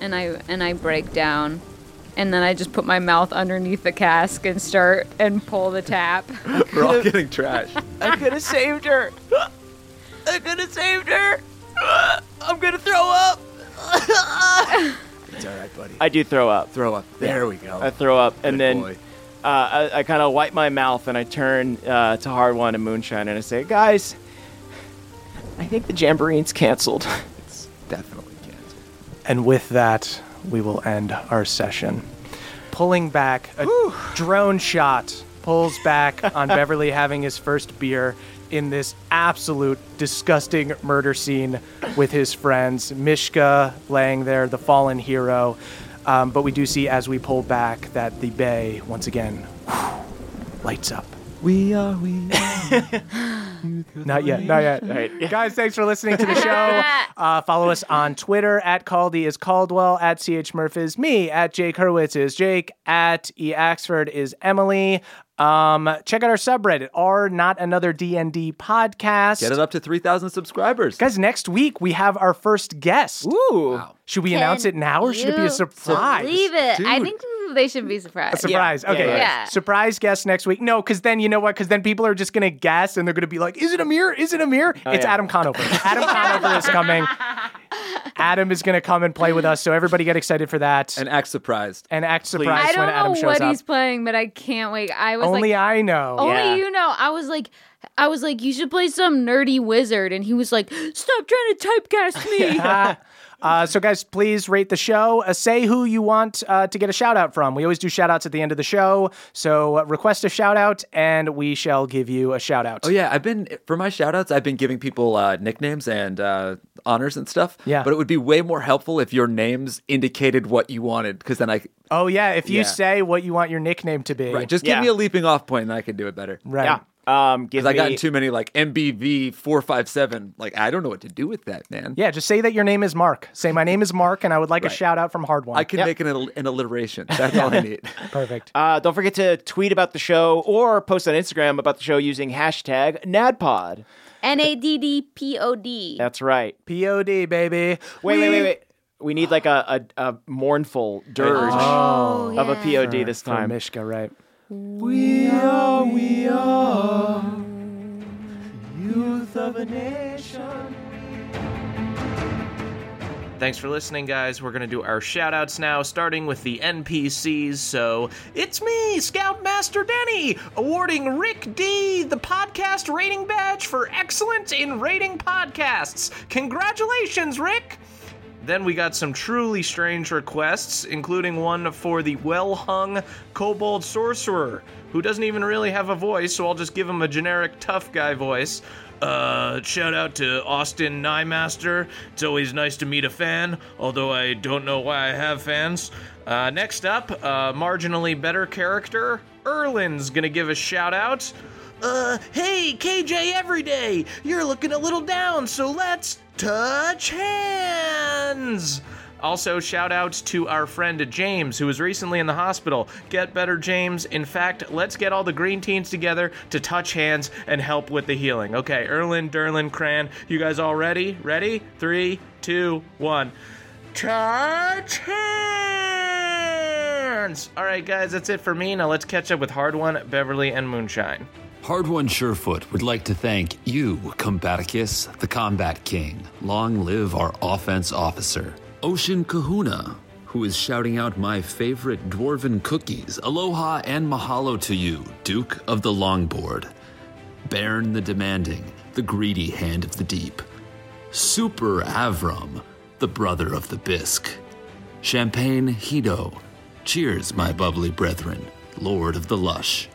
C: and I and I break down, and then I just put my mouth underneath the cask and start and pull
A: *laughs*
C: the tap.
J: We're all getting trashed.
D: I could have saved her. I could have saved her. I'm gonna throw up.
J: It's all right, buddy.
D: I do throw up.
J: Throw up. There we go.
D: I throw up and
J: Good
D: then
J: boy.
D: uh, I, I kind of wipe my mouth and I turn uh, to Hard One and Moonshine and I say, guys, I think the jamboree's canceled.
J: It's definitely canceled.
A: And with that, we will end our session. Pulling back, a drone shot pulls back on Beverly having his first beer in this absolute disgusting murder scene with his friends. Mishka laying there, the fallen hero. Um, but we do see as we pull back that the bay, once again, lights up.
J: We are. We.
A: Not yet. Not yet. Guys, thanks for listening to the show. Uh, follow us on Twitter at Caldy is Caldwell, at CH Murph is me, at Jake Hurwitz is Jake, at E Axford is Emily. Um, check out our subreddit, R Not Another DND podcast.
J: Get it up to 3,000 subscribers.
A: Guys, next week we have our first guest.
D: Ooh.
A: Should we announce it now or should it be a
C: you
A: surprise?
C: Leave it. I
J: Dude.
C: think they should be surprised.
A: Surprise. Okay.
C: yeah, yeah.
A: Surprise guest next week. No, because then you know what? Because then people are just going to guess and they're going to be like, is it a mirror? Is it a mirror?
J: Oh,
A: it's
D: yeah.
A: Adam Conover. Adam Conover is
C: *laughs*
A: coming. Adam is going to come and play with us. So everybody get excited for that.
J: And
A: And,
J: act surprised.
A: act surprised
C: I
A: when
C: don't
A: Adam
C: know
A: shows
C: what
A: up.
C: he's playing, but I can't wait. I was
A: Only
C: like,
A: I know.
C: only
D: Yeah.
C: you know. I was like, I was like, you should play some nerdy wizard, and he was like, stop trying to typecast me.
A: *laughs* Uh, uh, so, guys, please rate the show. Uh, say who you want uh, to get a shout out from. We always do shout outs at the end of the show. So, uh, request a shout out and we shall give you a shout out.
J: Oh yeah, I've been for my shout outs, I've been giving people uh, nicknames and uh, honors and stuff.
A: Yeah.
J: But it would be way more helpful if your names indicated what you wanted, because then I c-
A: Oh, yeah. If you
J: Yeah.
A: say what you want your nickname to be,
J: right, just give
D: Yeah.
J: me a leaping off point and I can do it better.
A: Right.
D: Yeah. Um, give
J: Because Ah. I
D: me
J: gotten too many like MBV four five seven. Like I don't know what to do with that, man.
A: Yeah, just say that your name is Mark. Say my name is Mark, and I would like a
J: Right.
A: shout out from Hard One.
J: I can make an, al-
A: *laughs*
J: an alliteration. That's all I need.
A: Perfect.
D: Uh, don't forget to tweet about the show or post on Instagram about the show using hashtag NADPOD.
C: N a d d p o d.
D: That's right.
A: Pod baby.
D: Wait, wait, wait, wait. We need like a, a, a mournful dirge
C: Oh,
D: of a
C: yeah.
D: POD this
A: For
D: time.
A: Mishka, right?
O: Thanks for listening, guys. We're going to do our shout outs now, starting with the NPCs. So it's me, Scoutmaster Denny, awarding Rick D the podcast rating badge for excellence in rating podcasts. Congratulations, Rick!
A: Then we got some truly strange requests, including one for the well hung kobold sorcerer, who doesn't even really have a voice, so I'll just give him a generic tough guy voice. Uh, shout out to Austin Nymaster. It's always nice to meet a fan, although I don't know why I have fans. Uh, next up, uh, marginally better character, Erlin's gonna give a shout out. Uh, hey, KJ Everyday, you're looking a little down, so let's touch hands. Also, shout outs to our friend James, who was recently in the hospital. Get better, James. In fact, let's get all the green teens together to touch hands and help with the healing. Okay, Erlin, Derlin, Cran, you guys all ready? Ready? Three, two, one. Touch hands! All right, guys, that's it for me. Now let's catch up with Hard One, Beverly, and Moonshine.
J: Hard One Surefoot would like to thank you, Combaticus, the Combat King. Long live our offense officer. Ocean Kahuna, who is shouting out my favorite dwarven cookies. Aloha and mahalo to you, Duke of the Longboard. Bairn the Demanding, the greedy hand of the deep. Super Avram, the brother of the bisque. Champagne Hido, cheers, my bubbly brethren, lord of the lush.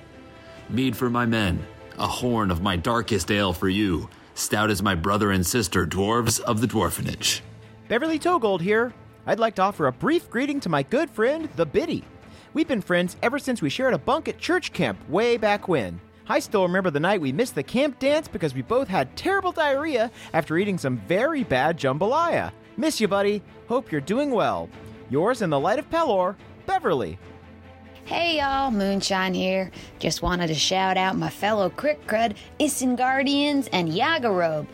J: Mead for my men, a horn of my darkest ale for you, stout as my brother and sister, dwarves of the dwarfenage.
P: Beverly Togold here. I'd like to offer a brief greeting to my good friend, the Biddy. We've been friends ever since we shared a bunk at church camp way back when. I still remember the night we missed the camp dance because we both had terrible diarrhea after eating some very bad jambalaya. Miss you, buddy. Hope you're doing well. Yours in the light of Pelor, Beverly.
C: Hey y'all, Moonshine here. Just wanted to shout out my fellow Crick Crud, Isengardians, and Yagarobe.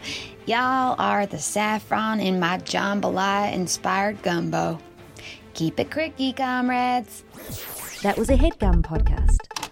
C: Y'all are the saffron in my jambalaya inspired gumbo. Keep it cricky, comrades.
Q: That was a headgum podcast.